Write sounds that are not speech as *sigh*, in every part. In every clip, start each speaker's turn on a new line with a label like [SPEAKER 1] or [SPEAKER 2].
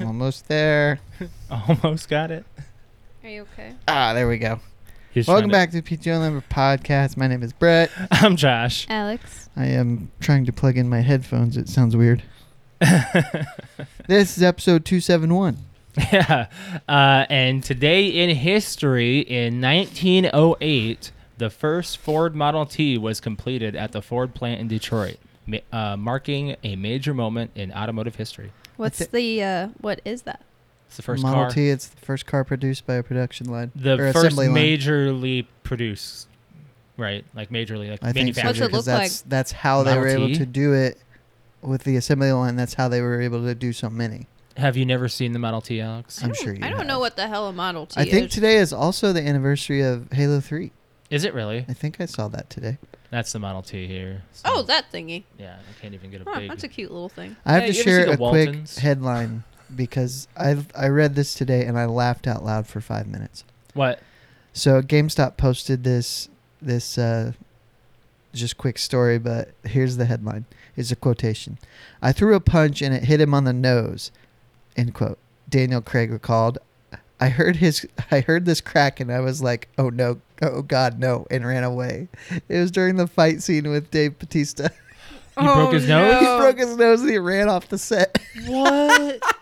[SPEAKER 1] Almost there.
[SPEAKER 2] Almost got it.
[SPEAKER 3] Are you okay?
[SPEAKER 1] Ah, there we go.
[SPEAKER 2] He's
[SPEAKER 1] Welcome
[SPEAKER 2] trying
[SPEAKER 1] back to the PTO Number Podcast. My name is Brett.
[SPEAKER 2] to- *laughs* I'm Josh.
[SPEAKER 3] Alex.
[SPEAKER 1] I am trying to plug in my headphones. It
[SPEAKER 2] *laughs*
[SPEAKER 1] sounds weird. This is episode 271.
[SPEAKER 2] yeah. Uh, and today in history, in 1908, the first Ford Model T was completed at the Ford plant in Detroit, ma- uh, marking a major moment in automotive history.
[SPEAKER 3] What's
[SPEAKER 1] That's
[SPEAKER 3] the uh what is that?
[SPEAKER 2] It's the first
[SPEAKER 1] Model
[SPEAKER 2] car,
[SPEAKER 1] T. It's the first car produced by a production line. or
[SPEAKER 2] the first
[SPEAKER 1] assembly line.
[SPEAKER 2] majorly produced, right? Like majorly, like
[SPEAKER 1] I think so.
[SPEAKER 3] What's
[SPEAKER 2] manufactured.
[SPEAKER 3] it look
[SPEAKER 1] Because that's, that's how they
[SPEAKER 2] Model
[SPEAKER 1] were able
[SPEAKER 2] T?
[SPEAKER 1] to do it with the assembly line. That's how they were able to do so many.
[SPEAKER 2] Have you never seen the Model T, Alex?
[SPEAKER 1] I'm sure you
[SPEAKER 3] Hmm, I don't
[SPEAKER 1] have.
[SPEAKER 3] know what the hell a Model T
[SPEAKER 1] I think
[SPEAKER 3] is.
[SPEAKER 1] today is also the anniversary of Halo 3.
[SPEAKER 2] Is it really?
[SPEAKER 1] I think I saw that today.
[SPEAKER 2] That's the Model T here. so-
[SPEAKER 3] oh, that thingy.
[SPEAKER 2] yeah. I can't even get a
[SPEAKER 3] Huh,
[SPEAKER 2] big.
[SPEAKER 3] that's a cute little thing.
[SPEAKER 1] I have
[SPEAKER 2] Hey,
[SPEAKER 1] to
[SPEAKER 2] you ever see
[SPEAKER 1] share
[SPEAKER 2] the
[SPEAKER 1] a quick
[SPEAKER 2] Waltons?
[SPEAKER 1] headline because I I read this today and I laughed out loud for five minutes.
[SPEAKER 2] what?
[SPEAKER 1] So GameStop posted this this uh, just quick story, but here's the headline. It's a quotation. I threw a punch and it hit him on the nose. End quote. Daniel Craig recalled. I heard his I heard this crack and I was like, oh no, oh god, no, and ran away. It was during the fight scene with Dave Batista.
[SPEAKER 2] He
[SPEAKER 3] Oh,
[SPEAKER 2] broke his nose?
[SPEAKER 1] *laughs* he broke his nose and he ran off the set.
[SPEAKER 2] What? *laughs*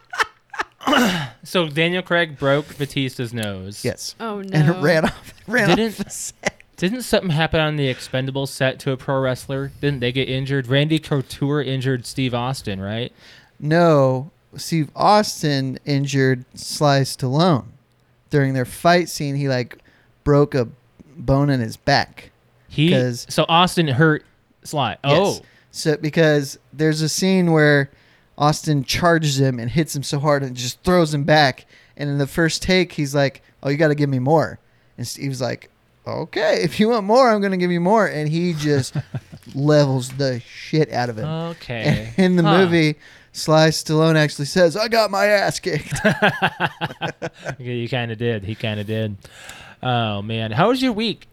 [SPEAKER 2] so Daniel Craig broke Batista's nose.
[SPEAKER 1] yes.
[SPEAKER 3] Oh no.
[SPEAKER 1] and ran off. *laughs* Ran
[SPEAKER 2] Didn't-
[SPEAKER 1] off the set.
[SPEAKER 2] Didn't something happen on the Expendables set to a pro wrestler? Didn't they get injured? Randy Couture injured Steve Austin, right?
[SPEAKER 1] No, Steve Austin injured Sly Stallone during their fight scene. He like broke a bone in his back.
[SPEAKER 2] He
[SPEAKER 1] 'Cause-
[SPEAKER 2] so Austin hurt Sly.
[SPEAKER 1] Yes.
[SPEAKER 2] Oh,
[SPEAKER 1] *laughs* so because there's a scene where Austin charges him and hits him so hard and just throws him back. And in the first take, he's like, "Oh, you got to give me more." And Steve's like, "Okay, if you want more, I'm gonna give you more." And he *laughs* just levels the shit out of him.
[SPEAKER 2] okay.
[SPEAKER 1] in the
[SPEAKER 2] Huh.
[SPEAKER 1] movie, Sly Stallone actually says, "I got my ass kicked." *laughs*
[SPEAKER 2] Yeah, you kind of did. He kind of did. Oh man, how was your week?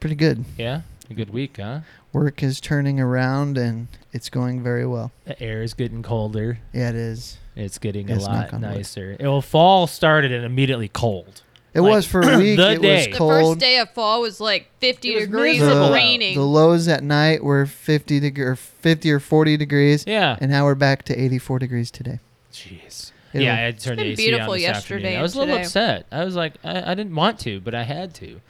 [SPEAKER 1] Pretty good.
[SPEAKER 2] Yeah, a good week, huh?
[SPEAKER 1] Work is turning around and it's going very well.
[SPEAKER 2] The air is getting colder.
[SPEAKER 1] Yeah, it is.
[SPEAKER 2] It's getting
[SPEAKER 1] Yes,
[SPEAKER 2] a
[SPEAKER 1] knock
[SPEAKER 2] lot
[SPEAKER 1] on wood.
[SPEAKER 2] nicer. It will fall started and immediately cold.
[SPEAKER 1] It
[SPEAKER 2] Like,
[SPEAKER 1] was
[SPEAKER 2] *clears throat*
[SPEAKER 1] for a week.
[SPEAKER 2] the
[SPEAKER 1] it
[SPEAKER 2] day.
[SPEAKER 1] was
[SPEAKER 3] the
[SPEAKER 1] cold.
[SPEAKER 3] first day of fall was like 50
[SPEAKER 2] It was
[SPEAKER 3] degrees
[SPEAKER 2] miserable
[SPEAKER 3] and
[SPEAKER 2] out.
[SPEAKER 3] raining.
[SPEAKER 1] the lows at night were 50 deg- or 50 or 40 degrees,
[SPEAKER 2] Yeah.
[SPEAKER 1] and now we're back to 84 degrees today.
[SPEAKER 2] Jeez.
[SPEAKER 1] It'll-
[SPEAKER 2] yeah, I had turned
[SPEAKER 3] It's been
[SPEAKER 2] the AC
[SPEAKER 3] beautiful
[SPEAKER 2] on this
[SPEAKER 3] yesterday
[SPEAKER 2] afternoon. I
[SPEAKER 3] and
[SPEAKER 2] was a little
[SPEAKER 3] today.
[SPEAKER 2] upset. I was like, I, I didn't want to, but I had to.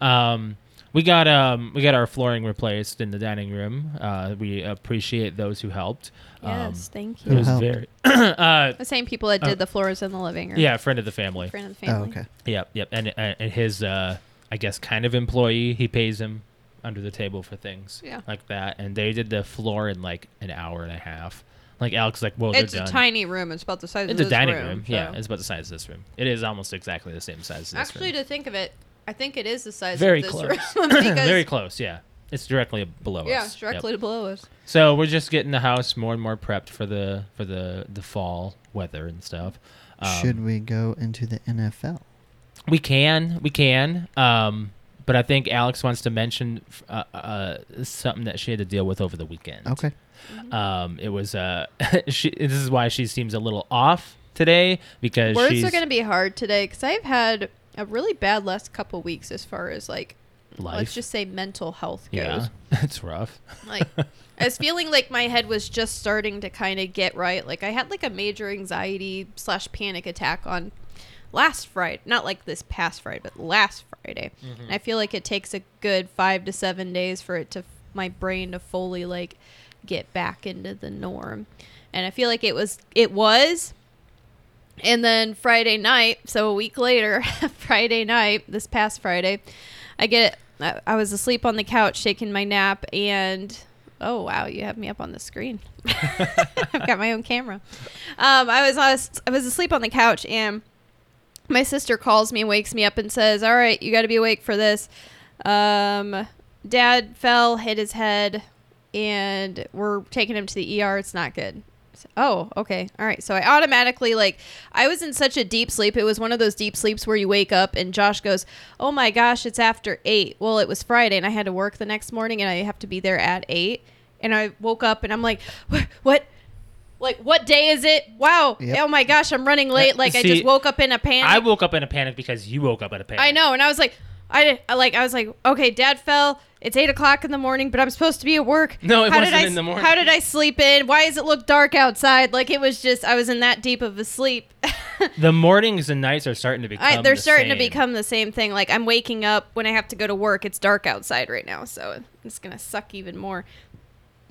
[SPEAKER 2] Um, we got um, we got our flooring replaced in the dining room. Uh, we appreciate those who helped. Um,
[SPEAKER 3] yes, thank
[SPEAKER 2] it
[SPEAKER 3] you.
[SPEAKER 1] Who
[SPEAKER 2] was
[SPEAKER 1] helped?
[SPEAKER 2] very *clears throat* uh,
[SPEAKER 3] The same people that did
[SPEAKER 2] Uh,
[SPEAKER 3] the floors in the living room.
[SPEAKER 2] yeah, a friend of the family.
[SPEAKER 3] Friend of the
[SPEAKER 1] Oh,
[SPEAKER 3] family.
[SPEAKER 1] okay.
[SPEAKER 2] Yep, yep, and and his uh, I guess kind of employee. He pays him under the table for things
[SPEAKER 3] Yeah.
[SPEAKER 2] like that, and they did the floor in like an hour and a half. Like Alex, is like, well,
[SPEAKER 3] It's
[SPEAKER 2] they're
[SPEAKER 3] a
[SPEAKER 2] done.
[SPEAKER 3] tiny room. It's about the size of
[SPEAKER 2] It's a
[SPEAKER 3] this
[SPEAKER 2] dining room.
[SPEAKER 3] room.
[SPEAKER 2] Yeah,
[SPEAKER 3] so-
[SPEAKER 2] it's about the size of this room. It is almost exactly the same size as this
[SPEAKER 3] Actually,
[SPEAKER 2] room.
[SPEAKER 3] to think of it, I think it is the size
[SPEAKER 2] Very
[SPEAKER 3] of this
[SPEAKER 2] close. *coughs*
[SPEAKER 3] room *laughs* because
[SPEAKER 2] Very close. Yeah, it's directly below
[SPEAKER 3] yeah,
[SPEAKER 2] us.
[SPEAKER 3] it's directly
[SPEAKER 2] Yep.
[SPEAKER 3] below us.
[SPEAKER 2] So we're just getting the house more and more prepped for the for the the fall weather and stuff. Um,
[SPEAKER 1] Should we go into the NFL?
[SPEAKER 2] we can we can. Um, but I think Alex wants to mention uh, uh, something that she had to deal with over the weekend.
[SPEAKER 1] Okay.
[SPEAKER 2] Um, it was uh, *laughs* she, this is why she seems a little off today because
[SPEAKER 3] Words
[SPEAKER 2] she's
[SPEAKER 3] are going to be hard today because I've had a really bad last couple weeks as far as like
[SPEAKER 2] life.
[SPEAKER 3] let's just say mental health goes.
[SPEAKER 2] yeah, *laughs* it's rough.
[SPEAKER 3] Like I was feeling like my head was just starting to kind of get right. Like I had like a major anxiety slash panic attack on last Friday, not like this past Friday, but last Friday. And I feel like it takes a good five to seven days for it to my brain to fully like get back into the norm. And I feel like it was it was *laughs* and then Friday night, so a week later, Friday night, this past Friday, I get I, I was asleep on the couch taking my nap and oh wow, you have me up on the screen. *laughs* I've got my own camera. Um, I was I was I was asleep on the couch and my sister calls me and wakes me up and says, "All right, you got to be awake for this." Um, Dad fell, hit his head, and we're taking him to the ER. It's not good. So- oh, okay. All right. So I automatically like I was in such a deep sleep. It was one of those deep sleeps where you wake up and Josh goes, "Oh my gosh, it's after 8." Well, it was Friday and I had to work the next morning and I have to be there at 8. And I woke up and I'm like, "What? what? Like what day is it? Wow.
[SPEAKER 1] Yep.
[SPEAKER 3] Oh my gosh, I'm running late. Like I
[SPEAKER 2] See,
[SPEAKER 3] just woke up in a panic."
[SPEAKER 2] I woke up in a panic because you woke up in a panic.
[SPEAKER 3] I know, and I was like, I did, I like I was like, okay, Dad fell. It's eight o'clock in the morning, but I'm supposed to be at work.
[SPEAKER 2] No, it
[SPEAKER 3] did
[SPEAKER 2] wasn't
[SPEAKER 3] I,
[SPEAKER 2] in the morning.
[SPEAKER 3] How did I sleep in? Why does it look dark outside? Like it was just I was in that deep of a sleep. *laughs*
[SPEAKER 2] The mornings and nights are starting to become.
[SPEAKER 3] I, they're
[SPEAKER 2] the
[SPEAKER 3] starting to
[SPEAKER 2] same.
[SPEAKER 3] become the same thing. Like I'm waking up when I have to go to work. It's dark outside right now, so it's gonna suck even more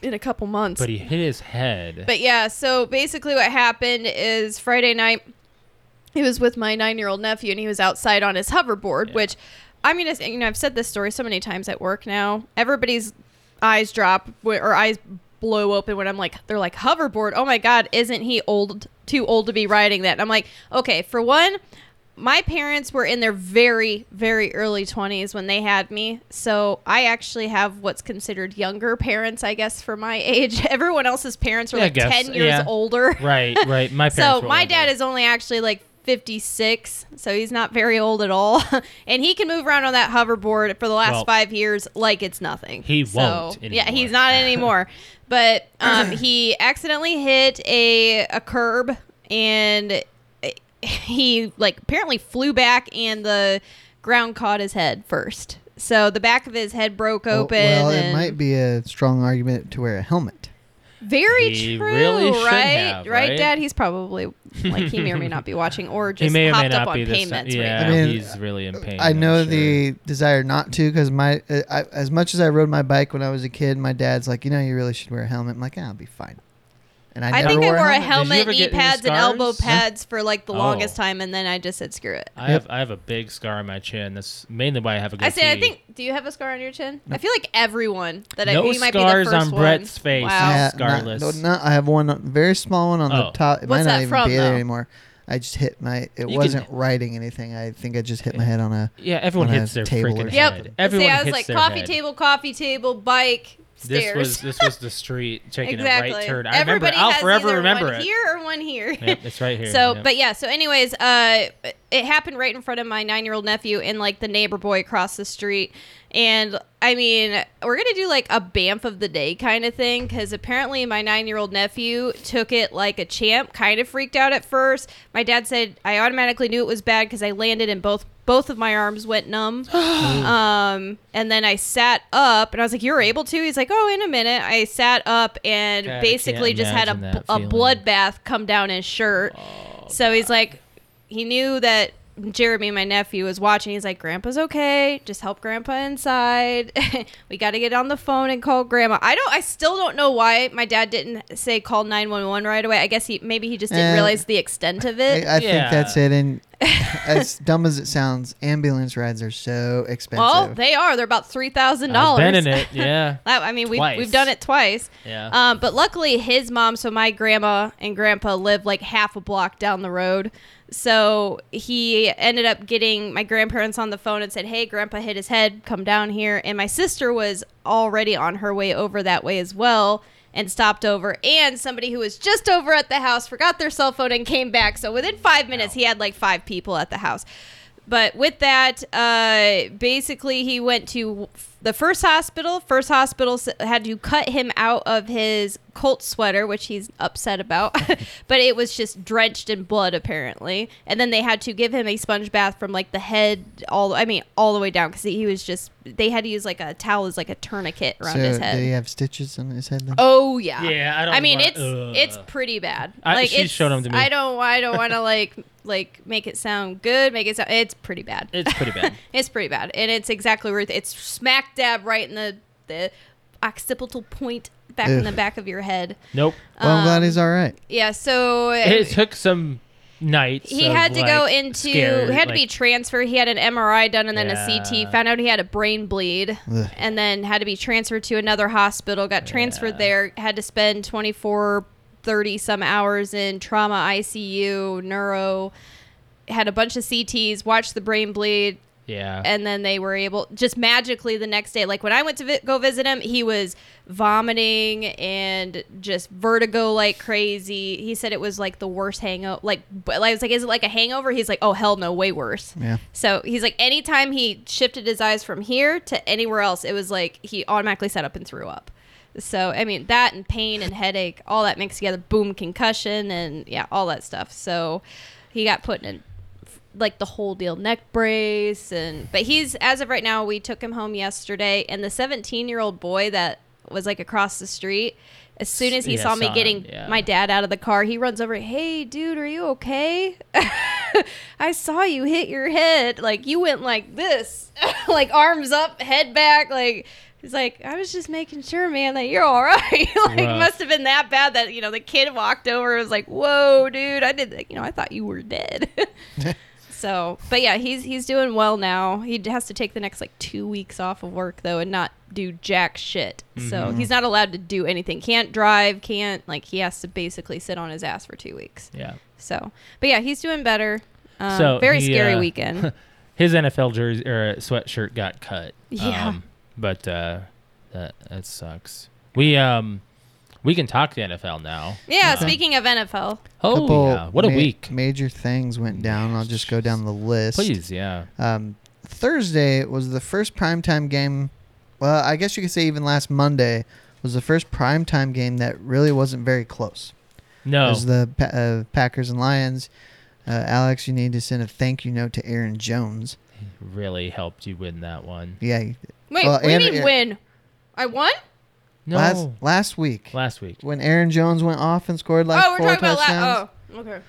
[SPEAKER 3] in a couple months.
[SPEAKER 2] But he hit his head.
[SPEAKER 3] But yeah, so basically what happened is Friday night, he was with my nine year old nephew and he was outside on his hoverboard,
[SPEAKER 2] Yeah.
[SPEAKER 3] which I'm going to say, you know, I've said this story so many times at work now. Everybody's eyes drop wh- or eyes blow open when I'm like, they're like, hoverboard. Oh my God, isn't he old, too old to be riding that? And I'm like, okay, for one, my parents were in their very very early 20s when they had me so i actually have what's considered younger parents i guess for my *laughs* age everyone else's parents were
[SPEAKER 2] Yeah, I
[SPEAKER 3] like
[SPEAKER 2] guess,
[SPEAKER 3] 10 years
[SPEAKER 2] yeah.
[SPEAKER 3] older
[SPEAKER 2] *laughs* right, right. My parents.
[SPEAKER 3] *laughs* so
[SPEAKER 2] were
[SPEAKER 3] my
[SPEAKER 2] older.
[SPEAKER 3] dad is only actually like 56 so he's not very old at all *laughs* and he can move around on that hoverboard for the last
[SPEAKER 2] Well,
[SPEAKER 3] five years like it's nothing
[SPEAKER 2] he
[SPEAKER 3] So,
[SPEAKER 2] won't
[SPEAKER 3] yeah
[SPEAKER 2] anymore.
[SPEAKER 3] he's not
[SPEAKER 2] *laughs*
[SPEAKER 3] anymore but
[SPEAKER 2] *clears throat*
[SPEAKER 3] um, he accidentally hit a, a curb and he like apparently flew back and the ground caught his head first so the back of his head broke
[SPEAKER 1] Oh,
[SPEAKER 3] open
[SPEAKER 1] Well, it
[SPEAKER 3] and-
[SPEAKER 1] might be a strong argument to wear a helmet.
[SPEAKER 3] very
[SPEAKER 2] He
[SPEAKER 3] true,
[SPEAKER 2] really should
[SPEAKER 3] right?
[SPEAKER 2] have,
[SPEAKER 3] right?
[SPEAKER 2] right?
[SPEAKER 3] Dad? He's probably like he may or may not be watching,
[SPEAKER 2] *laughs*
[SPEAKER 3] or
[SPEAKER 2] He
[SPEAKER 3] just
[SPEAKER 2] may or may
[SPEAKER 3] hopped
[SPEAKER 2] not
[SPEAKER 3] up
[SPEAKER 2] be
[SPEAKER 3] on
[SPEAKER 2] this.
[SPEAKER 3] payments.
[SPEAKER 2] yeah,
[SPEAKER 3] right
[SPEAKER 1] I
[SPEAKER 3] now.
[SPEAKER 1] mean,
[SPEAKER 2] he's really in pain.
[SPEAKER 1] I
[SPEAKER 2] I'm
[SPEAKER 1] know
[SPEAKER 2] sure.
[SPEAKER 1] the desire not to because my uh, I, as much as I rode my bike when I was a kid, my dad's like, you know, you really should wear a helmet. I'm like, "Ah, I'll be fine. And I,
[SPEAKER 3] I
[SPEAKER 1] never
[SPEAKER 3] think I
[SPEAKER 1] wore
[SPEAKER 3] wore a
[SPEAKER 2] Did you
[SPEAKER 3] helmet,
[SPEAKER 2] ever
[SPEAKER 3] knee
[SPEAKER 2] get any
[SPEAKER 3] pads, and elbow
[SPEAKER 2] scars? No.
[SPEAKER 3] pads for like the
[SPEAKER 2] Oh.
[SPEAKER 3] longest time, and then I just said, "Screw it."
[SPEAKER 2] I have I have a big scar on my chin. That's mainly why I have a.
[SPEAKER 3] I said, "I
[SPEAKER 2] goatee.
[SPEAKER 3] think." Do you have a scar on your chin? I feel like everyone that I
[SPEAKER 2] No
[SPEAKER 3] you might
[SPEAKER 2] scars
[SPEAKER 3] be the first
[SPEAKER 2] on
[SPEAKER 3] one.
[SPEAKER 2] Brett's face.
[SPEAKER 3] Wow.
[SPEAKER 2] Yeah.
[SPEAKER 1] not-
[SPEAKER 2] scarless.
[SPEAKER 1] no, not- I have one very small one on
[SPEAKER 2] Oh.
[SPEAKER 1] the top. It
[SPEAKER 3] What's that
[SPEAKER 1] might not even
[SPEAKER 3] from,
[SPEAKER 1] be there
[SPEAKER 3] though?
[SPEAKER 1] anymore. I just hit my. It
[SPEAKER 2] can-
[SPEAKER 1] wasn't writing anything. I think I just hit my head on a.
[SPEAKER 2] Yeah, everyone
[SPEAKER 1] on a
[SPEAKER 2] hits their
[SPEAKER 1] table
[SPEAKER 2] freaking
[SPEAKER 1] or
[SPEAKER 3] Yep.
[SPEAKER 2] head.
[SPEAKER 1] See,
[SPEAKER 2] Everyone
[SPEAKER 3] See, I was
[SPEAKER 2] hits
[SPEAKER 3] like
[SPEAKER 2] their
[SPEAKER 3] coffee
[SPEAKER 2] head.
[SPEAKER 3] table, coffee table, bike,
[SPEAKER 2] This
[SPEAKER 3] stairs.
[SPEAKER 2] was this was the
[SPEAKER 3] *laughs*
[SPEAKER 2] street taking
[SPEAKER 3] exactly.
[SPEAKER 2] a right turn. I remember.
[SPEAKER 3] Everybody
[SPEAKER 2] it. I'll
[SPEAKER 3] has
[SPEAKER 2] forever
[SPEAKER 3] either
[SPEAKER 2] remember
[SPEAKER 3] one
[SPEAKER 2] it.
[SPEAKER 3] here or one here.
[SPEAKER 2] Yep, it's right here.
[SPEAKER 3] So,
[SPEAKER 2] yep.
[SPEAKER 3] but yeah. So, anyways, uh, it happened right in front of my nine-year-old nephew and like the neighbor boy across the street. And I mean, we're gonna do like a bamf of the day kind of thing because apparently my nine-year-old nephew took it like a champ. Kind of freaked out at first. My dad said I automatically knew it was bad because I landed and both both of my arms
[SPEAKER 2] *gasps*
[SPEAKER 3] went numb. um, and then I sat up and I was like, "You're able to?" He's like, "Oh, in a minute." I sat up and
[SPEAKER 2] God, I can't
[SPEAKER 3] basically just had a,
[SPEAKER 2] imagine that
[SPEAKER 3] bl- a
[SPEAKER 2] feeling.
[SPEAKER 3] blood bath come down his shirt. so he's like, he knew that Jeremy, my nephew, was watching. He's like, Grandpa's okay. Just help Grandpa inside. *laughs* we got to get on the phone and call Grandma. I don't. I still don't know why my dad didn't say call nine one one right away. I guess he maybe he just didn't
[SPEAKER 1] Eh.
[SPEAKER 3] realize the extent of
[SPEAKER 1] I,
[SPEAKER 3] it.
[SPEAKER 1] I
[SPEAKER 2] Yeah.
[SPEAKER 1] think that's it.
[SPEAKER 3] *laughs*
[SPEAKER 1] And as dumb as it sounds, ambulance rides are so expensive.
[SPEAKER 3] Oh, they are. They're about three thousand
[SPEAKER 2] I've
[SPEAKER 3] dollars.
[SPEAKER 2] been in
[SPEAKER 3] *laughs*
[SPEAKER 2] it. Yeah.
[SPEAKER 3] I mean, we've,
[SPEAKER 2] Twice.
[SPEAKER 3] we've done it twice.
[SPEAKER 2] Yeah.
[SPEAKER 3] Um, but luckily, his mom, so my grandma and grandpa live like half a block down the road. So he ended up getting my grandparents on the phone and said, Hey, grandpa hit his head, come down here. And my sister was already on her way over that way as well and stopped over. And somebody who was just over at the house forgot their cell phone and came back. So within five minutes, he had like five people at the house. But with that, uh, basically, he went to the first hospital. First hospital s- had to cut him out of his Colt sweater, which he's upset about. *laughs* but it was just drenched in blood, apparently. And then they had to give him a sponge bath from like the head all, I mean, all the way down because he was just. They had to use like a towel as like a tourniquet around
[SPEAKER 1] so
[SPEAKER 3] his head.
[SPEAKER 1] did he have stitches on his head? Then?
[SPEAKER 3] Oh yeah.
[SPEAKER 2] Yeah, I don't
[SPEAKER 3] I mean,
[SPEAKER 2] wanna-
[SPEAKER 3] it's
[SPEAKER 2] ugh.
[SPEAKER 3] it's pretty bad.
[SPEAKER 2] I-
[SPEAKER 3] like
[SPEAKER 2] she
[SPEAKER 3] it's,
[SPEAKER 2] showed 'em to me.
[SPEAKER 3] I don't. I don't want to like like make it sound good. Make it sound. It's pretty bad.
[SPEAKER 2] It's pretty bad.
[SPEAKER 3] it's pretty bad, and it's exactly where it- it's smack dab right in the the occipital point back in
[SPEAKER 1] Ugh.
[SPEAKER 3] the back of your head.
[SPEAKER 2] Nope.
[SPEAKER 3] Um,
[SPEAKER 1] Well, I'm glad he's all right.
[SPEAKER 3] Yeah. So
[SPEAKER 2] It took some nights.
[SPEAKER 3] He
[SPEAKER 2] of,
[SPEAKER 3] had to go
[SPEAKER 2] like,
[SPEAKER 3] into
[SPEAKER 2] scared,
[SPEAKER 3] he had to be
[SPEAKER 2] like-
[SPEAKER 3] transferred. He had an MRI done and then a
[SPEAKER 2] Yeah.
[SPEAKER 3] CT. Found out he had a brain bleed
[SPEAKER 1] Ugh.
[SPEAKER 3] and then had to be transferred to another hospital. Got transferred
[SPEAKER 2] Yeah.
[SPEAKER 3] there. Had to spend 24 30 some hours in trauma ICU, neuro. Had a bunch of CTs, watched the brain bleed,
[SPEAKER 2] yeah.
[SPEAKER 3] and then they were able just magically the next day like when i went to vi- go visit him he was vomiting and just vertigo like crazy he said it was like the worst hangover like but i was like is it like a hangover he's like oh hell no way worse
[SPEAKER 1] Yeah.
[SPEAKER 3] so he's like anytime he shifted his eyes from here to anywhere else it was like he automatically sat up and threw up so i mean that and pain and headache all that mixed together boom concussion and yeah all that stuff so he got put in like the whole deal neck brace and but he's as of right now we took him home yesterday and the 17 year old boy that was like across the street as soon as he
[SPEAKER 2] Yeah,
[SPEAKER 3] saw me
[SPEAKER 2] saw him,
[SPEAKER 3] getting
[SPEAKER 2] yeah.
[SPEAKER 3] my dad out of the car he runs over hey dude are you okay *laughs* i saw you hit your head like you went like this *laughs* like arms up head back like he's like i was just making sure man that you're all *laughs* right like
[SPEAKER 2] Rough.
[SPEAKER 3] must have been that bad that you know the kid walked over and was like whoa dude i did that you know i thought you were dead *laughs* So, but yeah, he's he's doing well now. He d- has to take the next like two weeks off of work though, and not do jack shit. So he's not allowed to do anything. Can't drive. Can't like he has to basically sit on his ass for two weeks.
[SPEAKER 2] yeah.
[SPEAKER 3] So, but yeah, he's doing better. Um,
[SPEAKER 2] So
[SPEAKER 3] very
[SPEAKER 2] he,
[SPEAKER 3] scary
[SPEAKER 2] uh, *laughs*
[SPEAKER 3] weekend.
[SPEAKER 1] Um,
[SPEAKER 2] His NFL jersey or uh, sweatshirt got cut. um,
[SPEAKER 3] Yeah.
[SPEAKER 2] *laughs*
[SPEAKER 3] *laughs*
[SPEAKER 2] but uh, that that sucks. We um we can talk to NFL now.
[SPEAKER 3] yeah.
[SPEAKER 2] Uh,
[SPEAKER 3] Speaking of NFL,
[SPEAKER 2] Oh
[SPEAKER 1] Couple
[SPEAKER 2] yeah. What a
[SPEAKER 1] ma-
[SPEAKER 2] week.
[SPEAKER 1] Major things went down. I'll just go down the list.
[SPEAKER 2] Please, yeah.
[SPEAKER 1] Um, Thursday was the first primetime game. Well, I guess you could say even last Monday was the first primetime game that really wasn't very close. It
[SPEAKER 2] No.
[SPEAKER 1] was the Pa- uh, Packers and Lions. Uh, Alex, you need to send a thank you note to Aaron Jones.
[SPEAKER 2] really helped you win that one.
[SPEAKER 1] Yeah, you-
[SPEAKER 3] wait,
[SPEAKER 1] Well,
[SPEAKER 3] what do you
[SPEAKER 1] and-
[SPEAKER 3] mean
[SPEAKER 1] and-
[SPEAKER 3] win? I won.
[SPEAKER 2] No.
[SPEAKER 1] last
[SPEAKER 2] Last,
[SPEAKER 1] last week
[SPEAKER 2] week.
[SPEAKER 1] when Aaron Jones went off and scored like
[SPEAKER 3] oh,
[SPEAKER 1] four
[SPEAKER 3] we're talking about
[SPEAKER 1] touchdowns,
[SPEAKER 3] that. Oh, okay.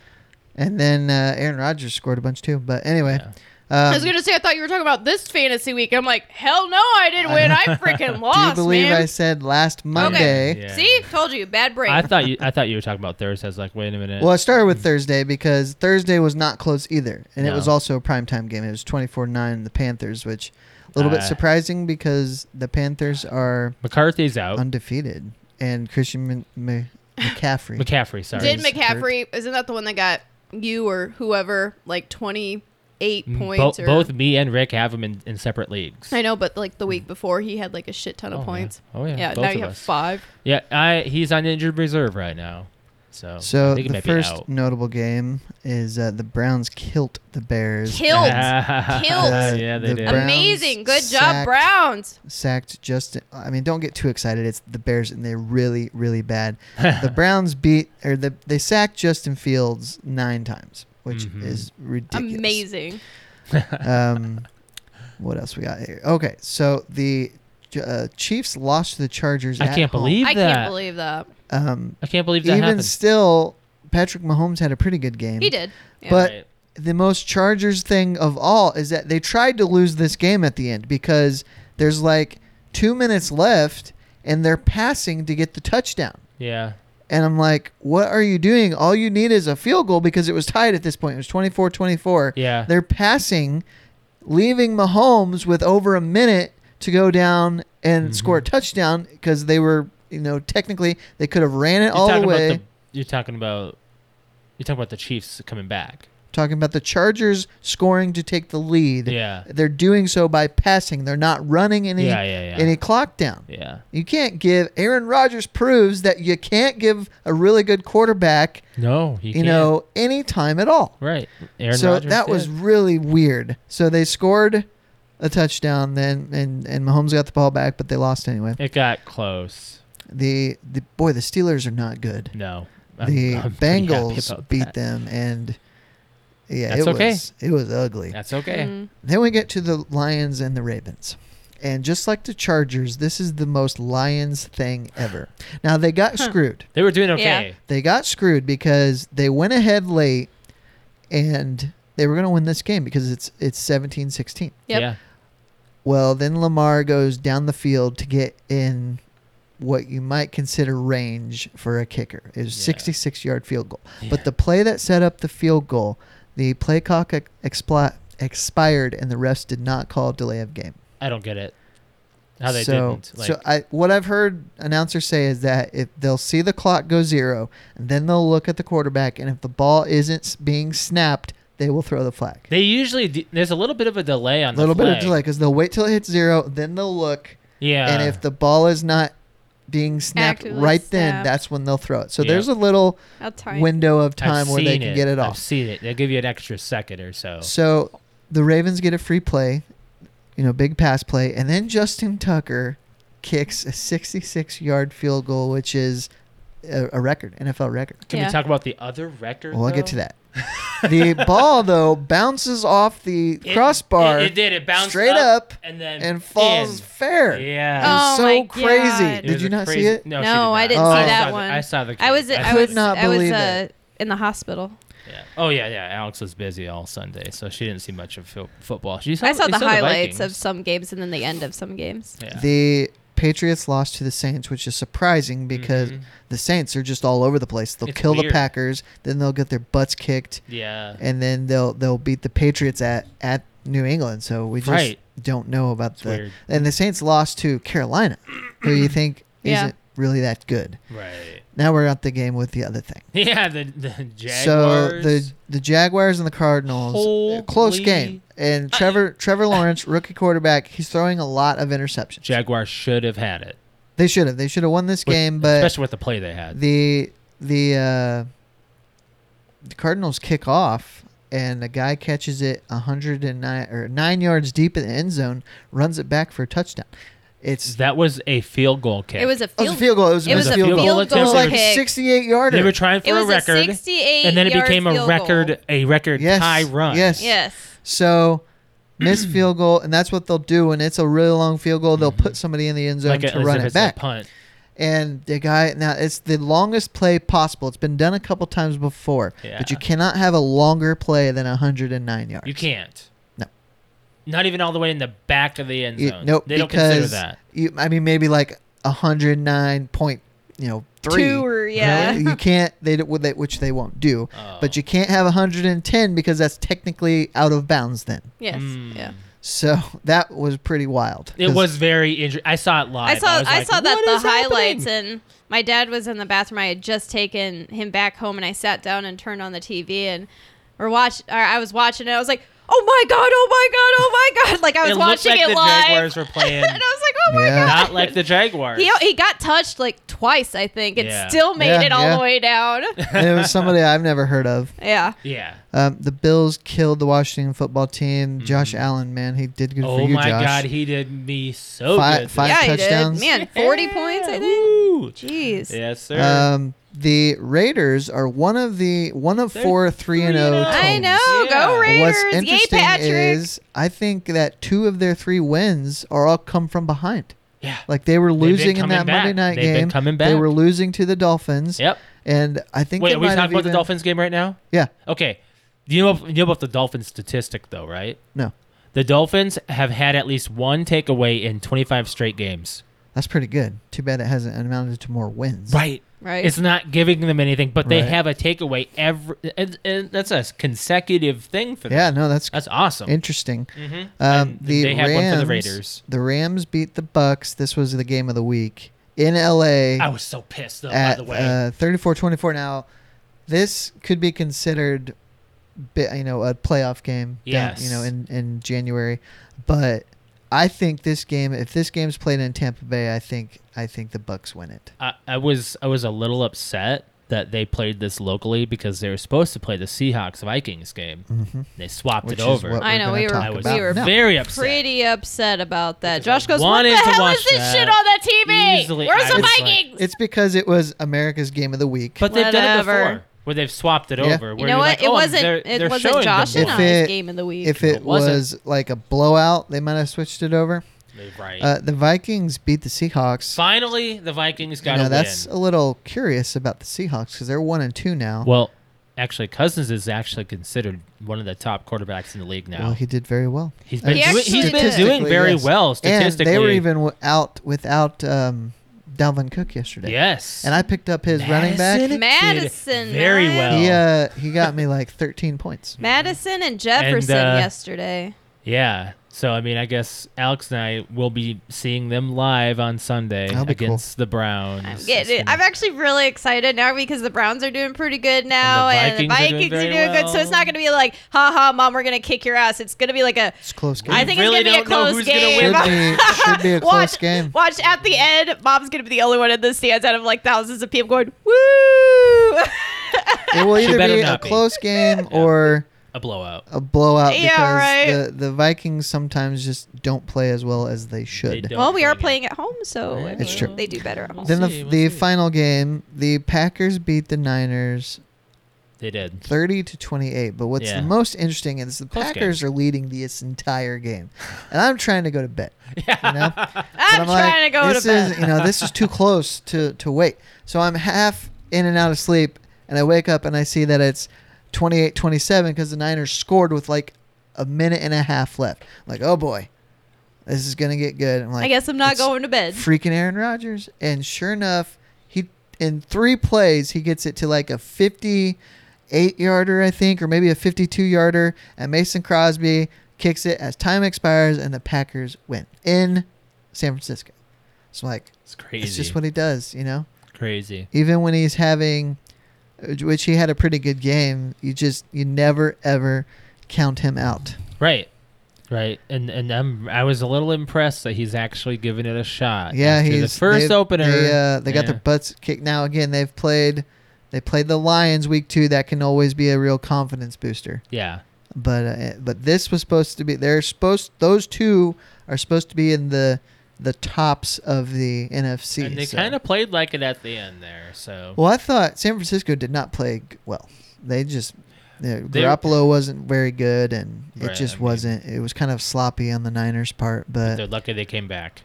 [SPEAKER 1] and then uh, Aaron Rodgers scored a bunch too. But anyway,
[SPEAKER 2] Yeah.
[SPEAKER 3] I
[SPEAKER 1] um,
[SPEAKER 3] was gonna say I thought you were talking about this fantasy week. I'm like, hell no, I didn't win.
[SPEAKER 1] *laughs*
[SPEAKER 3] I freaking
[SPEAKER 1] do you
[SPEAKER 3] lost,
[SPEAKER 1] believe
[SPEAKER 3] man.
[SPEAKER 1] I said last Monday?
[SPEAKER 2] Yeah.
[SPEAKER 3] See, told you, bad brain.
[SPEAKER 2] I thought you I thought you were talking about Thursday. I was like, wait a minute.
[SPEAKER 1] Well, I started with Thursday because Thursday was not close either, and it
[SPEAKER 2] No.
[SPEAKER 1] was also a primetime game. It was 24-9 the Panthers, which a little
[SPEAKER 2] Uh, Oh.
[SPEAKER 1] bit surprising because the Panthers are
[SPEAKER 2] McCarthy's out.
[SPEAKER 1] undefeted and Christian M- M- McCaffrey.
[SPEAKER 2] McCaffrey, sorry.
[SPEAKER 3] Did
[SPEAKER 1] Sorry.
[SPEAKER 3] McCaffrey? Isn't that the one that got you or whoever like twenty eight
[SPEAKER 2] Mm,
[SPEAKER 3] points?
[SPEAKER 2] bo-
[SPEAKER 3] or,
[SPEAKER 2] both me and Rick have him in, in separate leagues.
[SPEAKER 3] I know, but like the week before, he had like a shit ton of points.
[SPEAKER 2] Yeah. Oh yeah.
[SPEAKER 3] Yeah,
[SPEAKER 2] both
[SPEAKER 3] now
[SPEAKER 2] of
[SPEAKER 3] you have
[SPEAKER 2] us.
[SPEAKER 3] five.
[SPEAKER 2] Yeah, I he's on injured reserve right now. So, I
[SPEAKER 1] So
[SPEAKER 2] think he
[SPEAKER 1] the
[SPEAKER 2] might
[SPEAKER 1] first *laughs*
[SPEAKER 2] be out.
[SPEAKER 1] notable game is uh, the Browns kilt the Bears.
[SPEAKER 2] *laughs*
[SPEAKER 3] Killed. Killed.
[SPEAKER 2] yeah, they
[SPEAKER 1] The
[SPEAKER 2] did.
[SPEAKER 1] Browns
[SPEAKER 3] Amazing. Good job,
[SPEAKER 1] sacked-
[SPEAKER 3] Browns.
[SPEAKER 1] Sacked Justin. I mean, don't get too excited. It's the Bears, and they're really, really bad.
[SPEAKER 2] *laughs*
[SPEAKER 1] the Browns beat or the, they sacked Justin Fields nine times, which
[SPEAKER 2] Mhm.
[SPEAKER 1] is ridiculous.
[SPEAKER 3] Amazing.
[SPEAKER 1] um, what else we got here? Okay, so the uh, Chiefs lost to the Chargers.
[SPEAKER 2] I
[SPEAKER 1] at
[SPEAKER 2] can't
[SPEAKER 1] home.
[SPEAKER 2] believe
[SPEAKER 3] I
[SPEAKER 2] that.
[SPEAKER 3] can't believe that.
[SPEAKER 1] Um,
[SPEAKER 2] I can't believe that
[SPEAKER 1] even
[SPEAKER 2] happened.
[SPEAKER 1] still, Patrick Mahomes had a pretty good game.
[SPEAKER 3] He did. Yeah.
[SPEAKER 1] But the most Chargers thing of all is that they tried to lose this game at the end because there's like two minutes left and they're passing to get the touchdown.
[SPEAKER 2] yeah,
[SPEAKER 1] And I'm like, what are you doing? All you need is a field goal because it was tied at this point. It was 24 24.
[SPEAKER 2] yeah,
[SPEAKER 1] They're passing, leaving Mahomes with over a minute to go down and
[SPEAKER 2] Mhm.
[SPEAKER 1] score a touchdown because they were, you know, technically they could have ran it all the
[SPEAKER 2] talking
[SPEAKER 1] way.
[SPEAKER 2] About the, you're talking about you're talking about the Chiefs coming back.
[SPEAKER 1] talking about the Chargers scoring to take the lead.
[SPEAKER 2] Yeah,
[SPEAKER 1] They're doing so by passing. They're not running any
[SPEAKER 2] yeah, yeah, yeah.
[SPEAKER 1] any clock down.
[SPEAKER 2] yeah.
[SPEAKER 1] You can't give Aaron Rodgers proves that you can't give a really good quarterback,
[SPEAKER 2] No, you,
[SPEAKER 1] you,
[SPEAKER 2] can't.
[SPEAKER 1] know, any time at all.
[SPEAKER 2] right? Aaron
[SPEAKER 1] so
[SPEAKER 2] Rodgers
[SPEAKER 1] that
[SPEAKER 2] did.
[SPEAKER 1] was really weird. So they scored a touchdown then and and Mahomes got the ball back but they lost anyway.
[SPEAKER 2] it. Got close.
[SPEAKER 1] The the boy the Steelers are not good.
[SPEAKER 2] No, I'm-
[SPEAKER 1] The
[SPEAKER 2] I'm pretty happy
[SPEAKER 1] Bengals
[SPEAKER 2] about
[SPEAKER 1] beat
[SPEAKER 2] that.
[SPEAKER 1] them and yeah,
[SPEAKER 2] That's
[SPEAKER 1] it
[SPEAKER 2] okay.
[SPEAKER 1] was it was ugly.
[SPEAKER 2] That's okay.
[SPEAKER 3] Mm.
[SPEAKER 1] Then we get to the Lions and the Ravens. And just like the Chargers, this is the most Lions thing ever. Now they got screwed.
[SPEAKER 2] They were doing okay.
[SPEAKER 1] They got screwed because they went ahead late and they were going to win this game because it's it's 17-16.
[SPEAKER 3] Yep.
[SPEAKER 2] Yeah.
[SPEAKER 1] Well, then Lamar goes down the field to get in what you might consider range for a kicker. It was
[SPEAKER 2] Yeah.
[SPEAKER 1] 66 yard field goal.
[SPEAKER 2] Yeah.
[SPEAKER 1] But the play that set up the field goal, the play clock ex- expli- expired and the refs did not call delay of game.
[SPEAKER 2] I don't get it. How they
[SPEAKER 1] so,
[SPEAKER 2] didn't. Like,
[SPEAKER 1] so I, what I've heard announcers say is that if they'll see the clock go zero, and then they'll look at the quarterback, and if the ball isn't s- being snapped, they will throw the flag.
[SPEAKER 2] they usually d there's a little bit of a delay on
[SPEAKER 1] A little
[SPEAKER 2] the
[SPEAKER 1] bit of
[SPEAKER 2] flag.
[SPEAKER 1] delay because they'll wait till it hits zero, then they'll look,
[SPEAKER 2] Yeah.
[SPEAKER 1] and if the ball is not being snapped
[SPEAKER 3] Actively
[SPEAKER 1] right then,
[SPEAKER 3] snapped.
[SPEAKER 1] that's when they'll throw it. So
[SPEAKER 2] Yeah.
[SPEAKER 1] there's a little
[SPEAKER 3] How time.
[SPEAKER 1] window of
[SPEAKER 2] I've
[SPEAKER 1] time where they
[SPEAKER 2] seen
[SPEAKER 1] can get it
[SPEAKER 2] I've
[SPEAKER 1] off.
[SPEAKER 2] seen it. They'll give you an extra second or so.
[SPEAKER 1] So the Ravens get a free play, you know, big pass play, and then Justin Tucker kicks a 66 yard field goal, which is a, a record, NFL record.
[SPEAKER 2] Can
[SPEAKER 3] Yeah.
[SPEAKER 2] we talk about the other record?
[SPEAKER 1] Well, I'll get
[SPEAKER 2] though?
[SPEAKER 3] *laughs*
[SPEAKER 1] to that. the ball, though, bounces off the
[SPEAKER 2] It-
[SPEAKER 1] crossbar
[SPEAKER 2] It, it did. It bounced
[SPEAKER 1] straight
[SPEAKER 2] up,
[SPEAKER 1] up
[SPEAKER 2] and then
[SPEAKER 1] and falls
[SPEAKER 2] in.
[SPEAKER 1] fair. It
[SPEAKER 2] Yeah.
[SPEAKER 1] was
[SPEAKER 3] Oh
[SPEAKER 1] so
[SPEAKER 3] my
[SPEAKER 1] crazy.
[SPEAKER 3] God.
[SPEAKER 2] It
[SPEAKER 3] It
[SPEAKER 2] was
[SPEAKER 1] Did you
[SPEAKER 2] a
[SPEAKER 1] not see
[SPEAKER 2] crazy-
[SPEAKER 1] it?
[SPEAKER 2] No, she
[SPEAKER 3] No,
[SPEAKER 2] did
[SPEAKER 3] I
[SPEAKER 2] not.
[SPEAKER 3] didn't
[SPEAKER 1] see
[SPEAKER 2] I
[SPEAKER 1] that
[SPEAKER 2] saw the-
[SPEAKER 3] one.
[SPEAKER 2] I saw the.
[SPEAKER 3] I was
[SPEAKER 2] I
[SPEAKER 3] I
[SPEAKER 2] saw
[SPEAKER 3] was
[SPEAKER 1] could not
[SPEAKER 3] I was
[SPEAKER 1] believe
[SPEAKER 3] uh, in the hospital.
[SPEAKER 2] Yeah. Oh yeah, yeah. Alex was busy all Sunday, so she didn't see much of fo- football. She saw,
[SPEAKER 3] I saw
[SPEAKER 2] she
[SPEAKER 3] the highlights of
[SPEAKER 2] Vikings.
[SPEAKER 3] some games and then the end of some games.
[SPEAKER 2] Yeah.
[SPEAKER 1] The Patriots lost to the Saints, which is surprising because
[SPEAKER 2] Mhm.
[SPEAKER 1] the Saints are just all over the place. They'll
[SPEAKER 2] It's
[SPEAKER 1] kill the
[SPEAKER 2] weird.
[SPEAKER 1] Packers, then they'll get their butts kicked,
[SPEAKER 2] yeah.
[SPEAKER 1] and then they'll they'll beat the Patriots at at New England. So we just
[SPEAKER 2] Right.
[SPEAKER 1] don't know about the
[SPEAKER 2] weird.
[SPEAKER 1] and the Saints lost to Carolina,
[SPEAKER 2] *clears throat*
[SPEAKER 1] who you think
[SPEAKER 3] Yeah.
[SPEAKER 1] isn't really that good.
[SPEAKER 2] Right. *laughs*
[SPEAKER 1] Now we're at the game with the other thing.
[SPEAKER 2] Yeah. The the Jaguars.
[SPEAKER 1] So the the Jaguars and the Cardinals,
[SPEAKER 2] Holy-
[SPEAKER 1] close game. And Trevor Trevor Lawrence, rookie quarterback, he's throwing a lot of interceptions.
[SPEAKER 2] Jaguars should have had it,
[SPEAKER 1] They should have. They should have won this
[SPEAKER 2] With-
[SPEAKER 1] game, but
[SPEAKER 2] especially with the play they had.
[SPEAKER 1] the the uh, the Cardinals kick off, and a guy catches it hundred and nine or nine yards deep in the end zone, runs it back for a touchdown. It's
[SPEAKER 2] that was a field goal kick.
[SPEAKER 3] It was a
[SPEAKER 1] oh, it was
[SPEAKER 3] field.
[SPEAKER 1] a field goal. It was,
[SPEAKER 3] it was a
[SPEAKER 2] field
[SPEAKER 3] field
[SPEAKER 2] goal
[SPEAKER 3] goal,
[SPEAKER 2] attempt. It was
[SPEAKER 1] like
[SPEAKER 3] kick.
[SPEAKER 1] sixty-eight yarder.
[SPEAKER 2] They were trying for
[SPEAKER 3] it
[SPEAKER 2] a
[SPEAKER 3] was
[SPEAKER 2] record,
[SPEAKER 3] a 68
[SPEAKER 2] and then it
[SPEAKER 3] yard
[SPEAKER 2] became a
[SPEAKER 3] field
[SPEAKER 2] record,
[SPEAKER 3] Goal.
[SPEAKER 2] a record
[SPEAKER 1] Yes,
[SPEAKER 2] high run.
[SPEAKER 1] yes.
[SPEAKER 3] Yes.
[SPEAKER 1] so
[SPEAKER 2] *clears throat*
[SPEAKER 1] missed field goal, and that's what they'll do when it's a really long field goal. They'll put somebody in the end zone
[SPEAKER 2] Mm-hmm. like a,
[SPEAKER 1] to
[SPEAKER 2] as
[SPEAKER 1] run
[SPEAKER 2] if
[SPEAKER 1] it
[SPEAKER 2] it's
[SPEAKER 1] back.
[SPEAKER 2] a punt.
[SPEAKER 1] and the guy now it's the longest play possible. It's been done a couple times before,
[SPEAKER 2] Yeah.
[SPEAKER 1] but you cannot have a longer play than 109 yards.
[SPEAKER 2] You can't.
[SPEAKER 1] No.
[SPEAKER 2] Not even all the way in the back of the end
[SPEAKER 1] You-
[SPEAKER 2] zone.
[SPEAKER 1] nope,
[SPEAKER 2] They don't
[SPEAKER 1] because
[SPEAKER 2] consider that.
[SPEAKER 1] You, I mean, maybe like 109 point, you know, three.
[SPEAKER 3] Two or yeah.
[SPEAKER 1] You
[SPEAKER 3] *laughs*
[SPEAKER 1] can't. They don't- they- which they won't do.
[SPEAKER 2] Oh.
[SPEAKER 1] But you can't have 110 because that's technically out of bounds then.
[SPEAKER 3] Yes.
[SPEAKER 2] Mm.
[SPEAKER 3] Yeah.
[SPEAKER 1] So *laughs* that was pretty wild.
[SPEAKER 2] It
[SPEAKER 1] 'Cause
[SPEAKER 2] was very injury. I saw it live.
[SPEAKER 3] I saw I,
[SPEAKER 2] was like,
[SPEAKER 3] saw that
[SPEAKER 2] "What
[SPEAKER 3] the
[SPEAKER 2] is happening?"
[SPEAKER 3] highlights and my dad was in the bathroom. I had just taken him back home and I sat down and turned on the TV and or watch or I was watching it. I was like, "Oh my god, oh my god, oh my god." Like I was
[SPEAKER 2] it
[SPEAKER 3] watching
[SPEAKER 2] looked like
[SPEAKER 3] it
[SPEAKER 2] the
[SPEAKER 3] live.
[SPEAKER 2] Jaguars
[SPEAKER 3] *laughs*
[SPEAKER 2] were playing.
[SPEAKER 3] and I was like, "Oh my
[SPEAKER 1] Yeah.
[SPEAKER 3] god."
[SPEAKER 2] not like the Jaguars.
[SPEAKER 3] *laughs* He, he got touched like twice, I think, and
[SPEAKER 2] Yeah.
[SPEAKER 3] still made
[SPEAKER 1] Yeah,
[SPEAKER 3] it all
[SPEAKER 1] yeah.
[SPEAKER 3] the
[SPEAKER 2] *laughs*
[SPEAKER 3] way down.
[SPEAKER 1] and it was somebody I've never heard of.
[SPEAKER 3] yeah.
[SPEAKER 2] yeah.
[SPEAKER 1] Um, the Bills killed the Washington football team. Josh Allen, man, he did
[SPEAKER 2] Mm-hmm.
[SPEAKER 1] good
[SPEAKER 2] Oh
[SPEAKER 1] for you,
[SPEAKER 2] my
[SPEAKER 1] Josh.
[SPEAKER 2] God, he did me so
[SPEAKER 1] Fi-
[SPEAKER 2] good.
[SPEAKER 1] fi- Five
[SPEAKER 3] yeah,
[SPEAKER 1] touchdowns.
[SPEAKER 3] he did. Man, 40 points, I think.
[SPEAKER 2] Woo.
[SPEAKER 3] Jeez.
[SPEAKER 2] Yes, sir.
[SPEAKER 1] Um, the Raiders are one of the one of
[SPEAKER 2] They're oh.
[SPEAKER 1] four three and zero.
[SPEAKER 2] 3-0.
[SPEAKER 3] I
[SPEAKER 1] teams.
[SPEAKER 3] know. Go
[SPEAKER 2] Yeah.
[SPEAKER 3] Raiders.
[SPEAKER 1] What's
[SPEAKER 3] Yay,
[SPEAKER 1] interesting
[SPEAKER 3] Patrick.
[SPEAKER 1] is I think that two of their three wins are all come from behind.
[SPEAKER 2] yeah.
[SPEAKER 1] Like they were
[SPEAKER 2] been
[SPEAKER 1] losing in
[SPEAKER 2] coming
[SPEAKER 1] that
[SPEAKER 2] back.
[SPEAKER 1] Monday night
[SPEAKER 2] They've been
[SPEAKER 1] game.
[SPEAKER 2] coming
[SPEAKER 1] They
[SPEAKER 2] back.
[SPEAKER 1] were losing to the Dolphins.
[SPEAKER 2] Yep.
[SPEAKER 1] And I think
[SPEAKER 2] Wait,
[SPEAKER 1] they
[SPEAKER 2] are we
[SPEAKER 1] might
[SPEAKER 2] talking
[SPEAKER 1] have
[SPEAKER 2] about the
[SPEAKER 1] even-
[SPEAKER 2] Dolphins game right now?
[SPEAKER 1] Yeah.
[SPEAKER 2] Okay. Do you know, you know about the Dolphins statistic though, right?
[SPEAKER 1] No,
[SPEAKER 2] The Dolphins have had at least one takeaway in 25 straight games.
[SPEAKER 1] that's pretty good. Too bad it hasn't amounted to more wins.
[SPEAKER 2] Right.
[SPEAKER 3] right.
[SPEAKER 2] It's not giving them anything, but they
[SPEAKER 1] Right.
[SPEAKER 2] have a takeaway every. And, and that's a consecutive thing for them.
[SPEAKER 1] Yeah. No, that's
[SPEAKER 2] That's awesome.
[SPEAKER 1] interesting.
[SPEAKER 2] mm-hmm.
[SPEAKER 1] Um, the
[SPEAKER 2] they had
[SPEAKER 1] Rams,
[SPEAKER 2] one for the Raiders.
[SPEAKER 1] The Rams beat the Bucks. This was the game of the week in L.A.
[SPEAKER 2] I was so pissed though. by
[SPEAKER 1] at
[SPEAKER 2] the way,
[SPEAKER 1] uh, 34 24 now this could be considered bi- you know a playoff game down-
[SPEAKER 2] Yes.
[SPEAKER 1] you know in, in january but i think this game if this game's played in tampa bay i think i think the bucks win it
[SPEAKER 2] I, I was I was a little upset that they played this locally because they were supposed to play the Seahawks Vikings game.
[SPEAKER 1] mm-hmm.
[SPEAKER 2] They swapped
[SPEAKER 1] which
[SPEAKER 2] it
[SPEAKER 1] is
[SPEAKER 2] over.
[SPEAKER 1] what
[SPEAKER 3] I know,
[SPEAKER 1] we
[SPEAKER 3] we were-
[SPEAKER 1] talk
[SPEAKER 2] I was
[SPEAKER 1] about
[SPEAKER 3] we were
[SPEAKER 1] now.
[SPEAKER 2] very upset.
[SPEAKER 3] pretty upset about that.
[SPEAKER 2] Because
[SPEAKER 3] Josh
[SPEAKER 2] I
[SPEAKER 3] goes, "What
[SPEAKER 2] wanted
[SPEAKER 3] the
[SPEAKER 2] to
[SPEAKER 3] hell
[SPEAKER 2] watch
[SPEAKER 3] is this
[SPEAKER 2] that.
[SPEAKER 3] shit on that TV?
[SPEAKER 2] Easily,
[SPEAKER 3] Where's
[SPEAKER 2] I
[SPEAKER 3] the
[SPEAKER 2] was like-
[SPEAKER 3] Vikings?"
[SPEAKER 1] it's because it was america's game of the week
[SPEAKER 2] but they've done it
[SPEAKER 3] Whatever.
[SPEAKER 2] before, where they've swapped it
[SPEAKER 1] Yeah.
[SPEAKER 2] over.
[SPEAKER 3] you
[SPEAKER 2] where
[SPEAKER 3] know
[SPEAKER 2] you're
[SPEAKER 3] what?
[SPEAKER 2] like,
[SPEAKER 3] it
[SPEAKER 2] "Oh,
[SPEAKER 3] wasn't.
[SPEAKER 2] they're-
[SPEAKER 3] it
[SPEAKER 2] they're
[SPEAKER 3] wasn't
[SPEAKER 2] showing them
[SPEAKER 3] Josh and
[SPEAKER 2] more."
[SPEAKER 1] If it-
[SPEAKER 3] I's game of the week.
[SPEAKER 1] if it
[SPEAKER 2] It wasn't.
[SPEAKER 1] was like a blowout they might have switched it over
[SPEAKER 2] Right.
[SPEAKER 1] uh, the vikings beat the seahawks
[SPEAKER 2] Finally, the Vikings
[SPEAKER 1] you
[SPEAKER 2] got
[SPEAKER 1] know,
[SPEAKER 2] a
[SPEAKER 1] that's uh-huh.
[SPEAKER 2] win.
[SPEAKER 1] a little curious about the seahawks because they're one and two now
[SPEAKER 2] Well, actually, Cousins is actually considered one of the top quarterbacks in the league now.
[SPEAKER 1] Well, he uh, did very well
[SPEAKER 2] he's been,
[SPEAKER 3] He
[SPEAKER 2] doing,
[SPEAKER 3] actually
[SPEAKER 2] he's been
[SPEAKER 3] did.
[SPEAKER 2] doing very
[SPEAKER 1] Statistically, yes.
[SPEAKER 2] well
[SPEAKER 1] and
[SPEAKER 2] statistically.
[SPEAKER 1] they were even w- out without um, Dalvin Cook yesterday.
[SPEAKER 2] Yes.
[SPEAKER 1] And I picked up his running back.
[SPEAKER 2] Madison
[SPEAKER 3] Madison,
[SPEAKER 2] did Very
[SPEAKER 3] I-
[SPEAKER 2] well.
[SPEAKER 1] He uh he got me like 13 points.
[SPEAKER 3] Madison and Jefferson
[SPEAKER 2] uh,
[SPEAKER 3] yesterday.
[SPEAKER 2] Yeah. So I mean, I guess Alex and I will be seeing them live on Sunday
[SPEAKER 1] That'll be cool.
[SPEAKER 2] against the Browns.
[SPEAKER 3] I'm
[SPEAKER 2] It's
[SPEAKER 3] getting.
[SPEAKER 2] gonna-
[SPEAKER 3] I'm actually really excited now because the Browns are doing pretty good now, and
[SPEAKER 2] Vikings are
[SPEAKER 3] the
[SPEAKER 2] doing
[SPEAKER 3] Vikings, are
[SPEAKER 2] very
[SPEAKER 3] doing, good. So it's
[SPEAKER 2] well.
[SPEAKER 3] not going to be like, ha ha, mom, we're going to kick your ass. It's going to be like a.
[SPEAKER 1] It's a close game.
[SPEAKER 3] I think
[SPEAKER 2] really
[SPEAKER 3] it's going to be a
[SPEAKER 2] don't know
[SPEAKER 3] close
[SPEAKER 2] who's gonna
[SPEAKER 3] game.
[SPEAKER 1] should be
[SPEAKER 2] *laughs*
[SPEAKER 1] should be a close
[SPEAKER 3] watch,
[SPEAKER 1] game.
[SPEAKER 3] *laughs* watch at the end. Mom's going to be the only one in the stands out of like thousands of people going, woo. *laughs*
[SPEAKER 1] It will
[SPEAKER 2] She
[SPEAKER 1] either
[SPEAKER 2] better
[SPEAKER 1] be a
[SPEAKER 2] not be.
[SPEAKER 1] close game or
[SPEAKER 2] a blowout.
[SPEAKER 1] a blowout
[SPEAKER 3] Yeah,
[SPEAKER 1] because
[SPEAKER 3] right.
[SPEAKER 1] the the Vikings sometimes just don't play as well as they should.
[SPEAKER 2] don't
[SPEAKER 3] well, we are
[SPEAKER 2] play
[SPEAKER 3] playing at home, so I
[SPEAKER 2] It's
[SPEAKER 3] mean,
[SPEAKER 1] true.
[SPEAKER 3] They do better at home.
[SPEAKER 1] Then the
[SPEAKER 2] see, we'll
[SPEAKER 1] the
[SPEAKER 2] see.
[SPEAKER 1] final game, the Packers beat the Niners
[SPEAKER 2] it. They did. *laughs*
[SPEAKER 1] 30 to 28. But what's
[SPEAKER 2] Yeah.
[SPEAKER 1] the most interesting is the
[SPEAKER 2] Close game.
[SPEAKER 1] Packers are leading this entire game, and I'm trying to go to bed. You
[SPEAKER 3] *laughs*
[SPEAKER 1] know,
[SPEAKER 3] I'm,
[SPEAKER 1] But
[SPEAKER 3] trying to go
[SPEAKER 1] this
[SPEAKER 3] to bed.
[SPEAKER 1] Is, you know, this is too close to, to wait. So I'm half in and out of sleep, and I wake up and I see that it's 28 27 because the Niners scored with like a minute and a half left. I'm like, oh boy, this is going to get good. I'm like,
[SPEAKER 3] I guess I'm not
[SPEAKER 1] it's
[SPEAKER 3] going to bed.
[SPEAKER 1] Freaking Aaron Rodgers. And sure enough, he in three plays, he gets it to like a 58 yarder, I think, or maybe a 52 yarder. And Mason Crosby kicks it as time expires, and the Packers win in San Francisco. It's like,
[SPEAKER 2] It's crazy.
[SPEAKER 1] it's just what he does, you know?
[SPEAKER 2] crazy.
[SPEAKER 1] Even when he's having, which he had a pretty good game, you just, you never, ever count him out.
[SPEAKER 2] Right. Right. And and I'm I was a little impressed that he's actually giving it a shot.
[SPEAKER 1] Yeah,
[SPEAKER 2] After
[SPEAKER 1] he's
[SPEAKER 2] the first
[SPEAKER 1] they-
[SPEAKER 2] opener.
[SPEAKER 1] They, uh, they got
[SPEAKER 2] Yeah.
[SPEAKER 1] their butts kicked. Now again, they've played. They played the Lions week two. That can always be a real confidence booster.
[SPEAKER 2] Yeah.
[SPEAKER 1] But uh, but this was supposed to be. They're supposed. Those two are supposed to be in the the tops of the NFC.
[SPEAKER 2] And they
[SPEAKER 1] so-
[SPEAKER 2] kind of played like it at the end there. So
[SPEAKER 1] Well, I thought San Francisco did not play g- well. They just. Yeah,
[SPEAKER 2] They-
[SPEAKER 1] Garoppolo wasn't very good, and it
[SPEAKER 2] Right,
[SPEAKER 1] just
[SPEAKER 2] I mean-
[SPEAKER 1] wasn't. It was kind of sloppy on the Niners' part, but
[SPEAKER 2] they're lucky they came
[SPEAKER 1] *laughs*
[SPEAKER 2] back.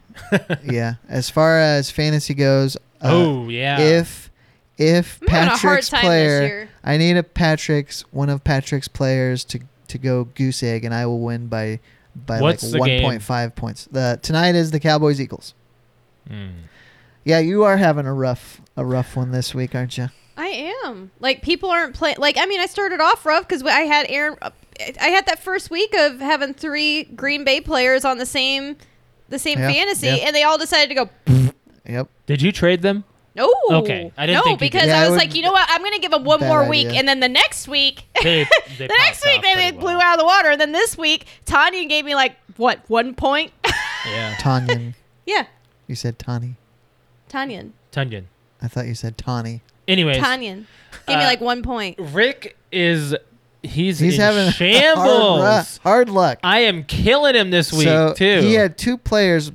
[SPEAKER 1] yeah. As far as fantasy goes, uh,
[SPEAKER 2] oh yeah.
[SPEAKER 1] if if
[SPEAKER 3] *laughs* I'm having a hard
[SPEAKER 1] Patrick's
[SPEAKER 3] time this
[SPEAKER 1] player,
[SPEAKER 3] year.
[SPEAKER 1] I need a Patrick's one of Patrick's players to to go goose egg, and I will win by by
[SPEAKER 2] What's the
[SPEAKER 1] like
[SPEAKER 2] game?
[SPEAKER 1] one point five points. The tonight is the Cowboys Eagles.
[SPEAKER 2] Mm.
[SPEAKER 1] Yeah, you are having a rough a rough one this week, aren't you?
[SPEAKER 3] I am. Like people aren't playing. Like I mean, I started off rough because I had Aaron. uh, I had that first week of having three Green Bay players on the same, the same
[SPEAKER 1] Yeah,
[SPEAKER 3] fantasy,
[SPEAKER 1] yeah.
[SPEAKER 3] and they all decided to go.
[SPEAKER 1] Yep.
[SPEAKER 2] Did you trade
[SPEAKER 3] *laughs*
[SPEAKER 2] them?
[SPEAKER 3] No.
[SPEAKER 2] Okay, I didn't
[SPEAKER 3] no,
[SPEAKER 2] think you did.
[SPEAKER 3] because I
[SPEAKER 1] Yeah, I
[SPEAKER 3] was
[SPEAKER 1] would-
[SPEAKER 3] like, you know what? I'm gonna give them one
[SPEAKER 1] Bad
[SPEAKER 3] more week,
[SPEAKER 1] idea.
[SPEAKER 3] and then the next week, *laughs*
[SPEAKER 2] They, they
[SPEAKER 3] the next
[SPEAKER 2] popped
[SPEAKER 3] week
[SPEAKER 2] off
[SPEAKER 3] they, they
[SPEAKER 2] pretty
[SPEAKER 3] blew
[SPEAKER 2] well.
[SPEAKER 3] out of the water, and then this week Tanya gave me like what one point? *laughs*
[SPEAKER 2] Yeah.
[SPEAKER 1] Tanyan,
[SPEAKER 3] yeah,
[SPEAKER 1] you said Tawny.
[SPEAKER 3] Tanya,
[SPEAKER 2] Tunyon.
[SPEAKER 1] I thought you said Tawny.
[SPEAKER 2] Anyways,
[SPEAKER 3] Tanya gave me
[SPEAKER 2] uh,
[SPEAKER 3] like one point.
[SPEAKER 2] Rick is he's,
[SPEAKER 1] He's
[SPEAKER 2] in
[SPEAKER 1] *laughs* having
[SPEAKER 2] shambles.
[SPEAKER 1] Hard, lu- hard luck.
[SPEAKER 2] I am killing him this week
[SPEAKER 1] so
[SPEAKER 2] too.
[SPEAKER 1] he had two players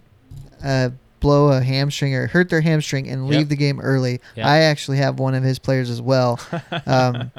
[SPEAKER 1] uh, blow a hamstring or hurt their hamstring and leave
[SPEAKER 2] Yep.
[SPEAKER 1] the game early.
[SPEAKER 2] Yep.
[SPEAKER 1] I actually have one of his players
[SPEAKER 2] *laughs*
[SPEAKER 1] as well. Um,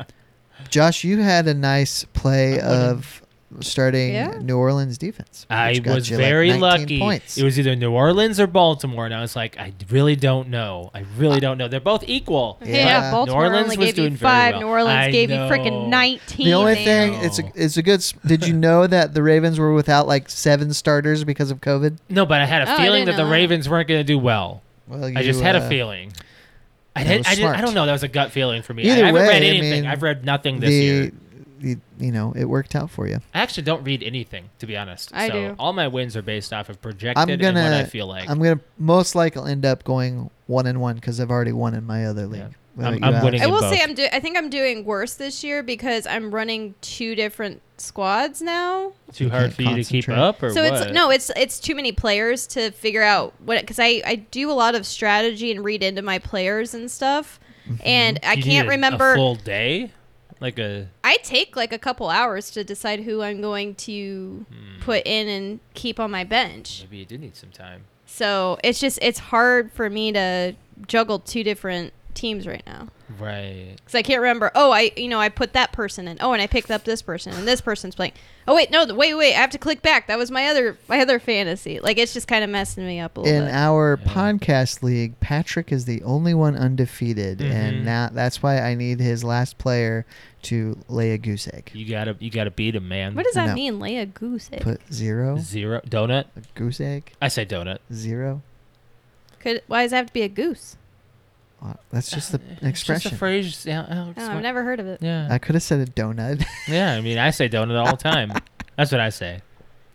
[SPEAKER 1] Josh, you had a nice play of starting
[SPEAKER 3] Yeah.
[SPEAKER 1] New Orleans defense.
[SPEAKER 2] I
[SPEAKER 1] which got
[SPEAKER 2] was
[SPEAKER 1] you, like,
[SPEAKER 2] very
[SPEAKER 1] 19
[SPEAKER 2] lucky.
[SPEAKER 1] Points.
[SPEAKER 2] It was either New Orleans or Baltimore, and I was like, I really don't know. I really don't know. They're both equal.
[SPEAKER 1] Yeah. Yeah,
[SPEAKER 3] Baltimore
[SPEAKER 2] New Orleans
[SPEAKER 3] only
[SPEAKER 2] was
[SPEAKER 3] gave
[SPEAKER 2] doing
[SPEAKER 3] you
[SPEAKER 2] very
[SPEAKER 3] five.
[SPEAKER 2] well.
[SPEAKER 3] New Orleans
[SPEAKER 2] I
[SPEAKER 3] gave
[SPEAKER 2] know.
[SPEAKER 3] you freaking nineteen.
[SPEAKER 1] the only
[SPEAKER 3] man.
[SPEAKER 1] thing
[SPEAKER 2] Oh.
[SPEAKER 1] it's a it's a good. s- Did you know that the Ravens were without like seven starters because of COVID?
[SPEAKER 2] No, but I had a
[SPEAKER 3] Oh, I
[SPEAKER 2] feeling
[SPEAKER 3] didn't
[SPEAKER 2] that the
[SPEAKER 3] know that.
[SPEAKER 2] Ravens weren't going to do well.
[SPEAKER 1] Well,
[SPEAKER 2] I just had
[SPEAKER 1] uh,
[SPEAKER 2] a feeling. I
[SPEAKER 1] that
[SPEAKER 2] didn't,
[SPEAKER 1] was
[SPEAKER 2] I, didn't, I
[SPEAKER 1] smart.
[SPEAKER 2] don't know. That was a gut feeling for me. I
[SPEAKER 1] Either
[SPEAKER 2] haven't
[SPEAKER 1] way,
[SPEAKER 2] read
[SPEAKER 1] I
[SPEAKER 2] anything.
[SPEAKER 1] mean,
[SPEAKER 2] I've read nothing this
[SPEAKER 1] The,
[SPEAKER 2] year.
[SPEAKER 1] the you know it worked out for you.
[SPEAKER 2] I actually don't read anything, to be honest.
[SPEAKER 3] I
[SPEAKER 2] so
[SPEAKER 3] do.
[SPEAKER 2] all my wins are based off of projected
[SPEAKER 1] I'm gonna.
[SPEAKER 2] and what I feel like.
[SPEAKER 1] I'm gonna most likely end up going one and one because I've already won in my other league.
[SPEAKER 2] Yeah.
[SPEAKER 1] What
[SPEAKER 2] I'm-
[SPEAKER 1] about you,
[SPEAKER 2] I'm
[SPEAKER 1] Alex?
[SPEAKER 2] winning
[SPEAKER 3] I
[SPEAKER 2] in
[SPEAKER 3] will
[SPEAKER 2] both.
[SPEAKER 3] say I'm do- I think I'm doing worse this year because I'm running two different squads now.
[SPEAKER 2] Too
[SPEAKER 1] You
[SPEAKER 2] hard
[SPEAKER 1] can't
[SPEAKER 2] for you to keep
[SPEAKER 1] concentrate.
[SPEAKER 2] up, or
[SPEAKER 3] so
[SPEAKER 2] what?
[SPEAKER 3] it's no, it's it's too many players to figure out what because I I do a lot of strategy and read into my players and stuff, and I
[SPEAKER 2] Mm-hmm. You need
[SPEAKER 3] can't
[SPEAKER 2] a-
[SPEAKER 3] remember.
[SPEAKER 2] a full day, like a
[SPEAKER 3] I take like a couple hours to decide who I'm going to
[SPEAKER 2] Mm.
[SPEAKER 3] put in and keep on my bench.
[SPEAKER 2] hmm, maybe you do need some time.
[SPEAKER 3] So it's just it's hard for me to juggle two different teams right now.
[SPEAKER 2] Right.
[SPEAKER 3] because I can't remember. Oh, I you know I put that person in. Oh, and I picked up this person, and this person's playing. Oh wait, no, th- wait, wait, I have to click back. That was my other my other fantasy. Like it's just kind of messing me up a little
[SPEAKER 1] *laughs* In
[SPEAKER 3] bit.
[SPEAKER 1] our
[SPEAKER 2] Yeah.
[SPEAKER 1] podcast league, Patrick is the only one undefeated,
[SPEAKER 2] Mhm.
[SPEAKER 1] and now that's why I need his last player to lay a goose egg.
[SPEAKER 2] You gotta you gotta beat him, man.
[SPEAKER 3] what does that
[SPEAKER 1] um, No.
[SPEAKER 3] mean? Lay a goose egg.
[SPEAKER 1] Put zero,
[SPEAKER 2] zero donut?
[SPEAKER 1] a goose egg,
[SPEAKER 2] I say donut.
[SPEAKER 1] zero.
[SPEAKER 3] Could why does it have to be a goose?
[SPEAKER 1] Wow, uh, That's just the
[SPEAKER 2] Uh, It's just
[SPEAKER 1] expression.
[SPEAKER 2] a phrase. Yeah, oh,
[SPEAKER 3] Oh,
[SPEAKER 2] it's
[SPEAKER 3] I've
[SPEAKER 2] what-
[SPEAKER 3] never heard of it.
[SPEAKER 2] yeah.
[SPEAKER 1] I could have said a donut. *laughs*
[SPEAKER 2] Yeah, I mean, I say donut all the time. That's what I say.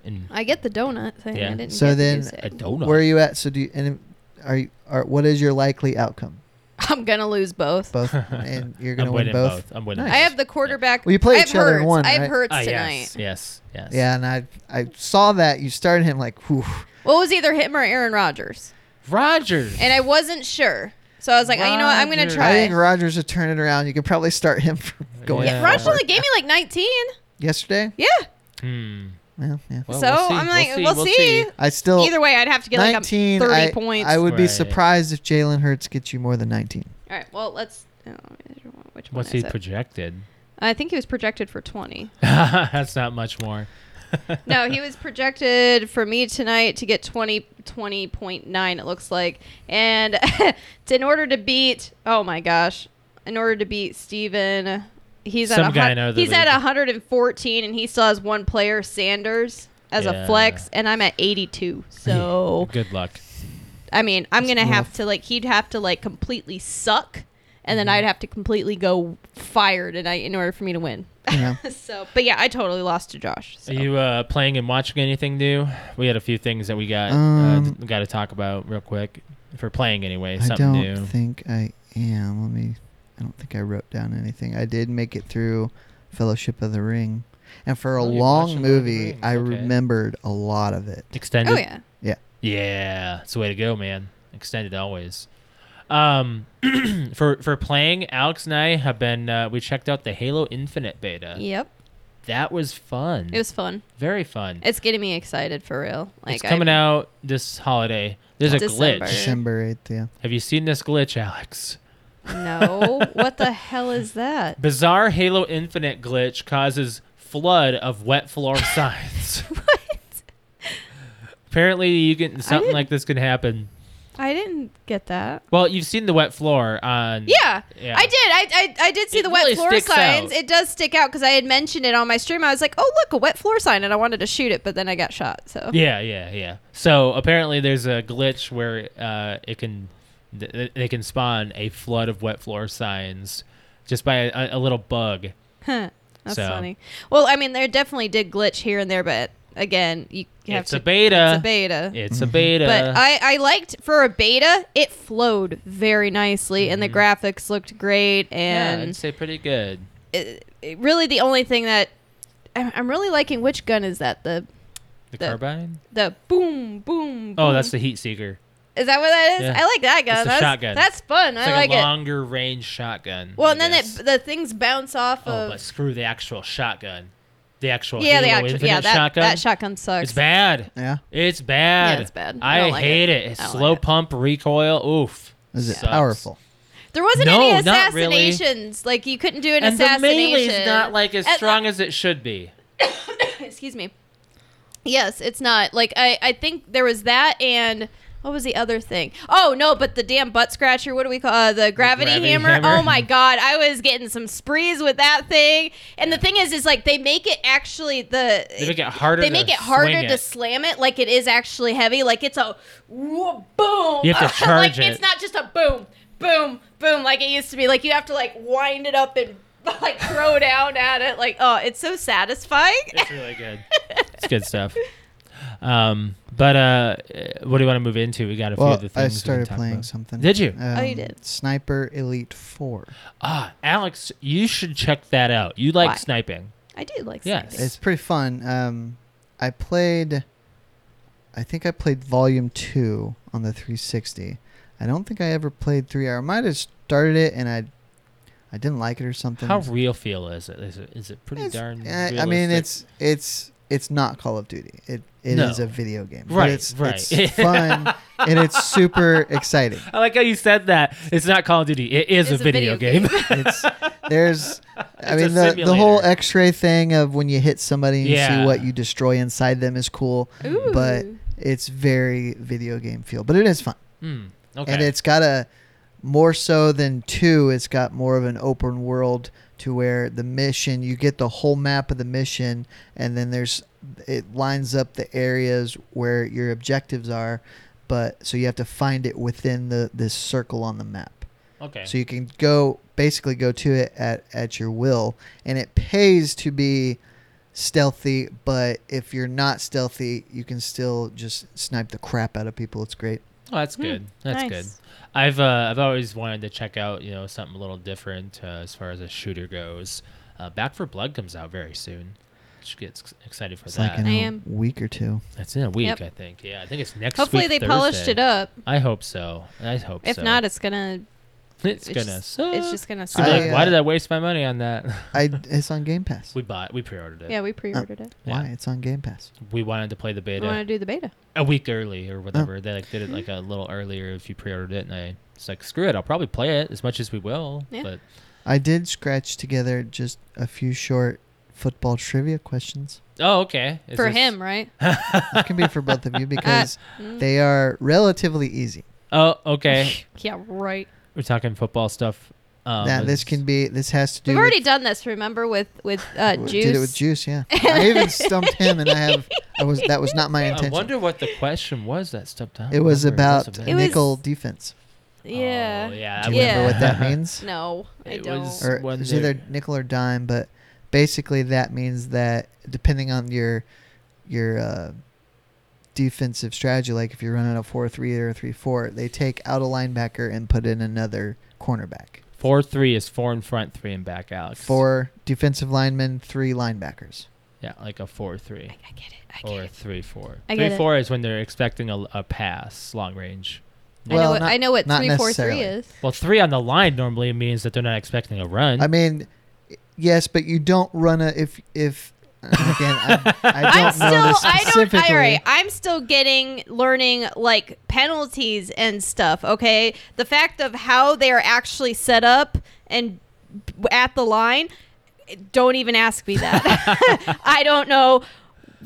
[SPEAKER 2] And
[SPEAKER 3] I get the donut thing.
[SPEAKER 2] Yeah.
[SPEAKER 3] I didn't
[SPEAKER 1] So
[SPEAKER 3] get the
[SPEAKER 1] then-
[SPEAKER 3] goose
[SPEAKER 2] a
[SPEAKER 3] egg.
[SPEAKER 2] donut.
[SPEAKER 1] Where are you at? So do you, and are you, are what is your likely outcome?
[SPEAKER 3] *laughs* I'm gonna lose
[SPEAKER 2] *laughs*
[SPEAKER 3] both.
[SPEAKER 1] Both, and you're
[SPEAKER 2] I'm
[SPEAKER 1] gonna win
[SPEAKER 2] winning
[SPEAKER 1] both.
[SPEAKER 2] both. I'm winning.
[SPEAKER 1] Nice.
[SPEAKER 3] I have the quarterback.
[SPEAKER 1] Well, you play
[SPEAKER 3] I
[SPEAKER 1] each
[SPEAKER 3] have
[SPEAKER 1] other in
[SPEAKER 3] Hurts.
[SPEAKER 1] one,
[SPEAKER 3] I have
[SPEAKER 1] right?
[SPEAKER 3] Hurts
[SPEAKER 2] Ah,
[SPEAKER 3] tonight.
[SPEAKER 2] yes, yes, yes.
[SPEAKER 1] Yeah, and I I saw that you started him like, whew.
[SPEAKER 3] Well, it was either him or Aaron Rodgers,
[SPEAKER 2] Rogers.
[SPEAKER 3] and I wasn't sure. So I was like, oh, you know what? I'm gonna
[SPEAKER 2] Rodgers.
[SPEAKER 1] I
[SPEAKER 3] try.
[SPEAKER 1] think
[SPEAKER 3] it.
[SPEAKER 1] Rogers would turn it around. You could probably start him *laughs* from going
[SPEAKER 3] Yeah,
[SPEAKER 2] Yeah.
[SPEAKER 3] Rodgers
[SPEAKER 1] forward.
[SPEAKER 3] only gave me like 19.
[SPEAKER 1] yesterday.
[SPEAKER 3] Yeah.
[SPEAKER 2] Hmm.
[SPEAKER 1] Well, yeah.
[SPEAKER 2] Well,
[SPEAKER 3] so
[SPEAKER 2] we'll see.
[SPEAKER 3] I'm like, we'll see.
[SPEAKER 2] We'll see.
[SPEAKER 1] I still
[SPEAKER 3] Either way, I'd have to get
[SPEAKER 1] nineteen.
[SPEAKER 3] like um, 30
[SPEAKER 1] I,
[SPEAKER 3] points.
[SPEAKER 1] I would be
[SPEAKER 2] Right.
[SPEAKER 1] surprised if Jalen Hurts gets you more than nineteen.
[SPEAKER 3] All right. Well, let's. Oh, which one
[SPEAKER 2] What's
[SPEAKER 3] is
[SPEAKER 2] he
[SPEAKER 3] it?
[SPEAKER 2] projected? *laughs*
[SPEAKER 3] I think he was projected for 20.
[SPEAKER 2] That's not much more.
[SPEAKER 3] no, he was projected for me tonight to get 20 20.9 it looks like. And *laughs* it's in order to beat oh my gosh, in order to beat Steven, he's at
[SPEAKER 2] Some
[SPEAKER 3] a
[SPEAKER 2] guy
[SPEAKER 3] hun-
[SPEAKER 2] in other
[SPEAKER 3] he's at
[SPEAKER 2] league.
[SPEAKER 3] 114 and he still has one player Sanders as
[SPEAKER 2] Yeah.
[SPEAKER 3] a flex and I'm at 82.
[SPEAKER 2] *laughs*
[SPEAKER 3] So
[SPEAKER 2] Good luck.
[SPEAKER 3] I mean, I'm going to
[SPEAKER 1] rough.
[SPEAKER 3] have to like he'd have to like completely suck and
[SPEAKER 2] Mm-hmm.
[SPEAKER 3] then I'd have to completely go fire tonight in order for me to win. *laughs*
[SPEAKER 1] You know,
[SPEAKER 3] so, but yeah, I totally lost to Josh. So.
[SPEAKER 2] Are you uh, playing and watching anything new? We had a few things that we got uh,
[SPEAKER 1] Um,
[SPEAKER 2] th- got to talk about real quick. If we're playing anyway,
[SPEAKER 1] I
[SPEAKER 2] something
[SPEAKER 1] don't
[SPEAKER 2] new.
[SPEAKER 1] think I am. Let me. I don't think I wrote down anything. I did make it through Fellowship of the Ring, and for a
[SPEAKER 2] Oh, you watched
[SPEAKER 1] long
[SPEAKER 2] Lord of the
[SPEAKER 1] movie,
[SPEAKER 2] Rings,
[SPEAKER 1] I
[SPEAKER 2] okay.
[SPEAKER 1] remembered a lot of it.
[SPEAKER 2] Extended.
[SPEAKER 3] Oh yeah.
[SPEAKER 2] Yeah, it's the way to go, man. Extended always. Um, *clears throat* for for playing, Alex and I have been. Uh, we checked out the Halo Infinite beta.
[SPEAKER 3] Yep.
[SPEAKER 2] That was fun.
[SPEAKER 3] It was fun.
[SPEAKER 2] very fun.
[SPEAKER 3] It's getting me excited for real. Like
[SPEAKER 2] it's coming out this holiday. There's a
[SPEAKER 3] December.
[SPEAKER 2] glitch.
[SPEAKER 1] December eighth. Yeah.
[SPEAKER 2] Have you seen this glitch, Alex?
[SPEAKER 3] *laughs* No. what
[SPEAKER 2] *laughs*
[SPEAKER 3] the hell is that?
[SPEAKER 2] Bizarre Halo Infinite glitch causes flood of wet
[SPEAKER 3] *laughs*
[SPEAKER 2] floor signs. what? Apparently, you can something
[SPEAKER 3] didn't-
[SPEAKER 2] like this can happen.
[SPEAKER 3] I didn't get that.
[SPEAKER 2] Well, you've seen the wet floor on.
[SPEAKER 3] Yeah,
[SPEAKER 2] Yeah.
[SPEAKER 3] I did. I, I, I did see
[SPEAKER 2] It
[SPEAKER 3] the wet
[SPEAKER 2] really
[SPEAKER 3] floor
[SPEAKER 2] sticks
[SPEAKER 3] signs.
[SPEAKER 2] out.
[SPEAKER 3] It does stick out because I had mentioned it on my stream. I was like, oh, look, a wet floor sign. And I wanted to shoot it, but then I got shot. So
[SPEAKER 2] Yeah, yeah, yeah. So apparently, there's a glitch where uh, it can th- they can spawn a flood of wet floor signs just by a, a little bug.
[SPEAKER 3] Huh. *laughs* that's
[SPEAKER 2] So.
[SPEAKER 3] funny. Well, I mean, there definitely did glitch here and there, but again, you have
[SPEAKER 2] It's
[SPEAKER 3] to.
[SPEAKER 2] a beta.
[SPEAKER 3] It's a beta.
[SPEAKER 2] It's a beta.
[SPEAKER 3] But I, I liked for a beta, it flowed very nicely, and the graphics looked great.
[SPEAKER 2] Mm-hmm. yeah,
[SPEAKER 3] And
[SPEAKER 2] I'd say pretty good.
[SPEAKER 3] it, it- really the only thing that I'm, I'm really liking which gun is that the
[SPEAKER 2] The,
[SPEAKER 3] The-
[SPEAKER 2] carbine.
[SPEAKER 3] the boom boom.
[SPEAKER 2] Oh, that's
[SPEAKER 3] boom.
[SPEAKER 2] the heat seeker.
[SPEAKER 3] is that what that is?
[SPEAKER 2] Yeah.
[SPEAKER 3] I like that gun.
[SPEAKER 2] It's a
[SPEAKER 3] that's,
[SPEAKER 2] shotgun.
[SPEAKER 3] That's fun.
[SPEAKER 2] It's
[SPEAKER 3] I
[SPEAKER 2] like,
[SPEAKER 3] like,
[SPEAKER 2] a
[SPEAKER 3] it.
[SPEAKER 2] longer range shotgun.
[SPEAKER 3] Well,
[SPEAKER 2] I
[SPEAKER 3] and then
[SPEAKER 2] guess.
[SPEAKER 3] it, the things bounce off
[SPEAKER 2] oh, but
[SPEAKER 3] of.
[SPEAKER 2] screw the actual shotgun. The actual
[SPEAKER 3] Yeah, the
[SPEAKER 2] Halo
[SPEAKER 3] actual,
[SPEAKER 2] Infinite
[SPEAKER 3] yeah that
[SPEAKER 2] shotgun.
[SPEAKER 3] that shotgun sucks.
[SPEAKER 2] it's bad.
[SPEAKER 1] Yeah.
[SPEAKER 2] It's bad.
[SPEAKER 3] Yeah, it's bad. I
[SPEAKER 2] I,
[SPEAKER 3] don't like
[SPEAKER 2] hate
[SPEAKER 3] it.
[SPEAKER 2] it.
[SPEAKER 3] I don't
[SPEAKER 2] Slow
[SPEAKER 3] like it.
[SPEAKER 2] pump recoil. Oof.
[SPEAKER 1] Is it
[SPEAKER 2] Sucks.
[SPEAKER 1] powerful?
[SPEAKER 3] There wasn't
[SPEAKER 2] No,
[SPEAKER 3] any
[SPEAKER 2] not really.
[SPEAKER 3] assassinations. Like you couldn't do an
[SPEAKER 2] and the
[SPEAKER 3] assassination.
[SPEAKER 2] melee's not like as
[SPEAKER 3] And- uh,
[SPEAKER 2] strong as it should be.
[SPEAKER 3] *coughs* excuse me yes it's not like i i think there was that and what was the other thing? Oh no, but the damn butt scratcher. What do we call uh, the gravity,
[SPEAKER 2] gravity
[SPEAKER 3] hammer?
[SPEAKER 2] hammer.
[SPEAKER 3] Oh my god, I was getting some sprees with that thing. And the thing is, is like they make it actually the
[SPEAKER 2] They make it harder.
[SPEAKER 3] they
[SPEAKER 2] to
[SPEAKER 3] make it harder
[SPEAKER 2] swing
[SPEAKER 3] to slam it. Like it is actually heavy. Like it's a whoa, boom.
[SPEAKER 2] You have to charge
[SPEAKER 3] *laughs* like
[SPEAKER 2] it.
[SPEAKER 3] it's not just a boom, boom, boom like it used to be. Like you have to like wind it up and *laughs* like throw down at it. Like oh, it's so satisfying.
[SPEAKER 2] It's really
[SPEAKER 3] *laughs*
[SPEAKER 2] good. it's good stuff. Um, but uh, what do you want to move into? We got a few
[SPEAKER 1] Well,
[SPEAKER 2] of the things.
[SPEAKER 1] I
[SPEAKER 2] we can
[SPEAKER 1] started
[SPEAKER 2] talk
[SPEAKER 1] playing
[SPEAKER 2] about.
[SPEAKER 1] something.
[SPEAKER 2] Did you?
[SPEAKER 1] Um,
[SPEAKER 3] Oh, you did.
[SPEAKER 1] Sniper Elite Four.
[SPEAKER 2] Ah, Alex, you should check that out. You like
[SPEAKER 3] Why?
[SPEAKER 2] sniping.
[SPEAKER 3] I do like
[SPEAKER 2] Yes.
[SPEAKER 3] sniping.
[SPEAKER 1] It's pretty fun. Um, I played. I think I played Volume Two on the 360. I don't think I ever played three. I might have started it and I, I didn't like it or something.
[SPEAKER 2] How real feel is it? Is it, is it pretty
[SPEAKER 1] It's-
[SPEAKER 2] darn?
[SPEAKER 1] eh, I
[SPEAKER 2] realistic?
[SPEAKER 1] mean, it's it's it's not Call of Duty. It it is
[SPEAKER 2] No.
[SPEAKER 1] a video game. but
[SPEAKER 2] Right,
[SPEAKER 1] It's,
[SPEAKER 2] right. *laughs*
[SPEAKER 1] It's fun and it's super exciting.
[SPEAKER 2] I like how you said that. It's not Call of Duty. It is
[SPEAKER 3] It's
[SPEAKER 2] a video, game.
[SPEAKER 1] It's
[SPEAKER 2] *laughs*
[SPEAKER 1] there's. I
[SPEAKER 2] It's a
[SPEAKER 1] mean the, the whole
[SPEAKER 2] simulator.
[SPEAKER 1] X-ray thing of when you hit somebody and you
[SPEAKER 2] Yeah.
[SPEAKER 1] see what you destroy inside them is cool,
[SPEAKER 3] Ooh.
[SPEAKER 1] but it's very video game feel. But it is fun,
[SPEAKER 2] *laughs* Hmm, okay.
[SPEAKER 1] and it's got a more so than two. It's got more of an open world to where the mission you get the whole map of the mission, and then there's it lines up the areas where your objectives are, but so you have to find it within the this circle on the map.
[SPEAKER 2] Okay.
[SPEAKER 1] So you can go basically go to it at, at your will, and it pays to be stealthy. But if you're not stealthy, you can still just snipe the crap out of people. It's great.
[SPEAKER 2] Oh, that's good. That's
[SPEAKER 3] Hmm, nice.
[SPEAKER 2] good. I've uh, I've always wanted to check out you know something a little different uh, as far as a shooter goes. Uh, Back for Blood comes out very soon. Should get ex- excited for
[SPEAKER 1] It's
[SPEAKER 2] that.
[SPEAKER 1] like in
[SPEAKER 3] I
[SPEAKER 1] a
[SPEAKER 3] am-
[SPEAKER 1] week or two.
[SPEAKER 2] that's in a week,
[SPEAKER 3] Yep.
[SPEAKER 2] I think. Yeah, I think it's next.
[SPEAKER 3] Hopefully
[SPEAKER 2] week
[SPEAKER 3] they polished
[SPEAKER 2] Thursday.
[SPEAKER 3] it up.
[SPEAKER 2] I hope so. I hope
[SPEAKER 3] If
[SPEAKER 2] so.
[SPEAKER 3] not, it's gonna
[SPEAKER 2] it's,
[SPEAKER 3] it's
[SPEAKER 2] gonna
[SPEAKER 3] just-
[SPEAKER 2] suck.
[SPEAKER 3] it's just gonna
[SPEAKER 2] You'll
[SPEAKER 3] suck.
[SPEAKER 2] be
[SPEAKER 1] I,
[SPEAKER 2] like, why
[SPEAKER 1] uh,
[SPEAKER 2] did I waste my money on that? *laughs*
[SPEAKER 1] I it's on Game Pass.
[SPEAKER 2] we bought. We pre-ordered it.
[SPEAKER 3] yeah, we pre-ordered it.
[SPEAKER 2] yeah.
[SPEAKER 1] Why it's on Game Pass?
[SPEAKER 2] We wanted to play the
[SPEAKER 3] We
[SPEAKER 2] beta
[SPEAKER 3] want to do the beta.
[SPEAKER 2] a week early or
[SPEAKER 1] Oh.
[SPEAKER 2] whatever. They like did it like a little earlier if you pre-ordered it, and I it's like screw it. I'll probably play it as much as we will.
[SPEAKER 3] Yeah.
[SPEAKER 2] But
[SPEAKER 1] I did scratch together just a few short football trivia questions.
[SPEAKER 2] oh, okay. Is
[SPEAKER 3] for
[SPEAKER 2] this-
[SPEAKER 3] him, right? Mm.
[SPEAKER 1] It can be for
[SPEAKER 3] *laughs*
[SPEAKER 1] both of you because they are relatively easy.
[SPEAKER 2] Oh, *laughs* okay.
[SPEAKER 3] *laughs* yeah, right.
[SPEAKER 2] We're talking football stuff. Um,
[SPEAKER 1] now this can be this has to do
[SPEAKER 3] We've
[SPEAKER 1] with
[SPEAKER 3] already done this. Remember with with uh,
[SPEAKER 1] We
[SPEAKER 3] juice.
[SPEAKER 1] Did it with
[SPEAKER 3] *laughs*
[SPEAKER 1] juice, yeah. I even stumped him, and I have. I was that was not my
[SPEAKER 2] I
[SPEAKER 1] intention.
[SPEAKER 2] wonder what the question was that stumped out.
[SPEAKER 1] it was about
[SPEAKER 3] It was-
[SPEAKER 1] nickel defense.
[SPEAKER 3] Yeah.
[SPEAKER 2] Oh, yeah.
[SPEAKER 1] Do you
[SPEAKER 3] Yeah.
[SPEAKER 1] remember
[SPEAKER 2] *laughs*
[SPEAKER 1] what that means?
[SPEAKER 3] No, I
[SPEAKER 2] It
[SPEAKER 3] don't.
[SPEAKER 2] was-
[SPEAKER 1] or
[SPEAKER 2] When
[SPEAKER 1] it's
[SPEAKER 2] they're-
[SPEAKER 1] either nickel or dime, but basically that means that depending on your your uh, defensive strategy, like if you're running a four three or a three four, they take out a linebacker and put in another cornerback.
[SPEAKER 2] Four three is four in front, three in back. Alex.
[SPEAKER 1] Four defensive linemen, three linebackers.
[SPEAKER 2] Yeah, like a four three
[SPEAKER 3] I, I get it. I get
[SPEAKER 2] or a
[SPEAKER 3] it.
[SPEAKER 2] three four.
[SPEAKER 3] I
[SPEAKER 2] three
[SPEAKER 3] get it.
[SPEAKER 2] four is when they're expecting a, a pass, long range.
[SPEAKER 3] I know
[SPEAKER 1] Well,
[SPEAKER 3] what
[SPEAKER 1] not-
[SPEAKER 3] I know what
[SPEAKER 1] not
[SPEAKER 3] three four three
[SPEAKER 1] necessarily.
[SPEAKER 3] is.
[SPEAKER 2] Well, three on the line normally means that they're not expecting a run.
[SPEAKER 1] I mean, yes, but you don't run a if if again. I, I don't
[SPEAKER 3] I'm
[SPEAKER 1] know
[SPEAKER 3] still
[SPEAKER 1] this
[SPEAKER 3] I don't
[SPEAKER 1] specifically.
[SPEAKER 3] all right, I'm still getting learning like penalties and stuff, okay? The fact of how they are actually set up and b- at the line, don't even ask me that. *laughs* I don't know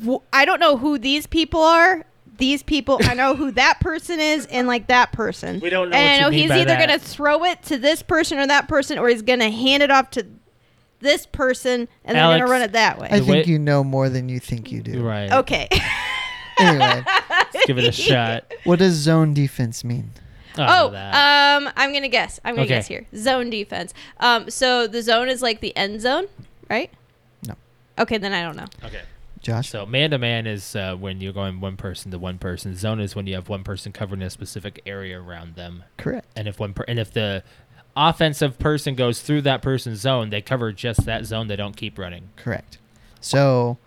[SPEAKER 3] wh- I don't know who these people are. These people, I know who that person is, and like that person.
[SPEAKER 2] We don't know
[SPEAKER 3] And
[SPEAKER 2] what you
[SPEAKER 3] I know
[SPEAKER 2] mean
[SPEAKER 3] he's
[SPEAKER 2] by
[SPEAKER 3] either
[SPEAKER 2] that.
[SPEAKER 3] gonna throw it to this person or that person, or he's gonna hand it off to this person, and they're
[SPEAKER 2] Alex,
[SPEAKER 3] gonna run it that
[SPEAKER 1] I
[SPEAKER 3] way.
[SPEAKER 2] The
[SPEAKER 1] think
[SPEAKER 2] way-
[SPEAKER 1] you know more than you think you do.
[SPEAKER 2] right.
[SPEAKER 3] Okay. *laughs*
[SPEAKER 1] Anyway,
[SPEAKER 2] Let's give it a shot.
[SPEAKER 1] what does zone defense mean?
[SPEAKER 2] I don't
[SPEAKER 3] Oh,
[SPEAKER 2] know that.
[SPEAKER 3] um, I'm gonna guess. I'm gonna
[SPEAKER 2] Okay.
[SPEAKER 3] guess here. Zone defense. Um, so the zone is like the end zone, right?
[SPEAKER 1] No.
[SPEAKER 3] Okay, then I don't know.
[SPEAKER 2] okay.
[SPEAKER 1] Josh,
[SPEAKER 2] So man to man is uh, when you're going one person to one person. Zone is when you have one person covering a specific area around them.
[SPEAKER 1] correct.
[SPEAKER 2] And if one per- and if the offensive person goes through that person's zone, they cover just that zone. They don't keep running.
[SPEAKER 1] Correct. So,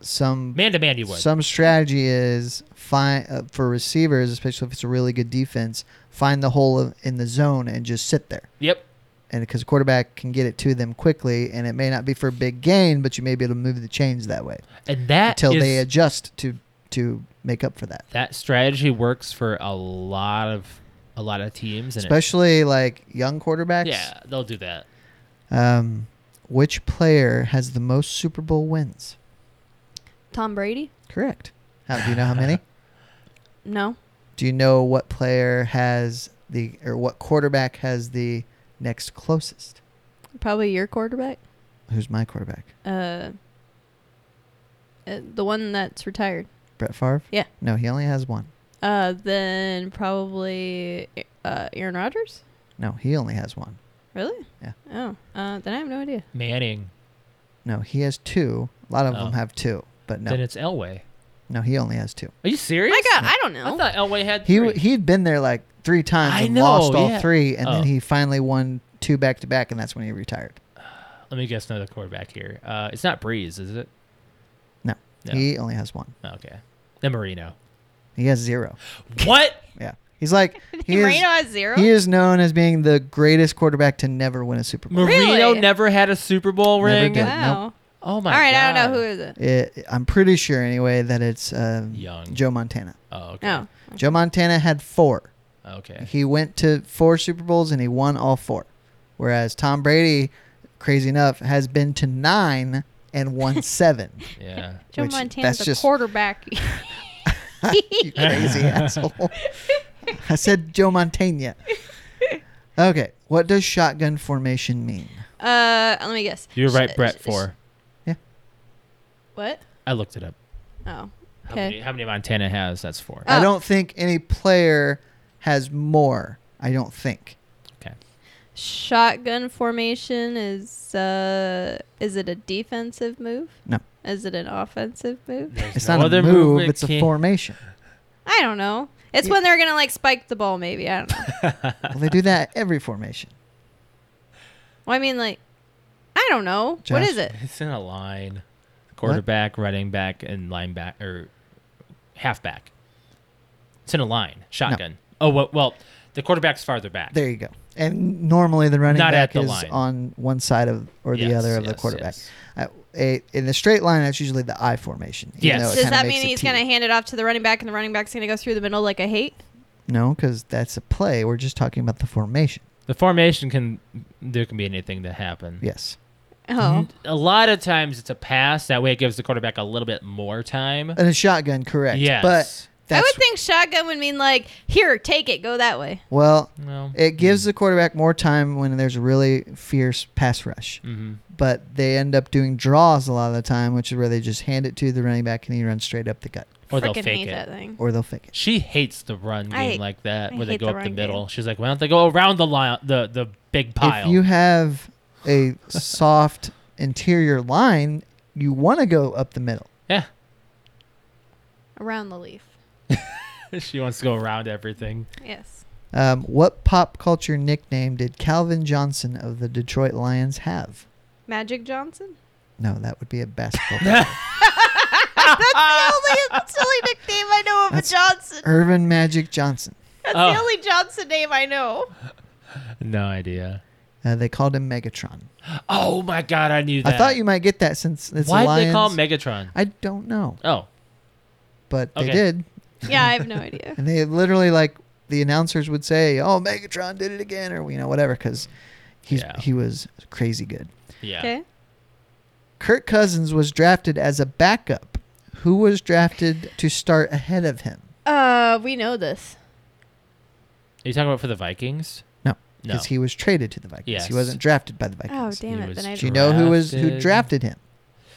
[SPEAKER 1] some
[SPEAKER 2] Man to man, you would.
[SPEAKER 1] some strategy is find uh, for receivers, especially if it's a really good defense, find the hole of- in the zone and just sit there.
[SPEAKER 2] yep.
[SPEAKER 1] And because quarterback can get it to them quickly, and it may not be for a big gain, but you may be able to move the chains that way
[SPEAKER 2] And that
[SPEAKER 1] until they
[SPEAKER 2] is-
[SPEAKER 1] adjust to to make up for that.
[SPEAKER 2] that strategy works for a lot of a lot of teams. And it-
[SPEAKER 1] especially like young quarterbacks.
[SPEAKER 2] yeah, they'll do that.
[SPEAKER 1] Um, which player has the most Super Bowl wins?
[SPEAKER 3] Tom Brady?
[SPEAKER 1] Correct. How, do you know
[SPEAKER 2] *laughs*
[SPEAKER 1] how many?
[SPEAKER 3] No.
[SPEAKER 1] do you know what player has the or what quarterback has the next closest?
[SPEAKER 3] Probably your quarterback.
[SPEAKER 1] Who's my quarterback?
[SPEAKER 3] Uh, uh, the one that's retired.
[SPEAKER 1] Brett Favre.
[SPEAKER 3] Yeah.
[SPEAKER 1] No, he only has one.
[SPEAKER 3] Uh, then probably uh, Aaron Rodgers.
[SPEAKER 1] No, he only has one.
[SPEAKER 3] Really?
[SPEAKER 1] Yeah.
[SPEAKER 3] Oh, uh, then I have no idea.
[SPEAKER 2] Manning.
[SPEAKER 1] No, he has two. A lot of
[SPEAKER 2] Oh.
[SPEAKER 1] them have two, but no,
[SPEAKER 2] Then it's Elway.
[SPEAKER 1] no, he only has two.
[SPEAKER 2] Are you serious?
[SPEAKER 3] My God, I don't
[SPEAKER 2] I
[SPEAKER 3] know.
[SPEAKER 2] thought Elway had
[SPEAKER 1] He
[SPEAKER 2] three.
[SPEAKER 1] w- he had been there like three times
[SPEAKER 2] I
[SPEAKER 1] and
[SPEAKER 2] know,
[SPEAKER 1] lost all
[SPEAKER 2] yeah.
[SPEAKER 1] three, and
[SPEAKER 2] Oh.
[SPEAKER 1] then he finally won two back to back, and that's when he retired.
[SPEAKER 2] Let me guess another quarterback here. Uh, it's not Breeze, is it?
[SPEAKER 1] No,
[SPEAKER 2] No.
[SPEAKER 1] he only has one.
[SPEAKER 2] Okay. Then *laughs* Marino.
[SPEAKER 1] He has zero.
[SPEAKER 2] What?
[SPEAKER 1] Yeah,
[SPEAKER 2] *laughs*
[SPEAKER 1] he's like he is,
[SPEAKER 3] Marino has zero.
[SPEAKER 1] he is known as being the greatest quarterback to never win a Super Bowl.
[SPEAKER 2] Marino
[SPEAKER 3] Really?
[SPEAKER 2] never had a Super Bowl
[SPEAKER 1] Never
[SPEAKER 2] ring.
[SPEAKER 1] did.
[SPEAKER 3] wow.
[SPEAKER 2] Oh my
[SPEAKER 3] All right,
[SPEAKER 2] god.
[SPEAKER 3] I don't know who is it.
[SPEAKER 1] It, I'm pretty sure anyway that it's um,
[SPEAKER 2] Mm. Young.
[SPEAKER 1] Joe Montana.
[SPEAKER 2] Oh, okay.
[SPEAKER 3] No.
[SPEAKER 1] Joe Montana had four.
[SPEAKER 2] Okay.
[SPEAKER 1] He went to four Super Bowls and he won all four. Whereas Tom Brady, crazy enough, has been to nine and
[SPEAKER 2] *laughs*
[SPEAKER 1] won seven.
[SPEAKER 2] Yeah.
[SPEAKER 3] Joe
[SPEAKER 1] Which-
[SPEAKER 3] Montana's
[SPEAKER 1] that's
[SPEAKER 3] a
[SPEAKER 1] just-
[SPEAKER 3] quarterback.
[SPEAKER 1] *laughs*
[SPEAKER 2] *laughs*
[SPEAKER 1] you crazy asshole. I said Joe Montana. Okay, what does shotgun formation mean?
[SPEAKER 3] Uh, let me guess.
[SPEAKER 2] You're right,
[SPEAKER 3] Sh-
[SPEAKER 2] Brett.
[SPEAKER 3] sh-
[SPEAKER 2] Four.
[SPEAKER 3] What?
[SPEAKER 2] I looked it up.
[SPEAKER 3] Oh,
[SPEAKER 2] How,
[SPEAKER 3] Okay.
[SPEAKER 2] many, how many Montana has? That's four.
[SPEAKER 3] Uh,
[SPEAKER 1] I don't think any player has more. I don't think.
[SPEAKER 3] Shotgun formation is uh is it a defensive move?
[SPEAKER 1] No.
[SPEAKER 3] Is it an offensive move?
[SPEAKER 2] There's
[SPEAKER 1] It's
[SPEAKER 2] no
[SPEAKER 1] not
[SPEAKER 2] other
[SPEAKER 1] a move.
[SPEAKER 2] movement
[SPEAKER 1] It's a
[SPEAKER 2] key.
[SPEAKER 1] formation.
[SPEAKER 3] I don't know. It's
[SPEAKER 1] Yeah.
[SPEAKER 3] when they're gonna like spike the ball, maybe. I don't
[SPEAKER 1] *laughs*
[SPEAKER 3] know.
[SPEAKER 1] Well, they do that every formation.
[SPEAKER 3] well, I mean, like, I don't know. What
[SPEAKER 1] Josh?
[SPEAKER 3] is it?
[SPEAKER 2] It's in a line. Quarterback, running back, and linebacker or halfback. It's in a line. Shotgun. Oh well, well, the quarterback's farther back.
[SPEAKER 1] There you go. And normally the running
[SPEAKER 2] Not at
[SPEAKER 1] back
[SPEAKER 2] the
[SPEAKER 1] is
[SPEAKER 2] line.
[SPEAKER 1] on one side of or the
[SPEAKER 2] Yes,
[SPEAKER 1] other of the
[SPEAKER 2] yes,
[SPEAKER 1] quarterback.
[SPEAKER 2] yes.
[SPEAKER 1] Uh, a, in the straight line, that's usually the I formation. even
[SPEAKER 2] Yes.
[SPEAKER 1] though it
[SPEAKER 3] Does
[SPEAKER 1] kinda
[SPEAKER 3] that
[SPEAKER 1] makes
[SPEAKER 3] mean
[SPEAKER 1] a
[SPEAKER 3] he's
[SPEAKER 1] T.
[SPEAKER 3] gonna hand it off to the running back and the running back's gonna go through the middle like a hate?
[SPEAKER 1] No, because that's a play. We're just talking about the formation.
[SPEAKER 2] The formation can there can be anything that happen.
[SPEAKER 1] Yes. Mm-hmm.
[SPEAKER 3] Oh,
[SPEAKER 2] A lot of times it's a pass. That way it gives the quarterback a little bit more time.
[SPEAKER 1] And a shotgun, correct.
[SPEAKER 2] yes.
[SPEAKER 1] But
[SPEAKER 3] I
[SPEAKER 1] that's
[SPEAKER 3] would think shotgun would mean like here, take it, go that way.
[SPEAKER 1] well,
[SPEAKER 2] no.
[SPEAKER 1] it gives the quarterback more time when there's a really fierce pass rush.
[SPEAKER 2] hmm
[SPEAKER 1] But they end up doing draws a lot of the time, which is where they just hand it to the running back and he runs straight up the gut.
[SPEAKER 2] Or they'll
[SPEAKER 3] Frickin'
[SPEAKER 2] fake
[SPEAKER 3] hate
[SPEAKER 2] it.
[SPEAKER 3] that thing.
[SPEAKER 1] Or they'll fake it.
[SPEAKER 2] She hates the run game
[SPEAKER 3] I-
[SPEAKER 2] like that,
[SPEAKER 3] I
[SPEAKER 2] where they
[SPEAKER 3] hate
[SPEAKER 2] go
[SPEAKER 3] the
[SPEAKER 2] up the
[SPEAKER 3] run
[SPEAKER 2] middle.
[SPEAKER 3] game.
[SPEAKER 2] She's like, why don't they go around the line, the the big pile?
[SPEAKER 1] If you have a soft interior line, you want to go up the middle.
[SPEAKER 2] yeah,
[SPEAKER 3] Around the leaf.
[SPEAKER 2] *laughs* she wants to go around everything.
[SPEAKER 3] Yes.
[SPEAKER 1] Um, what pop culture nickname did Calvin Johnson of the Detroit Lions have?
[SPEAKER 3] Magic Johnson.
[SPEAKER 1] No, that would be a basketball. player.
[SPEAKER 3] That's the only silly nickname I know of
[SPEAKER 1] That's-
[SPEAKER 3] a Johnson.
[SPEAKER 1] Irvin Magic Johnson.
[SPEAKER 3] *laughs* That's
[SPEAKER 2] Oh.
[SPEAKER 3] the only Johnson name I know.
[SPEAKER 2] No idea.
[SPEAKER 1] Uh, they called him Megatron.
[SPEAKER 2] Oh my god, I knew that.
[SPEAKER 1] I thought you might get that since it's
[SPEAKER 2] Why
[SPEAKER 1] a
[SPEAKER 2] did
[SPEAKER 1] Lions.
[SPEAKER 2] they call him Megatron?
[SPEAKER 1] I don't know,
[SPEAKER 2] Oh,
[SPEAKER 1] but they
[SPEAKER 2] Okay.
[SPEAKER 1] did,
[SPEAKER 3] Yeah, I have no *laughs* idea.
[SPEAKER 1] and they literally like the announcers would say, "Oh, Megatron did it again," or you know whatever, because he's
[SPEAKER 2] Yeah.
[SPEAKER 1] he was crazy good.
[SPEAKER 2] yeah.
[SPEAKER 3] Okay.
[SPEAKER 1] Kirk Cousins was drafted as a backup. Who was drafted to start ahead of him?
[SPEAKER 3] Uh, we know this.
[SPEAKER 2] Are you talking about for the Vikings?
[SPEAKER 1] No,
[SPEAKER 2] No.
[SPEAKER 1] because he was traded to the Vikings.
[SPEAKER 2] Yes.
[SPEAKER 1] He wasn't drafted by the
[SPEAKER 3] Oh,
[SPEAKER 1] Vikings.
[SPEAKER 3] damn
[SPEAKER 2] He
[SPEAKER 3] it.
[SPEAKER 2] was
[SPEAKER 3] Then I
[SPEAKER 1] Do you know who was who
[SPEAKER 2] Drafted.
[SPEAKER 1] drafted him?
[SPEAKER 2] *sighs*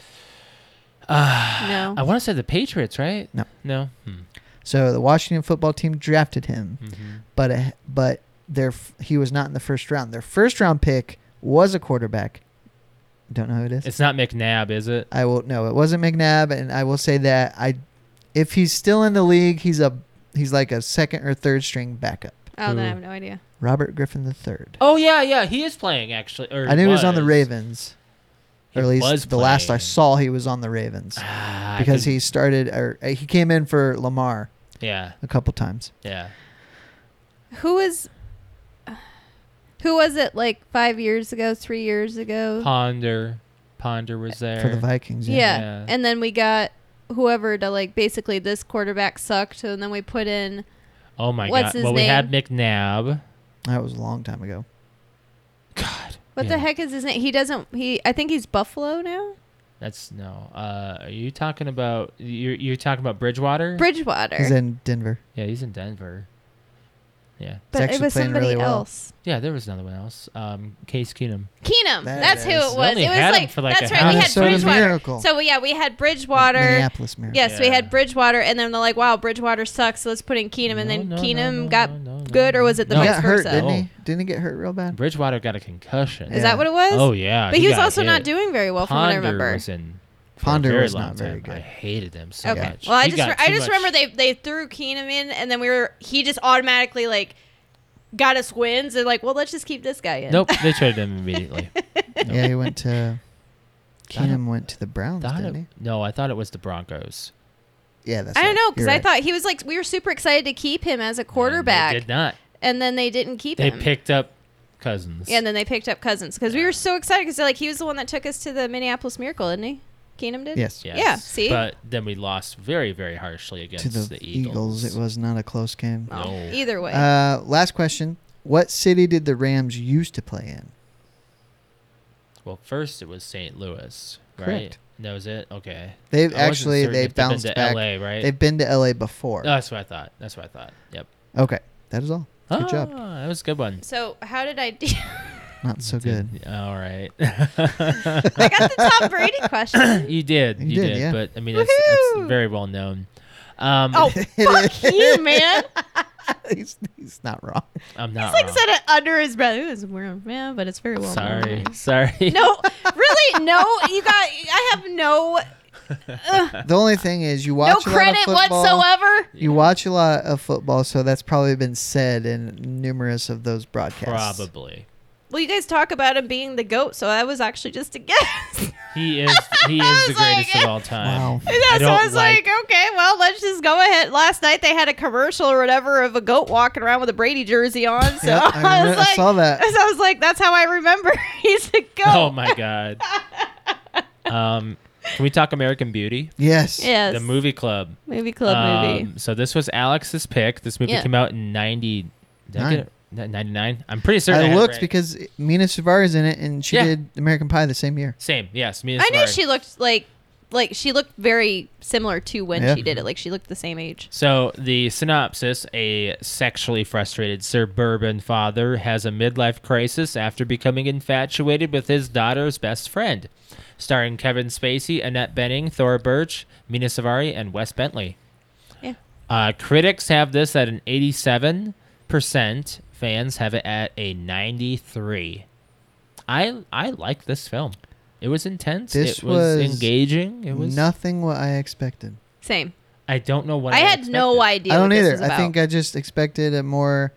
[SPEAKER 3] No.
[SPEAKER 2] Uh, I want to say the Patriots, right?
[SPEAKER 1] No.
[SPEAKER 2] No. Hmm.
[SPEAKER 1] So the Washington football team drafted him.
[SPEAKER 2] Mhm.
[SPEAKER 1] but a, but their f- he was not in the first round. Their first round pick was a quarterback. Don't know who it is.
[SPEAKER 2] It's not McNabb, is it?
[SPEAKER 1] I will no, it wasn't McNabb, and I will say that I, if he's still in the league, he's a he's like a second or third string backup.
[SPEAKER 3] Oh, then
[SPEAKER 2] Who?
[SPEAKER 3] I have no idea.
[SPEAKER 1] Robert Griffin the third.
[SPEAKER 2] Oh yeah, yeah. He is playing actually. Or
[SPEAKER 1] I knew he was on the
[SPEAKER 2] was.
[SPEAKER 1] Ravens, or
[SPEAKER 2] He
[SPEAKER 1] at least
[SPEAKER 2] was
[SPEAKER 1] the last I
[SPEAKER 2] playing.
[SPEAKER 1] saw he was on the Ravens
[SPEAKER 2] Ah, I
[SPEAKER 1] because
[SPEAKER 2] can-
[SPEAKER 1] he started or uh, he came in for Lamar
[SPEAKER 2] Yeah,
[SPEAKER 1] a couple times.
[SPEAKER 2] yeah.
[SPEAKER 3] Who is? *sighs* Who was it like five years ago, three years ago?
[SPEAKER 2] Ponder, Ponder was there.
[SPEAKER 1] For the Vikings,
[SPEAKER 3] yeah.
[SPEAKER 2] Yeah.
[SPEAKER 3] and then we got whoever to like basically this quarterback sucked, and then we put in
[SPEAKER 2] oh my
[SPEAKER 3] What's
[SPEAKER 2] god.
[SPEAKER 3] his
[SPEAKER 2] well, we had McNabb.
[SPEAKER 1] that was a long time ago.
[SPEAKER 2] God.
[SPEAKER 3] what
[SPEAKER 2] yeah.
[SPEAKER 3] the heck is his name? He doesn't. He I think he's Buffalo now.
[SPEAKER 2] That's no. Uh, are you talking about you're you're talking about Bridgewater?
[SPEAKER 3] Bridgewater,
[SPEAKER 1] He's in Denver.
[SPEAKER 2] yeah, he's in Denver. Yeah,
[SPEAKER 3] but
[SPEAKER 1] actually
[SPEAKER 3] it was
[SPEAKER 1] playing
[SPEAKER 3] somebody
[SPEAKER 1] really well.
[SPEAKER 3] else.
[SPEAKER 2] yeah. There was another one else. Um, Case Keenum.
[SPEAKER 3] Keenum.
[SPEAKER 1] There
[SPEAKER 3] that's
[SPEAKER 1] it
[SPEAKER 3] who
[SPEAKER 1] is.
[SPEAKER 3] it
[SPEAKER 1] They
[SPEAKER 3] was.
[SPEAKER 2] only
[SPEAKER 3] It was
[SPEAKER 2] had him
[SPEAKER 3] like
[SPEAKER 2] for, like,
[SPEAKER 3] that's
[SPEAKER 2] a
[SPEAKER 3] right. We had
[SPEAKER 1] Minnesota
[SPEAKER 3] Bridgewater.
[SPEAKER 1] Ah, Miracle.
[SPEAKER 3] So yeah, we had Bridgewater.
[SPEAKER 1] Minneapolis Miracle.
[SPEAKER 3] Yes, we
[SPEAKER 2] Yeah.
[SPEAKER 3] had Bridgewater, and then they're like, "Wow, Bridgewater sucks. So let's put in Keenum." And then
[SPEAKER 2] No, no,
[SPEAKER 3] Keenum
[SPEAKER 2] no, no,
[SPEAKER 3] got
[SPEAKER 2] no, no,
[SPEAKER 3] good,
[SPEAKER 2] no,
[SPEAKER 3] or was it the
[SPEAKER 2] no. Oh.
[SPEAKER 1] he
[SPEAKER 3] vice
[SPEAKER 1] got hurt,
[SPEAKER 3] versa?
[SPEAKER 1] didn't
[SPEAKER 2] No.
[SPEAKER 1] he? Didn't he get hurt real bad?
[SPEAKER 2] Bridgewater got a concussion.
[SPEAKER 3] Is that what it was?
[SPEAKER 2] Oh yeah.
[SPEAKER 3] but he, was
[SPEAKER 2] got
[SPEAKER 3] also not
[SPEAKER 2] hit.
[SPEAKER 3] doing very well, from what I
[SPEAKER 2] Ponder
[SPEAKER 3] remember.
[SPEAKER 2] Was in for a
[SPEAKER 1] Ponder
[SPEAKER 2] very
[SPEAKER 1] was
[SPEAKER 2] long
[SPEAKER 1] not very
[SPEAKER 2] time. I
[SPEAKER 1] good.
[SPEAKER 2] hated him so
[SPEAKER 3] Okay.
[SPEAKER 2] much.
[SPEAKER 3] Well, I
[SPEAKER 2] He
[SPEAKER 3] just
[SPEAKER 2] got
[SPEAKER 3] re- I
[SPEAKER 2] too
[SPEAKER 3] just
[SPEAKER 2] much-
[SPEAKER 3] remember they they threw Keenum in, and then we were he just automatically like got us wins. They're like, "Well, let's just keep this guy in."
[SPEAKER 2] Nope, they traded him immediately.
[SPEAKER 1] Yeah, he went to.
[SPEAKER 2] *laughs* Thought it-
[SPEAKER 1] Keenum went to the Browns,
[SPEAKER 2] Thought
[SPEAKER 1] didn't
[SPEAKER 2] it- no, I thought it was the Broncos.
[SPEAKER 1] he? Yeah, that's.
[SPEAKER 3] *laughs* I don't
[SPEAKER 1] right.
[SPEAKER 3] know because
[SPEAKER 1] You're
[SPEAKER 3] I
[SPEAKER 1] right.
[SPEAKER 3] thought he was like we were super excited to keep him as a quarterback,
[SPEAKER 2] And they did not.
[SPEAKER 3] and then they didn't keep
[SPEAKER 2] They
[SPEAKER 3] him.
[SPEAKER 2] picked up Cousins.
[SPEAKER 3] Yeah, and then they picked up Cousins because we were so excited because like he was the one that took us to the Minneapolis Miracle, didn't he? Keenum did.
[SPEAKER 1] Yes.
[SPEAKER 2] Yes.
[SPEAKER 3] Yeah, see?
[SPEAKER 2] But then we lost very, very harshly against
[SPEAKER 1] To the, Eagles. it was not a close game.
[SPEAKER 3] Well,
[SPEAKER 2] No.
[SPEAKER 3] Oh, Either way,
[SPEAKER 1] Uh, last question: What city did the Rams used to play in?
[SPEAKER 2] Well, first it was St. Louis, right?
[SPEAKER 1] Correct.
[SPEAKER 2] And that was it. Okay.
[SPEAKER 1] They've
[SPEAKER 2] I wasn't
[SPEAKER 1] actually
[SPEAKER 2] certain
[SPEAKER 1] they
[SPEAKER 2] if they've been
[SPEAKER 1] bounced
[SPEAKER 2] to
[SPEAKER 1] back.
[SPEAKER 2] LA, right?
[SPEAKER 1] They've been to LA
[SPEAKER 2] Oh,
[SPEAKER 1] before.
[SPEAKER 2] that's what I thought. That's what I thought. Yep.
[SPEAKER 1] okay, that is all. Good
[SPEAKER 2] ah,
[SPEAKER 1] job.
[SPEAKER 2] That was a good one.
[SPEAKER 3] so how did I? De- *laughs*
[SPEAKER 1] Not so good.
[SPEAKER 2] All right.
[SPEAKER 3] *laughs* I got the Tom Brady
[SPEAKER 1] *coughs*
[SPEAKER 3] question.
[SPEAKER 2] you did.
[SPEAKER 1] You
[SPEAKER 2] You,
[SPEAKER 1] did,
[SPEAKER 2] did.
[SPEAKER 1] yeah.
[SPEAKER 2] But I mean, it's, it's
[SPEAKER 3] Woohoo!
[SPEAKER 2] very well known. Um,
[SPEAKER 3] Oh, fuck you,
[SPEAKER 1] *laughs*
[SPEAKER 3] man.
[SPEAKER 1] he's, he's not
[SPEAKER 2] *laughs*
[SPEAKER 1] wrong.
[SPEAKER 2] I'm not.
[SPEAKER 3] He's like
[SPEAKER 2] wrong.
[SPEAKER 3] said it under his breath. It was weird, man, but it's very well. known.
[SPEAKER 2] Sorry. *laughs* Sorry.
[SPEAKER 3] *laughs* No, really, no. You got. I have no
[SPEAKER 1] The only thing is, you watch
[SPEAKER 3] no
[SPEAKER 1] a lot of
[SPEAKER 3] credit
[SPEAKER 1] football.
[SPEAKER 3] whatsoever.
[SPEAKER 1] You watch a lot of football, so that's probably been said in numerous of those broadcasts.
[SPEAKER 2] Probably.
[SPEAKER 3] Well, you guys talk about him being the goat, so that was actually just a guess. *laughs*
[SPEAKER 2] He is. He
[SPEAKER 3] I
[SPEAKER 2] is the
[SPEAKER 3] was like,
[SPEAKER 2] greatest of all time.
[SPEAKER 3] *laughs*
[SPEAKER 1] Wow.
[SPEAKER 3] And that's- so
[SPEAKER 2] don't
[SPEAKER 3] I was like, okay, well, let's just go ahead. Last night they had a commercial or whatever of a goat walking around with a Brady jersey on. So
[SPEAKER 1] Yep,
[SPEAKER 3] *laughs*
[SPEAKER 1] I,
[SPEAKER 3] I, was
[SPEAKER 1] remember- I
[SPEAKER 3] like,
[SPEAKER 1] saw
[SPEAKER 3] *laughs*
[SPEAKER 1] that.
[SPEAKER 3] so I was like, that's how I remember *laughs* he's a
[SPEAKER 2] *laughs*
[SPEAKER 3] goat.
[SPEAKER 2] Oh my god. Um, can we talk American Beauty?
[SPEAKER 3] *laughs*
[SPEAKER 1] Yes.
[SPEAKER 3] yes,
[SPEAKER 2] The movie club.
[SPEAKER 3] movie club movie.
[SPEAKER 2] Um, so this was Alex's pick. This movie
[SPEAKER 3] Yeah.
[SPEAKER 2] came out in ninety. Did I
[SPEAKER 1] Nine.
[SPEAKER 2] get it? N- 99? I'm pretty certain. had
[SPEAKER 1] I
[SPEAKER 2] it
[SPEAKER 1] looked
[SPEAKER 2] right.
[SPEAKER 1] because Mina Savari's in it, and she
[SPEAKER 2] Yeah.
[SPEAKER 1] did American Pie the same year.
[SPEAKER 2] Same. Yes. Me and
[SPEAKER 3] I knew
[SPEAKER 2] Samara.
[SPEAKER 3] she looked like like she looked very similar to when
[SPEAKER 1] Yeah.
[SPEAKER 3] she did it. Like she looked the same age.
[SPEAKER 2] So the synopsis: A sexually frustrated suburban father has a midlife crisis after becoming infatuated with his daughter's best friend, starring Kevin Spacey, Annette Benning, Thora Birch, Mina Savari, and Wes Bentley.
[SPEAKER 3] Yeah.
[SPEAKER 2] Uh, critics have this at an 87 percent. Fans have it at a 93. I I like this film. It was intense.
[SPEAKER 1] This
[SPEAKER 2] it was,
[SPEAKER 1] was
[SPEAKER 2] engaging. It was.
[SPEAKER 1] Nothing what I expected.
[SPEAKER 3] Same.
[SPEAKER 2] I don't know what
[SPEAKER 3] I,
[SPEAKER 2] I,
[SPEAKER 3] had no
[SPEAKER 2] expected.
[SPEAKER 3] idea.
[SPEAKER 1] I don't
[SPEAKER 3] what this
[SPEAKER 1] either.
[SPEAKER 3] was
[SPEAKER 1] I think uh,
[SPEAKER 3] about.
[SPEAKER 1] I just expected a more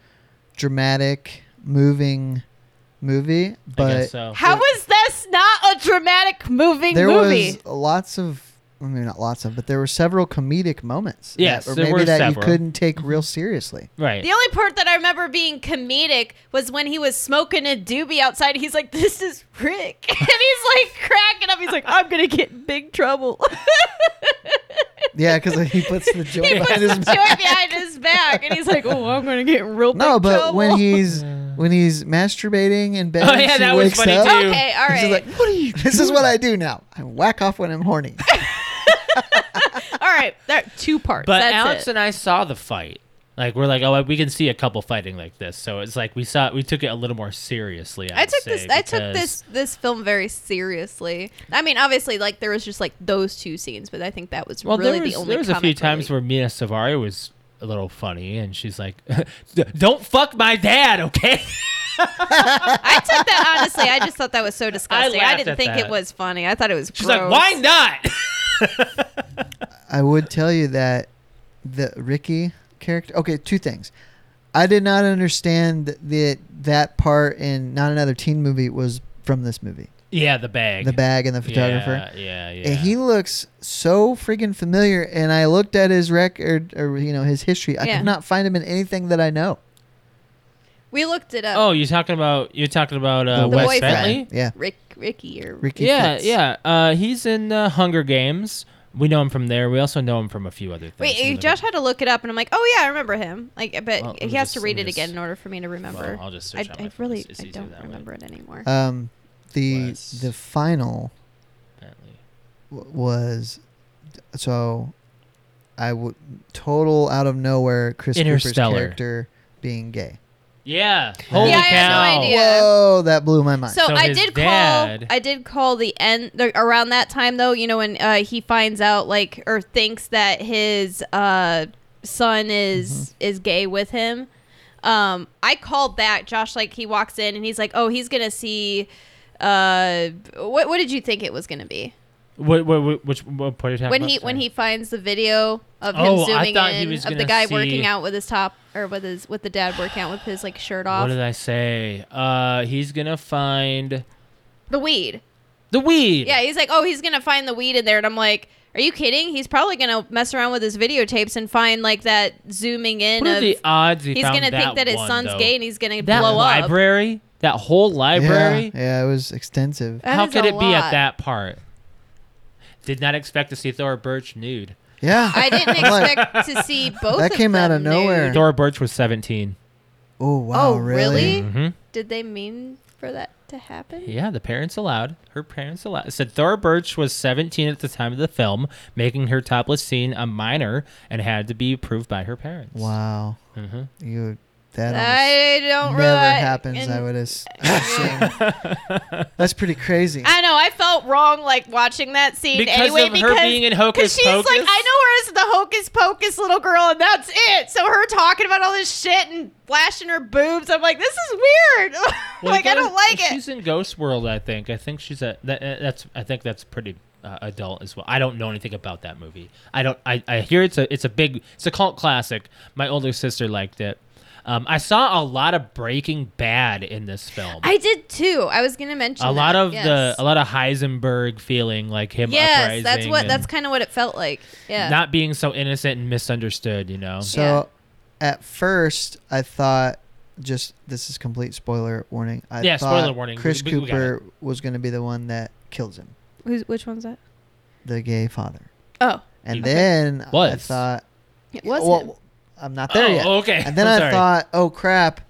[SPEAKER 1] dramatic, moving movie,
[SPEAKER 2] I
[SPEAKER 1] but
[SPEAKER 2] guess so.
[SPEAKER 3] how was this not a dramatic moving
[SPEAKER 1] there
[SPEAKER 3] movie?
[SPEAKER 1] was lots of. I mean, not lots of, but there were several comedic moments.
[SPEAKER 2] Yes,
[SPEAKER 1] that, or
[SPEAKER 2] there
[SPEAKER 1] maybe
[SPEAKER 2] were
[SPEAKER 1] that
[SPEAKER 2] several.
[SPEAKER 1] you couldn't take real seriously.
[SPEAKER 2] right?
[SPEAKER 3] The only part that I remember being comedic was when he was smoking a doobie outside. He's like, "This is Rick," *laughs* and he's like cracking up. He's like, "I'm gonna get in big trouble." *laughs*
[SPEAKER 1] Yeah, because he puts the
[SPEAKER 3] *laughs*
[SPEAKER 1] joy
[SPEAKER 3] he puts
[SPEAKER 1] behind
[SPEAKER 3] his
[SPEAKER 1] his
[SPEAKER 3] joy
[SPEAKER 1] mouth.
[SPEAKER 3] behind his back, and he's like, "Oh, I'm gonna get in real
[SPEAKER 1] No,
[SPEAKER 3] big
[SPEAKER 1] but
[SPEAKER 3] trouble."
[SPEAKER 1] when he's when he's masturbating in bed,
[SPEAKER 2] Oh,
[SPEAKER 1] and
[SPEAKER 2] yeah,
[SPEAKER 1] she
[SPEAKER 2] that was
[SPEAKER 1] wakes
[SPEAKER 2] funny,
[SPEAKER 1] up,
[SPEAKER 2] too.
[SPEAKER 3] *laughs* okay, all
[SPEAKER 1] She's
[SPEAKER 3] right,
[SPEAKER 1] like, "What are you? This is what I do now. I whack off when I'm horny."
[SPEAKER 3] all right, there are two parts.
[SPEAKER 2] But
[SPEAKER 3] That's
[SPEAKER 2] Alex
[SPEAKER 3] it.
[SPEAKER 2] and I saw the fight. Like we're like, oh, we can see a couple fighting like this. So it's like we saw, we took it a little more seriously. I,
[SPEAKER 3] I
[SPEAKER 2] would
[SPEAKER 3] took
[SPEAKER 2] say,
[SPEAKER 3] this. I took
[SPEAKER 2] because-
[SPEAKER 3] this this film very seriously. I mean, obviously, like there was just like those two scenes, but I think that was
[SPEAKER 2] Well,
[SPEAKER 3] really
[SPEAKER 2] there was,
[SPEAKER 3] the only.
[SPEAKER 2] there was a few
[SPEAKER 3] comic
[SPEAKER 2] times
[SPEAKER 3] relief.
[SPEAKER 2] where Mia Savari was a little funny, and she's like, *laughs* "D- "Don't fuck my dad, okay?" *laughs*
[SPEAKER 3] I took that honestly. I just thought that was so disgusting. I,
[SPEAKER 2] laughed
[SPEAKER 3] didn't
[SPEAKER 2] at
[SPEAKER 3] think it
[SPEAKER 2] that.
[SPEAKER 3] was funny. I thought it was.
[SPEAKER 2] She's like,
[SPEAKER 3] gross.
[SPEAKER 2] "Why not?" *laughs*
[SPEAKER 1] I would tell you that the Ricky character. Okay, two things. I did not understand that that part in not another teen movie was from this movie.
[SPEAKER 2] yeah, the bag.
[SPEAKER 1] The bag and the photographer.
[SPEAKER 2] Yeah, yeah. yeah.
[SPEAKER 1] And he looks so freaking familiar. And I looked at his record or you know his history. I
[SPEAKER 3] Yeah.
[SPEAKER 1] could not find him in anything that I know.
[SPEAKER 3] We looked it up.
[SPEAKER 2] oh, you're talking about you're talking about uh,
[SPEAKER 3] The
[SPEAKER 2] Wes
[SPEAKER 3] boyfriend.
[SPEAKER 2] Bentley.
[SPEAKER 1] Yeah,
[SPEAKER 3] Rick, Ricky, or
[SPEAKER 1] Ricky.
[SPEAKER 2] Yeah,
[SPEAKER 1] Fitz.
[SPEAKER 2] yeah. Uh, he's in uh, Hunger Games. We know him from there. We also know him from a few other things.
[SPEAKER 3] wait,
[SPEAKER 2] Some
[SPEAKER 3] you
[SPEAKER 2] of the-
[SPEAKER 3] Josh had to look it up, and I'm like, oh yeah, I remember him. Like, but
[SPEAKER 2] Well, let
[SPEAKER 3] he
[SPEAKER 2] me
[SPEAKER 3] has
[SPEAKER 2] just-
[SPEAKER 3] to
[SPEAKER 2] let
[SPEAKER 3] read
[SPEAKER 2] me
[SPEAKER 3] it
[SPEAKER 2] just-
[SPEAKER 3] again in order for me to remember.
[SPEAKER 2] Well, I'll just search
[SPEAKER 3] I,
[SPEAKER 2] on my
[SPEAKER 3] I
[SPEAKER 2] phone.
[SPEAKER 3] really,
[SPEAKER 2] It's
[SPEAKER 3] I
[SPEAKER 2] easier
[SPEAKER 3] don't
[SPEAKER 2] that way.
[SPEAKER 3] remember it anymore.
[SPEAKER 1] Um, the
[SPEAKER 2] Wes.
[SPEAKER 1] the final
[SPEAKER 2] Apparently.
[SPEAKER 1] w- was so I would total out of nowhere Chris Cooper's
[SPEAKER 2] Interstellar.
[SPEAKER 1] character being gay.
[SPEAKER 2] Yeah.
[SPEAKER 1] Holy
[SPEAKER 3] Yeah, I had no
[SPEAKER 2] cow.
[SPEAKER 3] idea.
[SPEAKER 1] Whoa, that blew my mind.
[SPEAKER 3] So,
[SPEAKER 2] So
[SPEAKER 3] I
[SPEAKER 2] his
[SPEAKER 3] did
[SPEAKER 2] dad-
[SPEAKER 3] call. I did call the end the, around that time though. You know when uh, he finds out like or thinks that his uh, son
[SPEAKER 2] Mm-hmm.
[SPEAKER 3] is is gay with him. Um, I called that Josh. Like he walks in and he's like, "Oh, he's gonna see." Uh, what what did you think it was gonna be
[SPEAKER 2] What, what, what, which, what part are you talking
[SPEAKER 3] when
[SPEAKER 2] about?
[SPEAKER 3] he when
[SPEAKER 2] Sorry.
[SPEAKER 3] he finds the video of
[SPEAKER 2] Oh,
[SPEAKER 3] him
[SPEAKER 2] I
[SPEAKER 3] zooming
[SPEAKER 2] thought he
[SPEAKER 3] in
[SPEAKER 2] was
[SPEAKER 3] of the
[SPEAKER 2] gonna
[SPEAKER 3] guy
[SPEAKER 2] see-
[SPEAKER 3] working out with his top or with his with the dad working out with his like shirt
[SPEAKER 2] What
[SPEAKER 3] off
[SPEAKER 2] did I say? Uh, he's gonna find
[SPEAKER 3] the weed
[SPEAKER 2] the weed.
[SPEAKER 3] Yeah, he's like, oh, he's gonna find the weed in there, and I'm like, are you kidding? He's probably gonna mess around with his videotapes and find like that zooming in
[SPEAKER 2] What are
[SPEAKER 3] of.
[SPEAKER 2] the odds he
[SPEAKER 3] he's
[SPEAKER 2] found
[SPEAKER 3] gonna think that his
[SPEAKER 2] one,
[SPEAKER 3] son's
[SPEAKER 2] though?
[SPEAKER 3] gay and he's gonna
[SPEAKER 2] That
[SPEAKER 3] blow up.
[SPEAKER 2] library. That whole library.
[SPEAKER 1] Yeah, yeah, it was extensive.
[SPEAKER 3] That
[SPEAKER 2] How
[SPEAKER 3] is
[SPEAKER 2] could
[SPEAKER 3] a
[SPEAKER 2] it be at
[SPEAKER 3] lot.
[SPEAKER 2] that part? Did not expect to see Thora Birch nude.
[SPEAKER 1] Yeah,
[SPEAKER 2] *laughs*
[SPEAKER 3] I didn't
[SPEAKER 1] I'm like,
[SPEAKER 3] expect to see both.
[SPEAKER 1] That
[SPEAKER 3] of
[SPEAKER 1] came out
[SPEAKER 3] them
[SPEAKER 1] of nowhere.
[SPEAKER 3] nude.
[SPEAKER 2] Thora Birch was 17.
[SPEAKER 1] Oh wow,
[SPEAKER 3] oh,
[SPEAKER 1] really?
[SPEAKER 3] really?
[SPEAKER 2] Mm-hmm.
[SPEAKER 3] Did they mean for that to happen?
[SPEAKER 2] Yeah, the parents allowed. Her parents allowed. It said Thora Birch was 17 at the time of the film, making her topless scene a minor and had to be approved by her parents.
[SPEAKER 1] Wow,
[SPEAKER 2] hmm
[SPEAKER 1] you That almost
[SPEAKER 3] I don't
[SPEAKER 1] never
[SPEAKER 3] really.
[SPEAKER 1] happens. I
[SPEAKER 3] and- *laughs*
[SPEAKER 1] would as- assume. That's pretty crazy.
[SPEAKER 3] I know. I felt wrong like watching that scene
[SPEAKER 2] Because
[SPEAKER 3] anyway
[SPEAKER 2] of her
[SPEAKER 3] because
[SPEAKER 2] being in Hocus
[SPEAKER 3] 'cause she's like
[SPEAKER 2] Pocus?
[SPEAKER 3] I know her as the hocus pocus little girl and that's it. So her talking about all this shit and flashing her boobs, I'm like, this is weird. *laughs*
[SPEAKER 2] Well,
[SPEAKER 3] like I
[SPEAKER 2] gotta-
[SPEAKER 3] don't like it.
[SPEAKER 2] She's in Ghost World, I think. I think she's a that, uh, that's I think that's pretty uh, adult as well. I don't know anything about that movie. I don't. I, I hear it's a it's a big it's a cult classic. My older sister liked it. Um, I saw a lot of Breaking Bad in this film.
[SPEAKER 3] I did too. I was gonna mention
[SPEAKER 2] a lot
[SPEAKER 3] that,
[SPEAKER 2] of
[SPEAKER 3] yes.
[SPEAKER 2] the a lot of Heisenberg feeling like him.
[SPEAKER 3] yes,
[SPEAKER 2] uprising
[SPEAKER 3] that's what
[SPEAKER 2] and
[SPEAKER 3] that's kind of what it felt like. Yeah.
[SPEAKER 2] Not being so innocent and misunderstood, you know.
[SPEAKER 1] So
[SPEAKER 3] Yeah.
[SPEAKER 1] at first, I thought just this is complete spoiler warning. I
[SPEAKER 2] Yeah,
[SPEAKER 1] thought
[SPEAKER 2] spoiler warning.
[SPEAKER 1] Chris
[SPEAKER 2] We- we- we got
[SPEAKER 1] Cooper was going to be the one that kills him,
[SPEAKER 3] Who's, which one's that?
[SPEAKER 1] the gay father.
[SPEAKER 3] Oh,
[SPEAKER 1] And
[SPEAKER 2] Okay.
[SPEAKER 1] then I
[SPEAKER 2] Was.
[SPEAKER 1] thought,
[SPEAKER 3] it was
[SPEAKER 1] well,
[SPEAKER 3] him.
[SPEAKER 1] I'm not there
[SPEAKER 2] Oh,
[SPEAKER 1] yet.
[SPEAKER 2] okay.
[SPEAKER 1] And then
[SPEAKER 2] I'm
[SPEAKER 1] I
[SPEAKER 2] sorry.
[SPEAKER 1] thought, oh crap,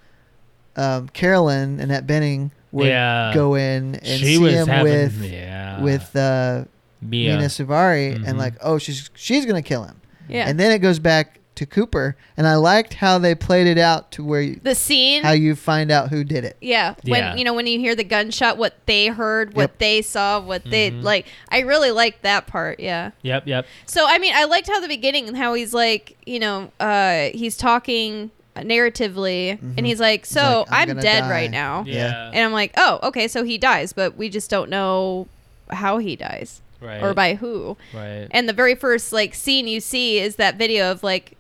[SPEAKER 1] um, Carolyn and that Benning would
[SPEAKER 2] Yeah.
[SPEAKER 1] go in and
[SPEAKER 2] she
[SPEAKER 1] see
[SPEAKER 2] was
[SPEAKER 1] him
[SPEAKER 2] having
[SPEAKER 1] with
[SPEAKER 2] yeah,
[SPEAKER 1] with uh,
[SPEAKER 2] Mia.
[SPEAKER 1] Mina Suvari,
[SPEAKER 2] Mhm.
[SPEAKER 1] and like, oh, she's she's gonna kill him.
[SPEAKER 3] Yeah.
[SPEAKER 1] And then it goes back to Cooper, and I liked how they played it out to where you,
[SPEAKER 3] the scene.
[SPEAKER 1] how you find out who did it.
[SPEAKER 3] Yeah,
[SPEAKER 2] Yeah.
[SPEAKER 3] when you know when you hear the gunshot, what they heard, what
[SPEAKER 1] Yep.
[SPEAKER 3] they saw, what they
[SPEAKER 2] Mhm.
[SPEAKER 3] like. I really like that part. Yeah.
[SPEAKER 2] Yep, yep.
[SPEAKER 3] So I mean, I liked how the beginning and how he's like, you know, uh, he's talking narratively, and he's like, "So
[SPEAKER 1] Mm-hmm. like, "I'm
[SPEAKER 3] I'm,
[SPEAKER 1] gonna
[SPEAKER 3] dead
[SPEAKER 1] die."
[SPEAKER 3] right now,"
[SPEAKER 1] Yeah.
[SPEAKER 2] Yeah.
[SPEAKER 3] and I'm like, "Oh, okay, so he dies, but we just don't know how he dies
[SPEAKER 2] right.
[SPEAKER 3] or by who."
[SPEAKER 2] right.
[SPEAKER 3] And the very first like scene you see is that video of like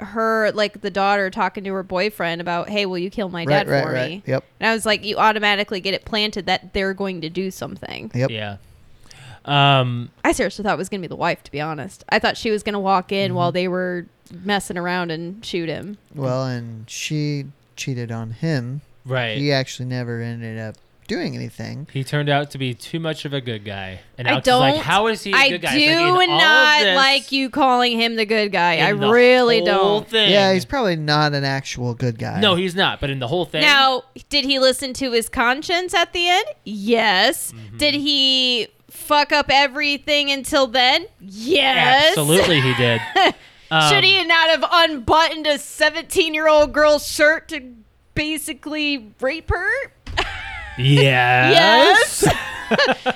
[SPEAKER 3] her like the daughter talking to her boyfriend about, "Hey, will you kill my
[SPEAKER 1] right,
[SPEAKER 3] dad
[SPEAKER 1] right,
[SPEAKER 3] for
[SPEAKER 1] right.
[SPEAKER 3] me?"
[SPEAKER 1] Yep,
[SPEAKER 3] And I was like, you automatically get it planted that they're going to do something.
[SPEAKER 1] yep.
[SPEAKER 2] Yeah. Um
[SPEAKER 3] I seriously thought it was going to be the wife, to be honest. I thought she was going to walk in
[SPEAKER 2] Mm-hmm.
[SPEAKER 3] while they were messing around and shoot him.
[SPEAKER 1] Well, and she cheated on him.
[SPEAKER 2] right.
[SPEAKER 1] He actually never ended up doing anything.
[SPEAKER 2] He turned out to be too much of a good guy. And
[SPEAKER 3] I
[SPEAKER 2] Alex is like,
[SPEAKER 3] don't-
[SPEAKER 2] how is he a
[SPEAKER 3] I
[SPEAKER 2] good guy? It's like, in all
[SPEAKER 3] do
[SPEAKER 2] of
[SPEAKER 3] not
[SPEAKER 2] this,
[SPEAKER 3] like you calling him the good guy.
[SPEAKER 2] in
[SPEAKER 3] I
[SPEAKER 2] the
[SPEAKER 3] really
[SPEAKER 2] whole
[SPEAKER 3] don't.
[SPEAKER 2] Thing,
[SPEAKER 1] Yeah, he's probably not an actual good guy.
[SPEAKER 2] No, he's not, but in the whole thing.
[SPEAKER 3] Now, did he listen to his conscience at the end? Yes.
[SPEAKER 2] Mm-hmm.
[SPEAKER 3] Did he fuck up everything until then? Yes.
[SPEAKER 2] absolutely he did. Um,
[SPEAKER 3] *laughs* Should he not have unbuttoned a 17 year old girl's shirt to basically rape her?
[SPEAKER 2] Um, Yes.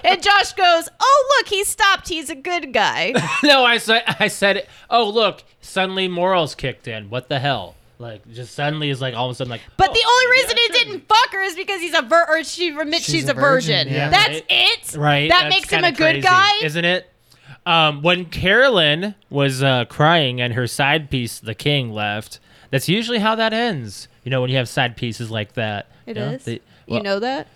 [SPEAKER 3] And Josh goes, Oh, look, he stopped. He's a good guy.
[SPEAKER 2] *laughs* no, I said I said oh look, suddenly morals kicked in. What the hell? Like just suddenly is like all of a sudden like
[SPEAKER 3] But
[SPEAKER 2] oh,
[SPEAKER 3] the only
[SPEAKER 2] maybe I
[SPEAKER 3] reason he
[SPEAKER 2] shouldn't.
[SPEAKER 3] didn't fuck her is because he's a vir- or she admits she's, a virgin.
[SPEAKER 1] yeah.
[SPEAKER 3] That's
[SPEAKER 2] Right.
[SPEAKER 3] it.
[SPEAKER 2] Right.
[SPEAKER 3] That
[SPEAKER 2] that's
[SPEAKER 3] makes him
[SPEAKER 2] kinda
[SPEAKER 3] a good
[SPEAKER 2] crazy,
[SPEAKER 3] guy.
[SPEAKER 2] isn't it? Um, when Carolyn was uh, crying and her side piece, the king, left, that's usually how that ends. You know, when you have side pieces like that.
[SPEAKER 3] It
[SPEAKER 2] you know,
[SPEAKER 3] is.
[SPEAKER 2] they-
[SPEAKER 3] you
[SPEAKER 2] well,
[SPEAKER 3] know that?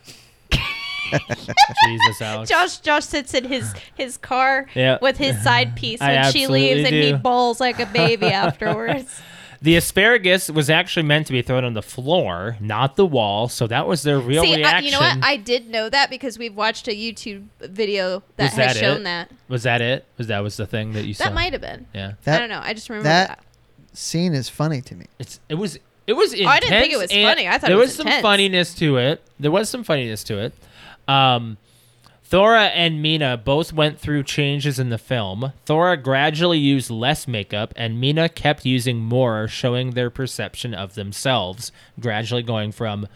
[SPEAKER 3] *laughs*
[SPEAKER 2] Jesus, Alex.
[SPEAKER 3] Josh Josh sits
[SPEAKER 2] *laughs*
[SPEAKER 3] in his his car
[SPEAKER 2] Yeah.
[SPEAKER 3] with his side
[SPEAKER 2] *laughs*
[SPEAKER 3] piece
[SPEAKER 2] I
[SPEAKER 3] when she
[SPEAKER 2] absolutely
[SPEAKER 3] leaves and he
[SPEAKER 2] do.
[SPEAKER 3] bawls like a
[SPEAKER 2] *laughs*
[SPEAKER 3] baby afterwards.
[SPEAKER 2] The asparagus was actually meant to be thrown on the floor, not the wall. So that was their real
[SPEAKER 3] See, I,
[SPEAKER 2] reaction.
[SPEAKER 3] you know what? I did know that because we've watched a YouTube video that
[SPEAKER 2] Was
[SPEAKER 3] has
[SPEAKER 2] that
[SPEAKER 3] shown
[SPEAKER 2] it?
[SPEAKER 3] that.
[SPEAKER 2] was that it? Was that was the thing that you saw?
[SPEAKER 3] That might have been.
[SPEAKER 2] Yeah.
[SPEAKER 3] I
[SPEAKER 1] that
[SPEAKER 3] don't know. I just remember
[SPEAKER 1] that-
[SPEAKER 3] that.
[SPEAKER 1] scene is funny to
[SPEAKER 2] *laughs*
[SPEAKER 1] me.
[SPEAKER 2] It's it was it was intense.
[SPEAKER 3] Oh, I didn't think it was
[SPEAKER 2] and
[SPEAKER 3] funny. I thought it
[SPEAKER 2] there
[SPEAKER 3] was
[SPEAKER 2] some
[SPEAKER 3] intense.
[SPEAKER 2] funniness to it. There was some funniness to it. Um, Thora and Mina both went through changes in the film. Thora gradually used less makeup, and Mina kept using more, showing their perception of themselves. Gradually going from,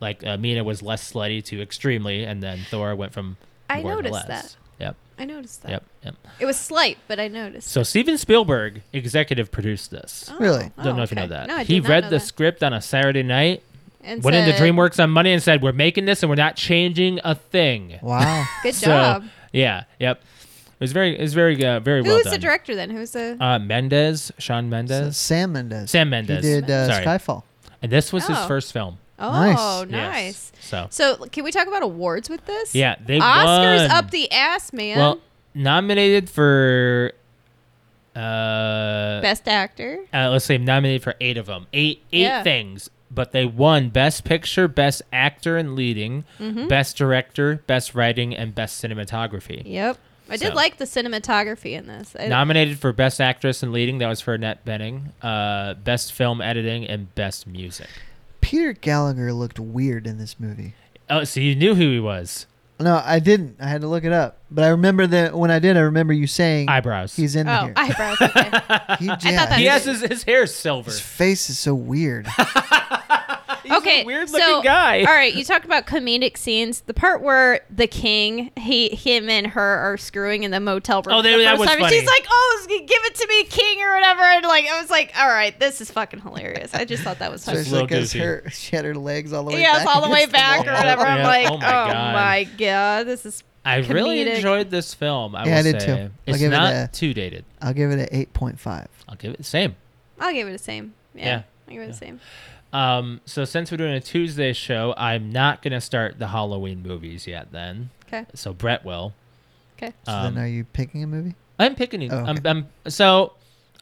[SPEAKER 2] like uh, Mina was less slutty to extremely, and then Thora went from.
[SPEAKER 3] I
[SPEAKER 2] more to less.
[SPEAKER 3] noticed that.
[SPEAKER 2] Yep.
[SPEAKER 3] I noticed that.
[SPEAKER 2] Yep. Yep.
[SPEAKER 3] It was slight, but I noticed.
[SPEAKER 2] So Steven Spielberg executive produced this.
[SPEAKER 3] Oh,
[SPEAKER 1] Really?
[SPEAKER 3] oh,
[SPEAKER 2] Don't know if you know
[SPEAKER 3] okay.
[SPEAKER 2] that.
[SPEAKER 3] No, I
[SPEAKER 2] he
[SPEAKER 3] did not
[SPEAKER 2] read
[SPEAKER 3] know
[SPEAKER 2] the
[SPEAKER 3] that.
[SPEAKER 2] script on a Saturday night
[SPEAKER 3] and
[SPEAKER 2] went into
[SPEAKER 3] said,
[SPEAKER 2] DreamWorks on Monday and said, "We're making this, and we're not changing a thing."
[SPEAKER 1] Wow.
[SPEAKER 3] Good
[SPEAKER 2] So,
[SPEAKER 3] job.
[SPEAKER 2] Yeah. Yep. It was very, it was very, uh, very
[SPEAKER 3] Who
[SPEAKER 2] well
[SPEAKER 3] was
[SPEAKER 2] done.
[SPEAKER 3] the director then? Who's the?
[SPEAKER 2] Uh, Mendez, Sean
[SPEAKER 1] So
[SPEAKER 2] Mendez,
[SPEAKER 1] Sam Mendes.
[SPEAKER 2] Sam Mendes.
[SPEAKER 1] He did uh,
[SPEAKER 2] Sorry.
[SPEAKER 1] Skyfall.
[SPEAKER 2] and this was his
[SPEAKER 3] Oh.
[SPEAKER 2] first film.
[SPEAKER 3] oh, nice.
[SPEAKER 2] Uh, Yes. So,
[SPEAKER 3] So can we talk about awards with this?
[SPEAKER 2] yeah, they
[SPEAKER 3] Oscars
[SPEAKER 2] won.
[SPEAKER 3] up the ass, man.
[SPEAKER 2] well, nominated for. Uh,
[SPEAKER 3] Best actor.
[SPEAKER 2] uh, let's say nominated for eight of them, eight eight
[SPEAKER 3] Yeah.
[SPEAKER 2] things, but they won Best Picture, Best Actor and Leading,
[SPEAKER 3] Mm-hmm.
[SPEAKER 2] Best Director, Best Writing, and Best Cinematography.
[SPEAKER 3] Yep. I did
[SPEAKER 2] So.
[SPEAKER 3] like the cinematography in this. I,
[SPEAKER 2] Nominated for Best Actress in Leading, that was for Annette Benning. Uh, best Film Editing and Best Music.
[SPEAKER 1] Peter Gallagher looked weird in this movie.
[SPEAKER 2] Oh, so you knew who he was?
[SPEAKER 1] No, I didn't. I had to look it up. But I remember that when I did, I remember you saying
[SPEAKER 2] Eyebrows.
[SPEAKER 1] he's in
[SPEAKER 3] oh,
[SPEAKER 1] here.
[SPEAKER 3] eyebrows. Okay. *laughs*
[SPEAKER 1] he,
[SPEAKER 3] that
[SPEAKER 2] *laughs*
[SPEAKER 1] yeah,
[SPEAKER 2] he has
[SPEAKER 3] was- *laughs*
[SPEAKER 2] his, his hair is silver.
[SPEAKER 1] his face is so weird.
[SPEAKER 2] *laughs* He's
[SPEAKER 3] okay,
[SPEAKER 2] a weird
[SPEAKER 3] so-
[SPEAKER 2] looking guy.
[SPEAKER 3] All right, you talk about comedic scenes. The part where the king, he, him, and her are screwing in the motel room.
[SPEAKER 2] Oh,
[SPEAKER 3] for
[SPEAKER 2] they-
[SPEAKER 3] the
[SPEAKER 2] that
[SPEAKER 3] first
[SPEAKER 2] was
[SPEAKER 3] time, and
[SPEAKER 2] funny.
[SPEAKER 3] She's like, "Oh, give it to me, king, or whatever." And like, I was like, "All right, this is fucking hilarious." I just thought that was funny.
[SPEAKER 2] Just-
[SPEAKER 1] Especially
[SPEAKER 2] little
[SPEAKER 1] because
[SPEAKER 2] goofy.
[SPEAKER 1] her she had her legs all the way
[SPEAKER 3] Yeah,
[SPEAKER 1] back.
[SPEAKER 3] it's all the way
[SPEAKER 1] against
[SPEAKER 3] back or
[SPEAKER 1] wall.
[SPEAKER 3] whatever. I'm
[SPEAKER 2] Yeah.
[SPEAKER 3] like,
[SPEAKER 2] Oh
[SPEAKER 3] "Oh
[SPEAKER 2] my
[SPEAKER 3] my,
[SPEAKER 2] God."
[SPEAKER 3] god. this is."
[SPEAKER 2] I really
[SPEAKER 3] comedic.
[SPEAKER 2] enjoyed this film. I
[SPEAKER 1] Yeah, I
[SPEAKER 2] will
[SPEAKER 1] did
[SPEAKER 2] say.
[SPEAKER 1] too. I'll
[SPEAKER 2] It's
[SPEAKER 1] give it
[SPEAKER 2] not
[SPEAKER 1] a-
[SPEAKER 2] too dated.
[SPEAKER 1] I'll give it an eight point five.
[SPEAKER 2] I'll give it the same.
[SPEAKER 3] I'll give it a same. Yeah,
[SPEAKER 2] Yeah.
[SPEAKER 3] I'll give it
[SPEAKER 2] Yeah.
[SPEAKER 3] a same.
[SPEAKER 2] Um, so since we're doing a Tuesday show, I'm not gonna start the Halloween movies yet. Then,
[SPEAKER 3] Okay,
[SPEAKER 2] so Brett will.
[SPEAKER 3] okay.
[SPEAKER 1] So
[SPEAKER 2] Um,
[SPEAKER 1] then, are you picking a movie?
[SPEAKER 2] I'm picking.
[SPEAKER 1] Oh,
[SPEAKER 2] I'm,
[SPEAKER 1] okay.
[SPEAKER 2] I'm so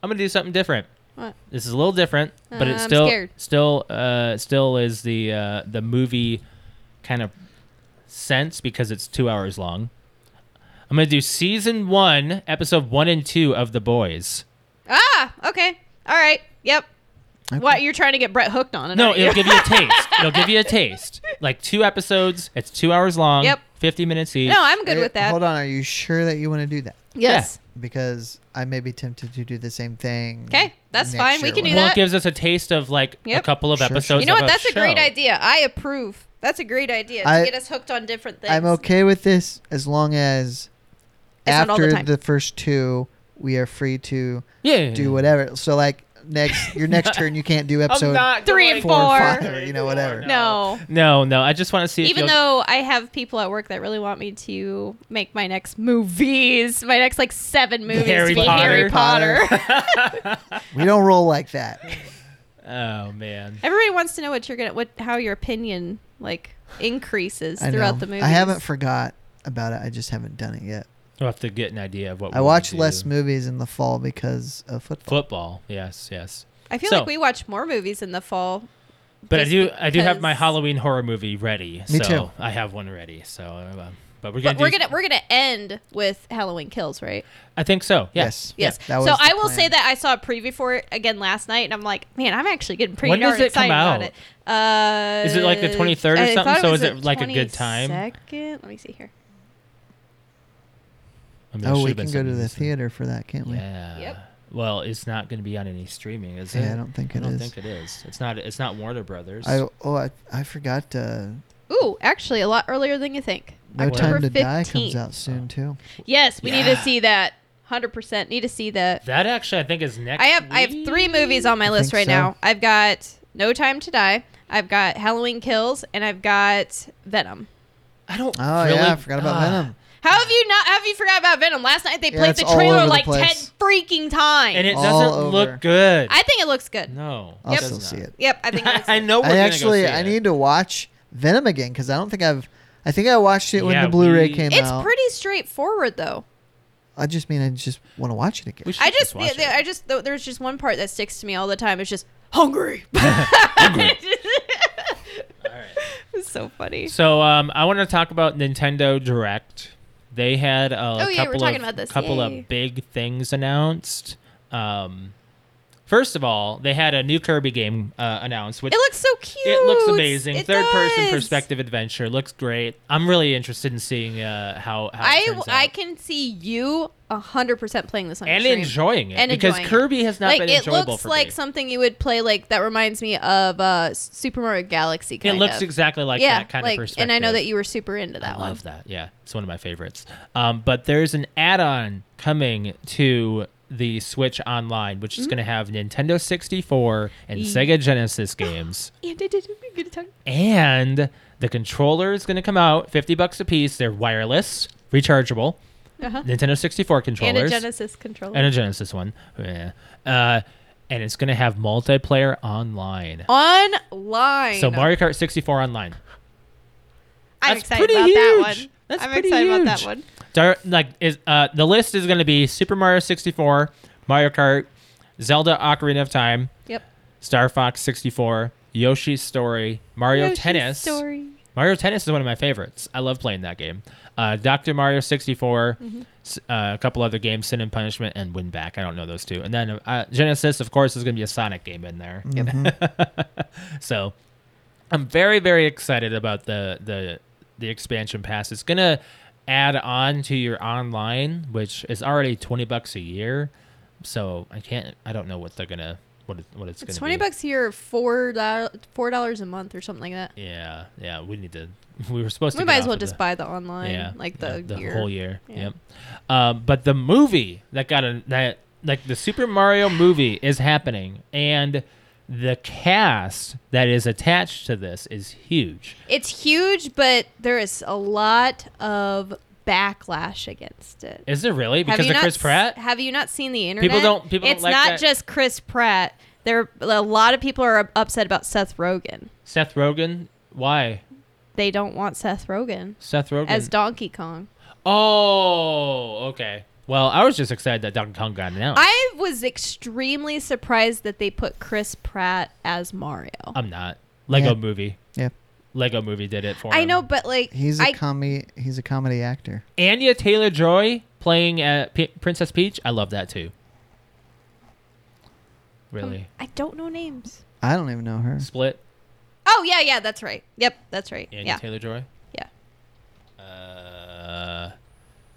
[SPEAKER 2] I'm gonna do something different.
[SPEAKER 3] What?
[SPEAKER 2] This is a little different, but
[SPEAKER 3] Uh,
[SPEAKER 2] it's
[SPEAKER 3] I'm
[SPEAKER 2] still
[SPEAKER 3] scared.
[SPEAKER 2] still uh, still is the uh, the movie kind of sense because it's two hours long. I'm gonna do season one, episode one and two of The Boys.
[SPEAKER 3] Ah, okay. All right. Yep.
[SPEAKER 1] Okay.
[SPEAKER 3] What you're trying to get Brett hooked on? it,
[SPEAKER 2] No,
[SPEAKER 3] aren't you? *laughs*
[SPEAKER 2] it'll give you a taste. It'll give you a taste. Like two episodes. It's two hours long.
[SPEAKER 3] Yep.
[SPEAKER 2] Fifty minutes each.
[SPEAKER 3] No, I'm good
[SPEAKER 1] Are-
[SPEAKER 3] with that.
[SPEAKER 1] Hold on. Are you sure that you want to do that?
[SPEAKER 3] Yes.
[SPEAKER 1] Because I may be tempted to do the same thing.
[SPEAKER 3] Okay, that's
[SPEAKER 1] next
[SPEAKER 3] fine, we
[SPEAKER 1] year
[SPEAKER 3] can
[SPEAKER 1] when-
[SPEAKER 3] do
[SPEAKER 2] well,
[SPEAKER 3] that.
[SPEAKER 2] it gives us a taste of like a
[SPEAKER 3] Yep.
[SPEAKER 2] couple of
[SPEAKER 1] Sure, sure.
[SPEAKER 2] episodes.
[SPEAKER 3] You know
[SPEAKER 2] of
[SPEAKER 3] what? That's a great
[SPEAKER 2] show.
[SPEAKER 3] idea. I approve. That's a great idea to
[SPEAKER 1] I-
[SPEAKER 3] get us hooked on different things.
[SPEAKER 1] I'm okay with this as long as
[SPEAKER 3] It's not all the
[SPEAKER 1] after
[SPEAKER 3] time.
[SPEAKER 1] the first two, we are free to
[SPEAKER 2] Yeah, yeah, yeah.
[SPEAKER 1] do whatever. So like next your
[SPEAKER 3] *laughs*
[SPEAKER 1] next turn, you can't do episode.
[SPEAKER 3] Three
[SPEAKER 2] going
[SPEAKER 3] and four.
[SPEAKER 2] for
[SPEAKER 1] Four, you know, whatever.
[SPEAKER 3] No.
[SPEAKER 2] No, no. I just want to see. if
[SPEAKER 3] Even
[SPEAKER 2] you'll-
[SPEAKER 3] though I have people at work that really want me to make my next movies, my next like seven movies
[SPEAKER 2] Harry
[SPEAKER 3] to be
[SPEAKER 2] Potter.
[SPEAKER 3] Harry *laughs* Potter.
[SPEAKER 1] We don't roll like that.
[SPEAKER 2] Oh man.
[SPEAKER 3] Everybody wants to know what you're gonna, what how your opinion like increases
[SPEAKER 1] I
[SPEAKER 3] throughout
[SPEAKER 1] know.
[SPEAKER 3] the movie.
[SPEAKER 1] I haven't forgot about it. I just haven't done it yet.
[SPEAKER 2] We'll have to get an idea of what.
[SPEAKER 1] I
[SPEAKER 2] we
[SPEAKER 1] watch
[SPEAKER 2] do.
[SPEAKER 1] less movies in the fall because of football.
[SPEAKER 2] football. Yes, yes.
[SPEAKER 3] I feel
[SPEAKER 2] So-
[SPEAKER 3] like we watch more movies in the fall.
[SPEAKER 2] But I
[SPEAKER 3] Just
[SPEAKER 2] do. I do have
[SPEAKER 3] because-
[SPEAKER 2] my Halloween horror movie ready.
[SPEAKER 1] Me
[SPEAKER 2] so
[SPEAKER 1] too.
[SPEAKER 2] I have one ready. So, uh, but we're gonna.
[SPEAKER 3] But we're
[SPEAKER 2] do,
[SPEAKER 3] gonna we're gonna end with Halloween Kills, right?
[SPEAKER 2] I think so. Yeah.
[SPEAKER 1] Yes.
[SPEAKER 3] Yes.
[SPEAKER 1] Yeah, that
[SPEAKER 3] so
[SPEAKER 1] was the
[SPEAKER 3] I will say
[SPEAKER 1] plan.
[SPEAKER 3] that I saw a preview for it again last night, and I'm like, man, I'm actually getting pretty
[SPEAKER 2] When does
[SPEAKER 3] darn
[SPEAKER 2] it come
[SPEAKER 3] excited about
[SPEAKER 2] out?
[SPEAKER 3] it. Uh,
[SPEAKER 2] Is it like the 23rd or
[SPEAKER 3] I
[SPEAKER 2] something?
[SPEAKER 3] thought
[SPEAKER 2] So
[SPEAKER 3] was
[SPEAKER 2] is
[SPEAKER 3] the
[SPEAKER 2] it like a good time?
[SPEAKER 3] 22nd? Let me see here.
[SPEAKER 2] I mean, there
[SPEAKER 1] Oh, we
[SPEAKER 2] should've been
[SPEAKER 1] can go to
[SPEAKER 2] something
[SPEAKER 1] the
[SPEAKER 2] decent.
[SPEAKER 1] theater for that, can't we?
[SPEAKER 2] Yeah.
[SPEAKER 3] Yep.
[SPEAKER 2] Well, it's not going to be on any streaming, is it?
[SPEAKER 1] Yeah, I don't think
[SPEAKER 2] I
[SPEAKER 1] it
[SPEAKER 2] don't
[SPEAKER 1] is.
[SPEAKER 2] think it is. It's not. It's not Warner Brothers.
[SPEAKER 1] I oh I, I forgot. Uh,
[SPEAKER 3] Ooh, actually, a lot earlier than you think.
[SPEAKER 1] no
[SPEAKER 3] October
[SPEAKER 1] time to
[SPEAKER 3] 15th.
[SPEAKER 1] die comes out
[SPEAKER 2] Oh.
[SPEAKER 1] soon too.
[SPEAKER 3] Yes, we need
[SPEAKER 2] Yeah.
[SPEAKER 3] to see that. 100% need to see that.
[SPEAKER 2] that actually, I think, is next.
[SPEAKER 3] I have I have three movies on my
[SPEAKER 1] I
[SPEAKER 3] list
[SPEAKER 1] think
[SPEAKER 3] right
[SPEAKER 1] so.
[SPEAKER 3] now. I've got No Time to Die, I've got Halloween Kills, and I've got Venom.
[SPEAKER 2] I don't.
[SPEAKER 1] Oh
[SPEAKER 2] really,
[SPEAKER 1] yeah, I forgot about
[SPEAKER 2] Ah.
[SPEAKER 1] Venom.
[SPEAKER 3] How have you not? Have you forgot about Venom? Last night they
[SPEAKER 1] Yeah,
[SPEAKER 3] played
[SPEAKER 1] it's
[SPEAKER 3] the
[SPEAKER 1] all over
[SPEAKER 3] trailer
[SPEAKER 1] the
[SPEAKER 3] like ten
[SPEAKER 1] place.
[SPEAKER 3] freaking times.
[SPEAKER 2] And it
[SPEAKER 1] All
[SPEAKER 2] doesn't
[SPEAKER 1] over.
[SPEAKER 2] look good.
[SPEAKER 3] I think it looks good.
[SPEAKER 2] no.
[SPEAKER 1] I'll
[SPEAKER 2] it
[SPEAKER 1] still
[SPEAKER 2] does
[SPEAKER 1] see
[SPEAKER 2] not.
[SPEAKER 1] it.
[SPEAKER 3] Yep, I think it
[SPEAKER 2] *laughs*
[SPEAKER 3] looks
[SPEAKER 2] I
[SPEAKER 3] good.
[SPEAKER 2] know. We're
[SPEAKER 1] I
[SPEAKER 2] gonna go
[SPEAKER 1] actually
[SPEAKER 2] see
[SPEAKER 1] I
[SPEAKER 2] it.
[SPEAKER 1] need to watch Venom again because I don't think I've. I think I watched it when
[SPEAKER 2] Yeah,
[SPEAKER 1] the Blu-ray
[SPEAKER 2] we-
[SPEAKER 1] came
[SPEAKER 3] It's
[SPEAKER 1] out.
[SPEAKER 3] pretty straightforward though.
[SPEAKER 1] I just mean I just want to watch it again.
[SPEAKER 2] We should
[SPEAKER 3] I just,
[SPEAKER 2] watch
[SPEAKER 3] th-
[SPEAKER 2] it.
[SPEAKER 3] I just th- there's just one part that sticks to me all the time. It's just
[SPEAKER 2] *laughs*
[SPEAKER 3] hungry. *laughs*
[SPEAKER 2] All right.
[SPEAKER 3] it's so funny.
[SPEAKER 2] So um, I want to talk about Nintendo Direct. They had a
[SPEAKER 3] Oh, yeah, we were
[SPEAKER 2] couple
[SPEAKER 3] talking
[SPEAKER 2] of
[SPEAKER 3] about this.
[SPEAKER 2] couple
[SPEAKER 3] Yay.
[SPEAKER 2] of big things announced. Um, first of all, they had a new Kirby game uh, announced, which
[SPEAKER 3] It looks so cute.
[SPEAKER 2] it looks amazing.
[SPEAKER 3] It
[SPEAKER 2] Third person
[SPEAKER 3] does.
[SPEAKER 2] perspective adventure looks great. I'm really interested in seeing uh, how how it
[SPEAKER 3] I
[SPEAKER 2] turns
[SPEAKER 3] I
[SPEAKER 2] out.
[SPEAKER 3] can see you hundred percent playing this on your
[SPEAKER 2] and
[SPEAKER 3] stream.
[SPEAKER 2] enjoying it
[SPEAKER 3] And
[SPEAKER 2] because
[SPEAKER 3] enjoying it.
[SPEAKER 2] Kirby has not
[SPEAKER 3] like
[SPEAKER 2] been
[SPEAKER 3] it
[SPEAKER 2] enjoyable
[SPEAKER 3] looks
[SPEAKER 2] for
[SPEAKER 3] like
[SPEAKER 2] me.
[SPEAKER 3] something you would play like that reminds me of uh S- Super Mario Galaxy
[SPEAKER 2] it
[SPEAKER 3] kind
[SPEAKER 2] looks
[SPEAKER 3] of.
[SPEAKER 2] exactly like
[SPEAKER 3] yeah,
[SPEAKER 2] that kind
[SPEAKER 3] like,
[SPEAKER 2] of perspective.
[SPEAKER 3] and I know that you were super into that
[SPEAKER 2] I
[SPEAKER 3] one.
[SPEAKER 2] love that. Yeah, it's one of my favorites. Um, but there's an add-on coming to the Switch Online, which is going to have Nintendo 64 and
[SPEAKER 3] Mm. Ye-
[SPEAKER 2] Sega
[SPEAKER 3] *gasps*
[SPEAKER 2] Genesis games,
[SPEAKER 3] Yeah, did- did- did- good time.
[SPEAKER 2] and the controller is going to come out 50 bucks a piece. They're wireless, rechargeable
[SPEAKER 3] Uh-huh.
[SPEAKER 2] Nintendo 64
[SPEAKER 3] And a
[SPEAKER 2] controllers
[SPEAKER 3] Genesis controller.
[SPEAKER 2] and a Genesis one. Yeah. Uh, and it's going to have multiplayer online.
[SPEAKER 3] Online.
[SPEAKER 2] So Mario Kart 64 online.
[SPEAKER 3] I'm
[SPEAKER 2] That's
[SPEAKER 3] excited
[SPEAKER 2] pretty
[SPEAKER 3] about that
[SPEAKER 2] huge.
[SPEAKER 3] one.
[SPEAKER 2] That's
[SPEAKER 3] I'm
[SPEAKER 2] pretty
[SPEAKER 3] excited about
[SPEAKER 2] huge.
[SPEAKER 3] that one.
[SPEAKER 2] Dar- like is uh, the list is going to be Super Mario 64, Mario Kart, Zelda Ocarina of Time,
[SPEAKER 3] Yep.
[SPEAKER 2] Star Fox 64, Yoshi's Story, Mario
[SPEAKER 3] Yoshi's
[SPEAKER 2] Tennis.
[SPEAKER 3] Story.
[SPEAKER 2] Mario Tennis is one of my favorites. I love playing that game. Uh, Dr. Mario 64, s- uh, a couple other games, Sin and Punishment, and Win Back. I don't know those two. And then uh, Genesis, of course, is going to be a Sonic game in there.
[SPEAKER 3] Mm-hmm.
[SPEAKER 2] *laughs* so I'm very, very excited about the the the expansion pass. It's gonna add on to your online, which is already twenty bucks a year. So I can't. I don't know what they're gonna. what it, what it's,
[SPEAKER 3] It's
[SPEAKER 2] gonna
[SPEAKER 3] twenty
[SPEAKER 2] be.
[SPEAKER 3] bucks here, four dollars, four dollars a month or something like that.
[SPEAKER 2] Yeah, yeah. We need to. *laughs* We were supposed
[SPEAKER 3] We
[SPEAKER 2] to.
[SPEAKER 3] might
[SPEAKER 2] get
[SPEAKER 3] as well
[SPEAKER 2] off of
[SPEAKER 3] just
[SPEAKER 2] the-
[SPEAKER 3] buy the online, like
[SPEAKER 2] yeah,
[SPEAKER 3] the, year.
[SPEAKER 2] whole year.
[SPEAKER 3] Yeah.
[SPEAKER 2] Yep. Um, but the movie that got a, that like the Super Mario movie is happening, and the cast that is attached to this is huge.
[SPEAKER 3] It's huge, but there is a lot of backlash against it.
[SPEAKER 2] Is it really
[SPEAKER 3] Have
[SPEAKER 2] because
[SPEAKER 3] you
[SPEAKER 2] of
[SPEAKER 3] not
[SPEAKER 2] Chris
[SPEAKER 3] s-
[SPEAKER 2] Pratt?
[SPEAKER 3] have you not seen the internet?
[SPEAKER 2] People don't- people don't
[SPEAKER 3] It's
[SPEAKER 2] like
[SPEAKER 3] not
[SPEAKER 2] that.
[SPEAKER 3] just Chris Pratt. There, a lot of people are upset about Seth Rogen.
[SPEAKER 2] Seth Rogen? Why
[SPEAKER 3] They don't want Seth Rogen
[SPEAKER 2] Seth Rogen?
[SPEAKER 3] as Donkey Kong.
[SPEAKER 2] oh, okay. Well, I was just excited that Donkey Kong got announced.
[SPEAKER 3] I was extremely surprised that they put Chris Pratt as Mario.
[SPEAKER 2] I'm not Lego
[SPEAKER 1] Yeah.
[SPEAKER 2] Movie.
[SPEAKER 1] Yeah.
[SPEAKER 2] Lego Movie did it for
[SPEAKER 3] I
[SPEAKER 2] him.
[SPEAKER 3] know, but like
[SPEAKER 1] He's a
[SPEAKER 3] I
[SPEAKER 1] comedy. He's a comedy actor.
[SPEAKER 2] Anya Taylor Joy playing uh, P- Princess Peach. I love that too. Really,
[SPEAKER 3] I don't know names.
[SPEAKER 1] I don't even know her.
[SPEAKER 2] Split.
[SPEAKER 3] Oh yeah, yeah, that's right. Yep, that's right.
[SPEAKER 2] Anya
[SPEAKER 3] yeah,
[SPEAKER 2] Taylor Joy.
[SPEAKER 3] yeah.
[SPEAKER 2] Uh,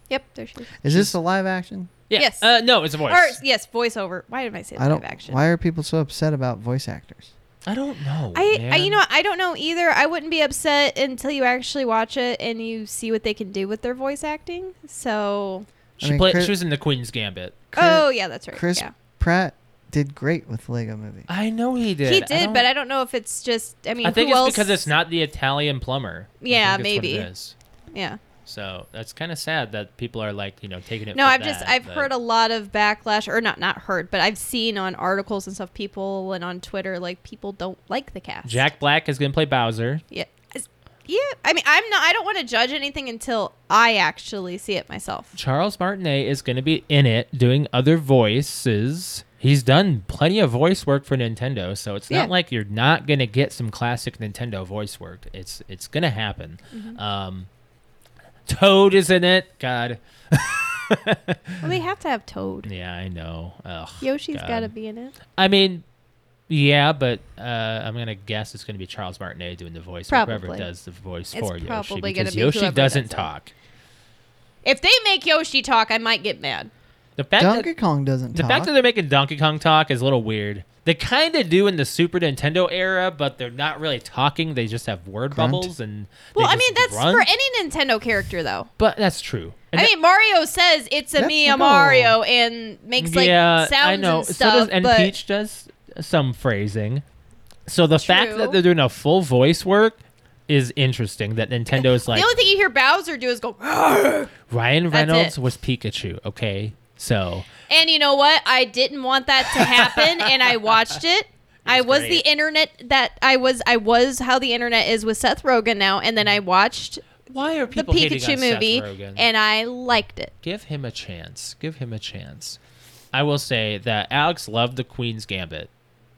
[SPEAKER 3] Yep, there she is.
[SPEAKER 1] Is this a live action?
[SPEAKER 2] yeah.
[SPEAKER 3] Yes.
[SPEAKER 2] Uh, no, it's a voice.
[SPEAKER 3] Or yes, voiceover. Why did I say
[SPEAKER 1] I
[SPEAKER 3] live
[SPEAKER 1] don't.
[SPEAKER 3] action?
[SPEAKER 1] Why are people so upset about voice actors?
[SPEAKER 2] I don't know.
[SPEAKER 3] I, I,
[SPEAKER 2] man.
[SPEAKER 3] you know, what? I don't know either. I wouldn't be upset until you actually watch it and you see what they can do with their voice acting. So,
[SPEAKER 2] she
[SPEAKER 1] I mean,
[SPEAKER 2] played.
[SPEAKER 1] Chris-
[SPEAKER 2] she was in the Queen's Gambit.
[SPEAKER 1] Chris-
[SPEAKER 3] oh yeah, that's right.
[SPEAKER 1] Chris
[SPEAKER 3] yeah,
[SPEAKER 1] Pratt did great with Lego Movie.
[SPEAKER 2] I know he did.
[SPEAKER 3] he did,
[SPEAKER 2] don't-
[SPEAKER 3] but I don't know if it's just. I mean,
[SPEAKER 2] I think
[SPEAKER 3] who
[SPEAKER 2] it's
[SPEAKER 3] else?
[SPEAKER 2] because it's not the Italian plumber. I
[SPEAKER 3] Yeah,
[SPEAKER 2] think it's what it
[SPEAKER 3] maybe.
[SPEAKER 2] is.
[SPEAKER 3] Yeah.
[SPEAKER 2] So that's kind of sad that people are like, you know, taking it.
[SPEAKER 3] No,
[SPEAKER 2] for
[SPEAKER 3] I've just
[SPEAKER 2] that,
[SPEAKER 3] I've
[SPEAKER 2] but-
[SPEAKER 3] heard a lot of backlash, or not not heard, but I've seen on articles and stuff, people and on Twitter like people don't like the cast.
[SPEAKER 2] Jack Black is gonna play Bowser.
[SPEAKER 3] Yeah. Is- Yeah. I mean, I'm not. I don't want to judge anything until I actually see it myself.
[SPEAKER 2] Charles Martinet is going to be in it doing other voices. He's done plenty of voice work for Nintendo, so it's
[SPEAKER 3] Yeah.
[SPEAKER 2] not like you're not going to get some classic Nintendo voice work. It's it's going to happen.
[SPEAKER 3] Mm-hmm.
[SPEAKER 2] Um, Toad is in it. God,
[SPEAKER 3] Well, they have to have Toad.
[SPEAKER 2] yeah, I know. Ugh,
[SPEAKER 3] Yoshi's
[SPEAKER 2] God.
[SPEAKER 3] got to be in it.
[SPEAKER 2] I mean, yeah, but uh, I'm going to guess it's going to be Charles Martinet doing the voice. or Whoever
[SPEAKER 3] Probably.
[SPEAKER 2] does the voice
[SPEAKER 3] It's
[SPEAKER 2] for Yoshi,
[SPEAKER 3] probably gonna
[SPEAKER 2] because
[SPEAKER 3] be
[SPEAKER 2] Yoshi
[SPEAKER 3] whoever
[SPEAKER 2] doesn't
[SPEAKER 3] does it.
[SPEAKER 2] talk.
[SPEAKER 3] If they make Yoshi talk, I might get mad.
[SPEAKER 2] The fact that-
[SPEAKER 1] Donkey Kong doesn't
[SPEAKER 2] The
[SPEAKER 1] talk.
[SPEAKER 2] fact that they're making Donkey Kong talk is a little weird. They kind of do in the Super Nintendo era, but they're not really talking. They just have word
[SPEAKER 1] Grunt.
[SPEAKER 2] bubbles and they
[SPEAKER 3] Well, I
[SPEAKER 2] just
[SPEAKER 3] mean, that's
[SPEAKER 2] grunt.
[SPEAKER 3] for any Nintendo character, though.
[SPEAKER 2] but that's true. And
[SPEAKER 3] I
[SPEAKER 2] that-
[SPEAKER 3] mean, Mario says it's a
[SPEAKER 1] That's
[SPEAKER 3] me,
[SPEAKER 1] the
[SPEAKER 3] a
[SPEAKER 1] goal.
[SPEAKER 3] Mario, and makes like
[SPEAKER 2] yeah,
[SPEAKER 3] sounds
[SPEAKER 2] I know.
[SPEAKER 3] and stuff.
[SPEAKER 2] so does and
[SPEAKER 3] but
[SPEAKER 2] Peach does some phrasing. So the fact that
[SPEAKER 3] True.
[SPEAKER 2] they're doing a full voice work is interesting. That Nintendo's
[SPEAKER 3] the
[SPEAKER 2] like
[SPEAKER 3] only thing you hear Bowser do is go.
[SPEAKER 2] Ryan
[SPEAKER 3] That's
[SPEAKER 2] Reynolds
[SPEAKER 3] it.
[SPEAKER 2] was Pikachu. Okay, so
[SPEAKER 3] And you know what? I didn't want that to happen, and I
[SPEAKER 2] *laughs*
[SPEAKER 3] watched it. I
[SPEAKER 2] was
[SPEAKER 3] was
[SPEAKER 2] great.
[SPEAKER 3] the internet that I was. I was how the internet is with Seth Rogen now, and then I watched
[SPEAKER 2] why are
[SPEAKER 3] the
[SPEAKER 2] people hating
[SPEAKER 3] Pikachu
[SPEAKER 2] on Seth
[SPEAKER 3] movie,
[SPEAKER 2] Rogen?
[SPEAKER 3] and I liked it.
[SPEAKER 2] give him a chance. Give him a chance. I will say that Alex loved the Queen's Gambit.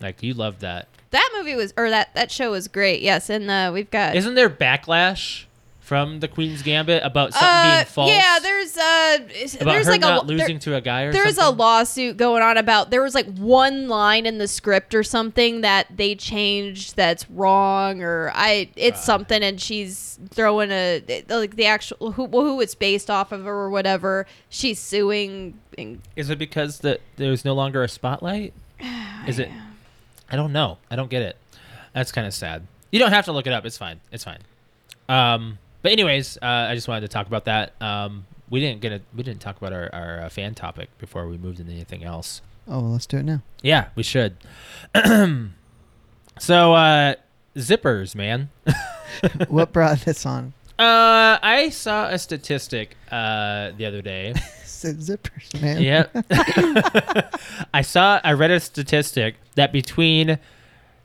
[SPEAKER 2] Like you loved that.
[SPEAKER 3] That movie was, or that that show was great. Yes, and uh, we've got
[SPEAKER 2] Isn't there backlash from the Queen's Gambit about something
[SPEAKER 3] uh,
[SPEAKER 2] being false?
[SPEAKER 3] Yeah, there's uh, is-
[SPEAKER 2] about
[SPEAKER 3] there's
[SPEAKER 2] her
[SPEAKER 3] like
[SPEAKER 2] not
[SPEAKER 3] a
[SPEAKER 2] losing
[SPEAKER 3] there-
[SPEAKER 2] to a guy or
[SPEAKER 3] there's a
[SPEAKER 2] something?
[SPEAKER 3] lawsuit going on about there was like one line in the script or something that they changed that's wrong or I it's something and she's throwing a it- like the actual who who it's based off of or whatever she's suing and
[SPEAKER 2] Is it because that there's no longer a
[SPEAKER 3] *sighs*
[SPEAKER 2] spotlight? Is it? I don't know. I don't get it. That's kind of sad. You don't have to look it up. It's fine. It's fine. Um, but anyways, uh, I just wanted to talk about that. Um, we didn't get a, we didn't talk about our, our uh, fan topic before we moved into anything else.
[SPEAKER 1] oh, well, let's do
[SPEAKER 2] *laughs*
[SPEAKER 1] it now.
[SPEAKER 2] Yeah, we should. *clears throat* so uh zippers, man.
[SPEAKER 1] what brought this on? *laughs*
[SPEAKER 2] Uh I saw a statistic uh the other day. *laughs*
[SPEAKER 1] Said zippers, man.
[SPEAKER 2] yep. *laughs* I saw I read a statistic that between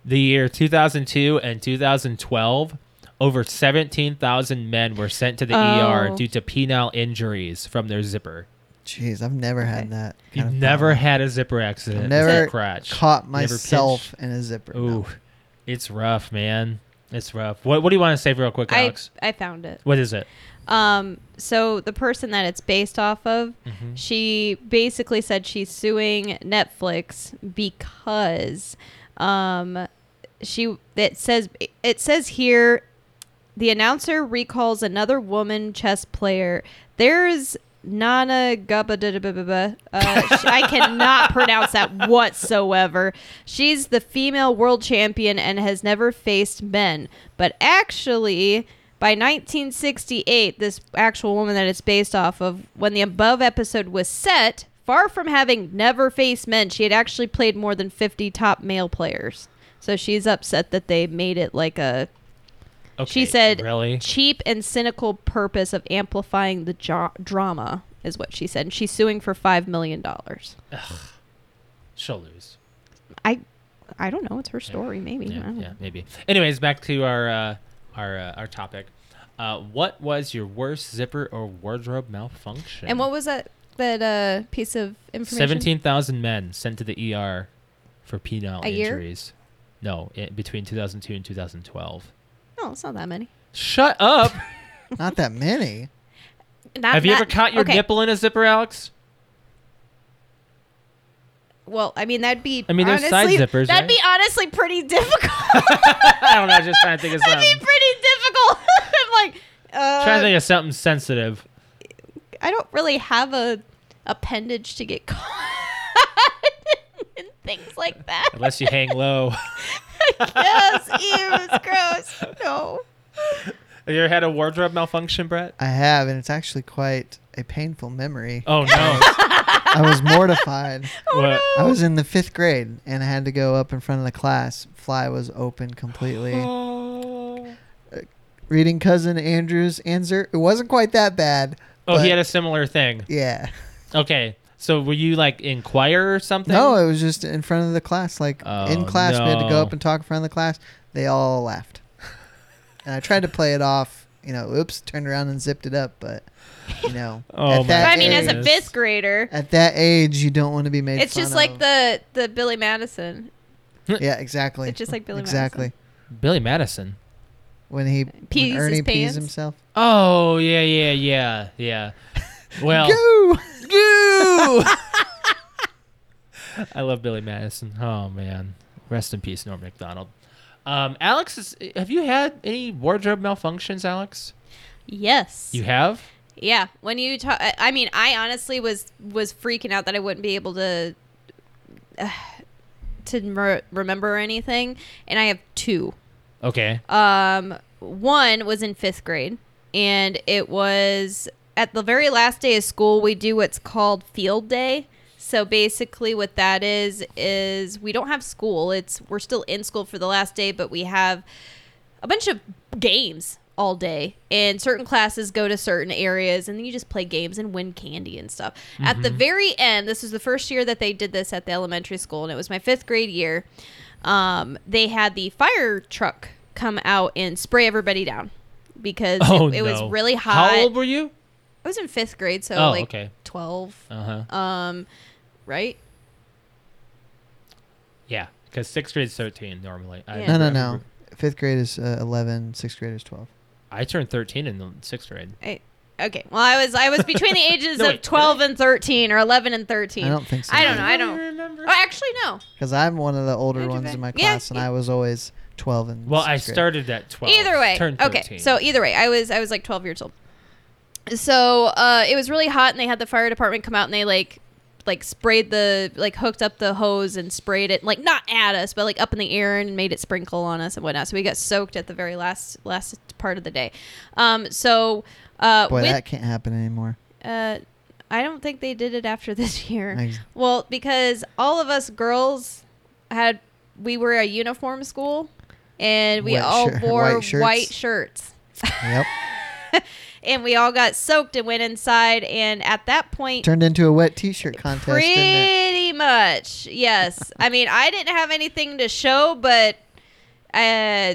[SPEAKER 2] the year 2002 and 2012 over 17,000 men were sent to the ER
[SPEAKER 3] Oh.
[SPEAKER 2] due to penile injuries from their zipper.
[SPEAKER 1] Jeez, I've never
[SPEAKER 3] Okay.
[SPEAKER 1] had that. kind
[SPEAKER 2] You've
[SPEAKER 1] of
[SPEAKER 2] never
[SPEAKER 1] problem.
[SPEAKER 2] had a zipper accident. with your
[SPEAKER 1] I've never
[SPEAKER 2] crotch.
[SPEAKER 1] caught
[SPEAKER 2] Never pinched?
[SPEAKER 1] myself in a zipper. no.
[SPEAKER 2] Ooh, it's rough, man. It's rough. What What do you want to say real quick,
[SPEAKER 3] I
[SPEAKER 2] Alex?
[SPEAKER 3] I found it.
[SPEAKER 2] what is it?
[SPEAKER 3] Um, so the person that it's based off of,
[SPEAKER 2] Mm-hmm.
[SPEAKER 3] she basically said she's suing Netflix because, um, she it says it says here, the announcer recalls another woman chess player. There's Nana Gubba da da ba ba ba. Uh, sh- I cannot pronounce that whatsoever. She's the female world champion and has never faced men. But actually, by 1968, this actual woman that it's based off of, when the above episode was set, far from having never faced men, she had actually played more than 50 top male players. So she's upset that they made it like a
[SPEAKER 2] Okay,
[SPEAKER 3] she said
[SPEAKER 2] really?
[SPEAKER 3] cheap and cynical purpose of amplifying the jo- drama is what she said. And she's suing for 5 million dollars.
[SPEAKER 2] She'll lose.
[SPEAKER 3] I I don't know, it's her story maybe. I
[SPEAKER 2] Yeah,
[SPEAKER 3] don't
[SPEAKER 2] yeah,
[SPEAKER 3] know.
[SPEAKER 2] maybe. Anyways, back to our uh, our uh, our topic. Uh, what was your worst zipper or wardrobe malfunction?
[SPEAKER 3] And what was that that uh, piece of information?
[SPEAKER 2] Seventeen thousand men sent to the ER for penile
[SPEAKER 3] A year?
[SPEAKER 2] injuries. No, i between 2002 and 2012.
[SPEAKER 3] No, it's not that many.
[SPEAKER 2] Shut
[SPEAKER 3] *laughs*
[SPEAKER 2] up!
[SPEAKER 1] *laughs* Not that many.
[SPEAKER 3] Not-
[SPEAKER 2] Have you
[SPEAKER 3] not-
[SPEAKER 2] ever caught your
[SPEAKER 3] okay.
[SPEAKER 2] nipple in a zipper, Alex?
[SPEAKER 3] Well, I mean that'd be
[SPEAKER 2] I mean, there's
[SPEAKER 3] honestly,
[SPEAKER 2] side zippers,
[SPEAKER 3] That'd
[SPEAKER 2] right?
[SPEAKER 3] be
[SPEAKER 2] *laughs*
[SPEAKER 3] honestly pretty difficult.
[SPEAKER 2] I don't know. I'm just trying to think
[SPEAKER 3] *laughs*
[SPEAKER 2] of
[SPEAKER 3] that'd be
[SPEAKER 2] something.
[SPEAKER 3] pretty difficult. *laughs* I'm like uh,
[SPEAKER 2] trying to think of something sensitive.
[SPEAKER 3] I don't really have a appendage to get caught *laughs* and things like that.
[SPEAKER 2] Unless you hang low.
[SPEAKER 3] yes, ew, it's gross. No.
[SPEAKER 2] Have *laughs* you ever had a wardrobe malfunction, Brett?
[SPEAKER 1] I have, and it's actually quite a
[SPEAKER 2] *laughs*
[SPEAKER 1] painful memory.
[SPEAKER 2] Oh no!
[SPEAKER 1] I was mortified.
[SPEAKER 2] What? *laughs*
[SPEAKER 1] I was in the fifth grade, and I had to go up in front of the class. Fly was
[SPEAKER 2] *gasps*
[SPEAKER 1] open completely.
[SPEAKER 2] Oh,
[SPEAKER 1] Reading cousin Andrew's answer, it wasn't quite that bad.
[SPEAKER 2] Oh,
[SPEAKER 1] but
[SPEAKER 2] he had a similar thing.
[SPEAKER 1] yeah.
[SPEAKER 2] Okay, so were you like in choir or something?
[SPEAKER 1] No, it was just in front of the class. Like
[SPEAKER 2] Oh,
[SPEAKER 1] in class, we had to
[SPEAKER 2] no.
[SPEAKER 1] go up and talk in front of the class. They all laughed, and I tried to play it off. You know, oops, turned around and zipped it up, but
[SPEAKER 2] *laughs*
[SPEAKER 1] you know,
[SPEAKER 2] Oh, my
[SPEAKER 1] at
[SPEAKER 3] But
[SPEAKER 1] that
[SPEAKER 3] I mean, as a
[SPEAKER 2] is-
[SPEAKER 1] age,
[SPEAKER 3] fifth grader,
[SPEAKER 1] at that age, you don't want to be made.
[SPEAKER 3] it's just
[SPEAKER 1] fun
[SPEAKER 3] like
[SPEAKER 1] of.
[SPEAKER 3] the the Billy Madison.
[SPEAKER 1] yeah, exactly.
[SPEAKER 3] It's just like Billy
[SPEAKER 1] exactly
[SPEAKER 2] Billy Madison.
[SPEAKER 1] when he
[SPEAKER 3] Pees his
[SPEAKER 1] when Ernie
[SPEAKER 3] pants.
[SPEAKER 1] pees himself.
[SPEAKER 2] Oh yeah, yeah, yeah, *laughs* yeah. Well,
[SPEAKER 1] Go!
[SPEAKER 3] *laughs*
[SPEAKER 2] I love Billy Madison. Oh man, rest in peace, Norm Macdonald. Um, Alex, is, have you had any wardrobe malfunctions, Alex?
[SPEAKER 3] Yes.
[SPEAKER 2] You have?
[SPEAKER 3] yeah. When you talk, I I mean, I honestly was was freaking out that I wouldn't be able to *sighs* to mer- remember anything, and I have two.
[SPEAKER 2] Okay.
[SPEAKER 3] Um, one was in fifth grade, and it was at the very last day of school. We do what's called field day. So basically, what that is is we don't have school. It's we're still in school for the last day, but we have a bunch of games all day and certain classes go to certain areas and then you just play games and win candy and stuff at
[SPEAKER 2] Mm-hmm.
[SPEAKER 3] the very end this was the first year that they did this at the elementary school and it was my fifth grade year um, they had the fire truck come out and spray everybody down because
[SPEAKER 2] Oh
[SPEAKER 3] it, it
[SPEAKER 2] no.
[SPEAKER 3] was really hot
[SPEAKER 2] How old were you?
[SPEAKER 3] i was in fifth grade so
[SPEAKER 2] Oh,
[SPEAKER 3] like
[SPEAKER 2] okay.
[SPEAKER 3] 12
[SPEAKER 2] Uh huh.
[SPEAKER 3] um, right
[SPEAKER 2] Yeah, because sixth grade's thirteen normally. I
[SPEAKER 3] Yeah.
[SPEAKER 1] No, no, no.
[SPEAKER 2] remember-
[SPEAKER 1] Fifth grade is uh, 11. Sixth grade is 12.
[SPEAKER 2] I turned thirteen in the sixth grade.
[SPEAKER 3] I, okay well i was i was
[SPEAKER 2] *laughs*
[SPEAKER 3] between the ages
[SPEAKER 2] No,
[SPEAKER 3] of
[SPEAKER 2] wait,
[SPEAKER 3] 12 and 13 or 11 and 13
[SPEAKER 1] I don't think so.
[SPEAKER 3] I don't know. I
[SPEAKER 2] remember.
[SPEAKER 3] oh, actually no
[SPEAKER 1] Because I'm one of the older
[SPEAKER 3] Andrew
[SPEAKER 1] ones
[SPEAKER 3] Van-
[SPEAKER 1] in my
[SPEAKER 3] Yeah,
[SPEAKER 1] class, and
[SPEAKER 3] yeah.
[SPEAKER 1] I was always 12 and
[SPEAKER 2] Well, I
[SPEAKER 1] sixth grade.
[SPEAKER 2] started at twelve.
[SPEAKER 3] Either way,
[SPEAKER 2] turned
[SPEAKER 3] okay.
[SPEAKER 2] 13.
[SPEAKER 3] So either way, I was I was like 12 years old. So uh, it was really hot, and they had the fire department come out, and they like like sprayed the like hooked up the hose and sprayed it like not at us, but like up in the air and made it sprinkle on us and whatnot. So we got soaked at the very last last part of the day. Um, so uh,
[SPEAKER 1] Boy,
[SPEAKER 3] with,
[SPEAKER 1] that can't happen anymore.
[SPEAKER 3] uh, I don't think they did it after *laughs* this year.
[SPEAKER 1] I-
[SPEAKER 3] Well, because all of us girls had we were a uniform school and we
[SPEAKER 1] White
[SPEAKER 3] all
[SPEAKER 1] shirt-
[SPEAKER 3] wore
[SPEAKER 1] white shirts.
[SPEAKER 3] white shirts.
[SPEAKER 1] Yep.
[SPEAKER 3] And we all got soaked and went inside and at that point
[SPEAKER 1] Turned into a wet T-shirt contest. didn't it?
[SPEAKER 3] pretty much. Yes. I mean, I didn't have anything to show but uh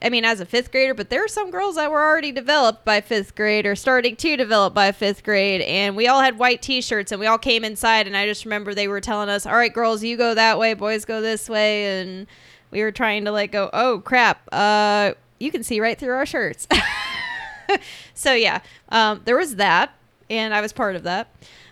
[SPEAKER 3] I mean, as a fifth grader, but there are some girls that were already developed by fifth grade or starting to develop by fifth grade. And we all had white t shirts and we all came inside. And I just remember they were telling us, all right, girls, you go that way, boys go this way. And we were trying to like go, oh, crap. Uh, you can see right through our shirts. *laughs* so, yeah, um, there was that. And I was part of that.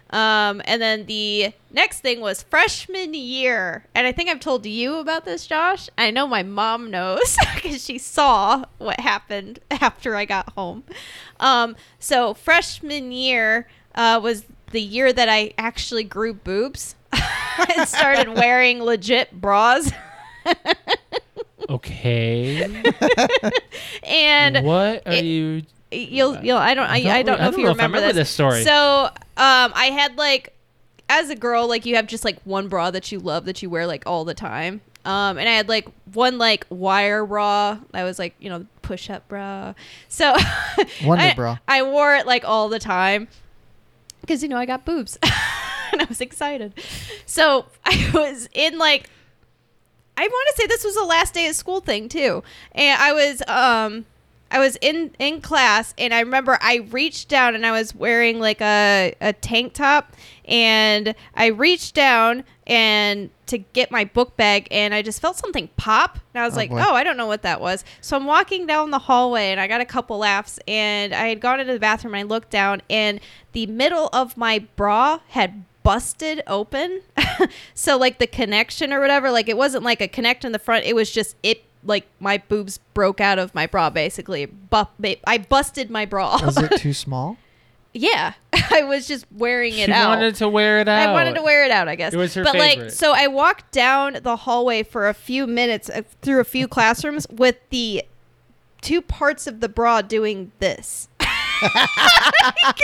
[SPEAKER 3] Um, and then the next thing was freshman year. And I think I've told you about this, Josh. I know my mom knows *laughs* because she saw what happened after I got home. Um, so, freshman year, uh, was the year that I actually grew boobs *laughs* and started wearing legit bras. *laughs*
[SPEAKER 2] Okay.
[SPEAKER 3] And
[SPEAKER 2] what are
[SPEAKER 3] it-
[SPEAKER 2] you?
[SPEAKER 3] you'll you'll I don't I, I don't
[SPEAKER 2] re-
[SPEAKER 3] know if you
[SPEAKER 2] I
[SPEAKER 3] remember,
[SPEAKER 2] remember
[SPEAKER 3] this.
[SPEAKER 2] this story.
[SPEAKER 3] So um I had like as a girl like you have just like one bra that you love that you wear like all the time. Um and I had like one like wire bra that was like, you know, push up bra. So *laughs*
[SPEAKER 1] Wonder
[SPEAKER 3] I-
[SPEAKER 1] bra.
[SPEAKER 3] I wore it like all the time because you know I got boobs *laughs* and I was excited. So *laughs* I was in like I want to say this was the last day of school thing too, and I was um I was in in class and I remember I reached down and I was wearing like a a tank top and I reached down and to get my book bag and I just felt something pop and I was
[SPEAKER 1] Oh,
[SPEAKER 3] like
[SPEAKER 1] boy.
[SPEAKER 3] oh I don't know what that was so I'm walking down the hallway and I got a couple laughs and I had gone into the bathroom and I looked down and the middle of my bra had busted open. *laughs* so like the connection or whatever, like it wasn't like a connect in the front. It was just it like my boobs broke out of my bra basically. Bu- ba- I busted my bra.
[SPEAKER 1] Was it too small?
[SPEAKER 3] *laughs* yeah, *laughs* I was just wearing it
[SPEAKER 2] she
[SPEAKER 3] out.
[SPEAKER 2] wanted to wear it out.
[SPEAKER 3] I wanted to wear it out, I guess.
[SPEAKER 2] Oh. It was her
[SPEAKER 3] but like,
[SPEAKER 2] favorite.
[SPEAKER 3] so I walked down the hallway for a few minutes uh, through a few classrooms with the two parts of the bra doing this, *laughs* like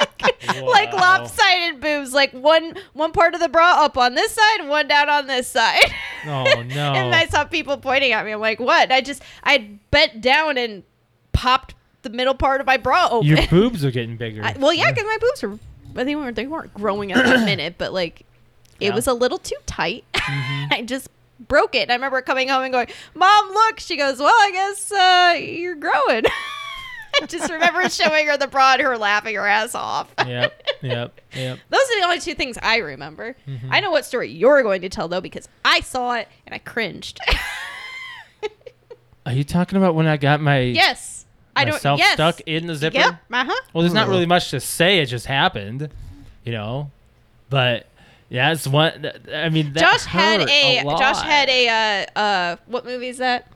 [SPEAKER 2] Wow.
[SPEAKER 3] lopsided boobs, like one one part of the bra up on this side and one down on this side.
[SPEAKER 2] *laughs*
[SPEAKER 3] *laughs*
[SPEAKER 2] Oh no.
[SPEAKER 3] and I saw people pointing at me. I'm like, what? I just I bent down and popped the middle part of my bra open.
[SPEAKER 2] Your boobs are getting bigger.
[SPEAKER 3] I, well, yeah, because my boobs were. I think weren't they weren't growing
[SPEAKER 2] *coughs*
[SPEAKER 3] at that minute, but like, it
[SPEAKER 2] Yeah. Mm-hmm.
[SPEAKER 3] was a little too tight. *laughs* I just broke it. And I remember coming home and going, "Mom, look." She goes, "Well, I guess uh, you're growing." *laughs* I just
[SPEAKER 2] *laughs*
[SPEAKER 3] remember showing her the bra and her laughing her ass off.
[SPEAKER 2] Yep. Yep. Mm-hmm. Yep.
[SPEAKER 3] *laughs* Those are the only two things I remember. I know what story you're going to tell though because I saw it and I cringed. *laughs*
[SPEAKER 2] Are you talking about when I got my
[SPEAKER 3] yes, I don't.
[SPEAKER 2] myself
[SPEAKER 3] Yes,
[SPEAKER 2] stuck in the zipper?
[SPEAKER 3] Yep. Uh huh.
[SPEAKER 2] Well, there's not
[SPEAKER 1] Ugh.
[SPEAKER 2] really much to say. It just happened, you know. But yeah, it's one. th- I mean, that
[SPEAKER 3] Josh had
[SPEAKER 2] hurt
[SPEAKER 3] a,
[SPEAKER 2] lot.
[SPEAKER 3] Josh had a uh uh what movie is that?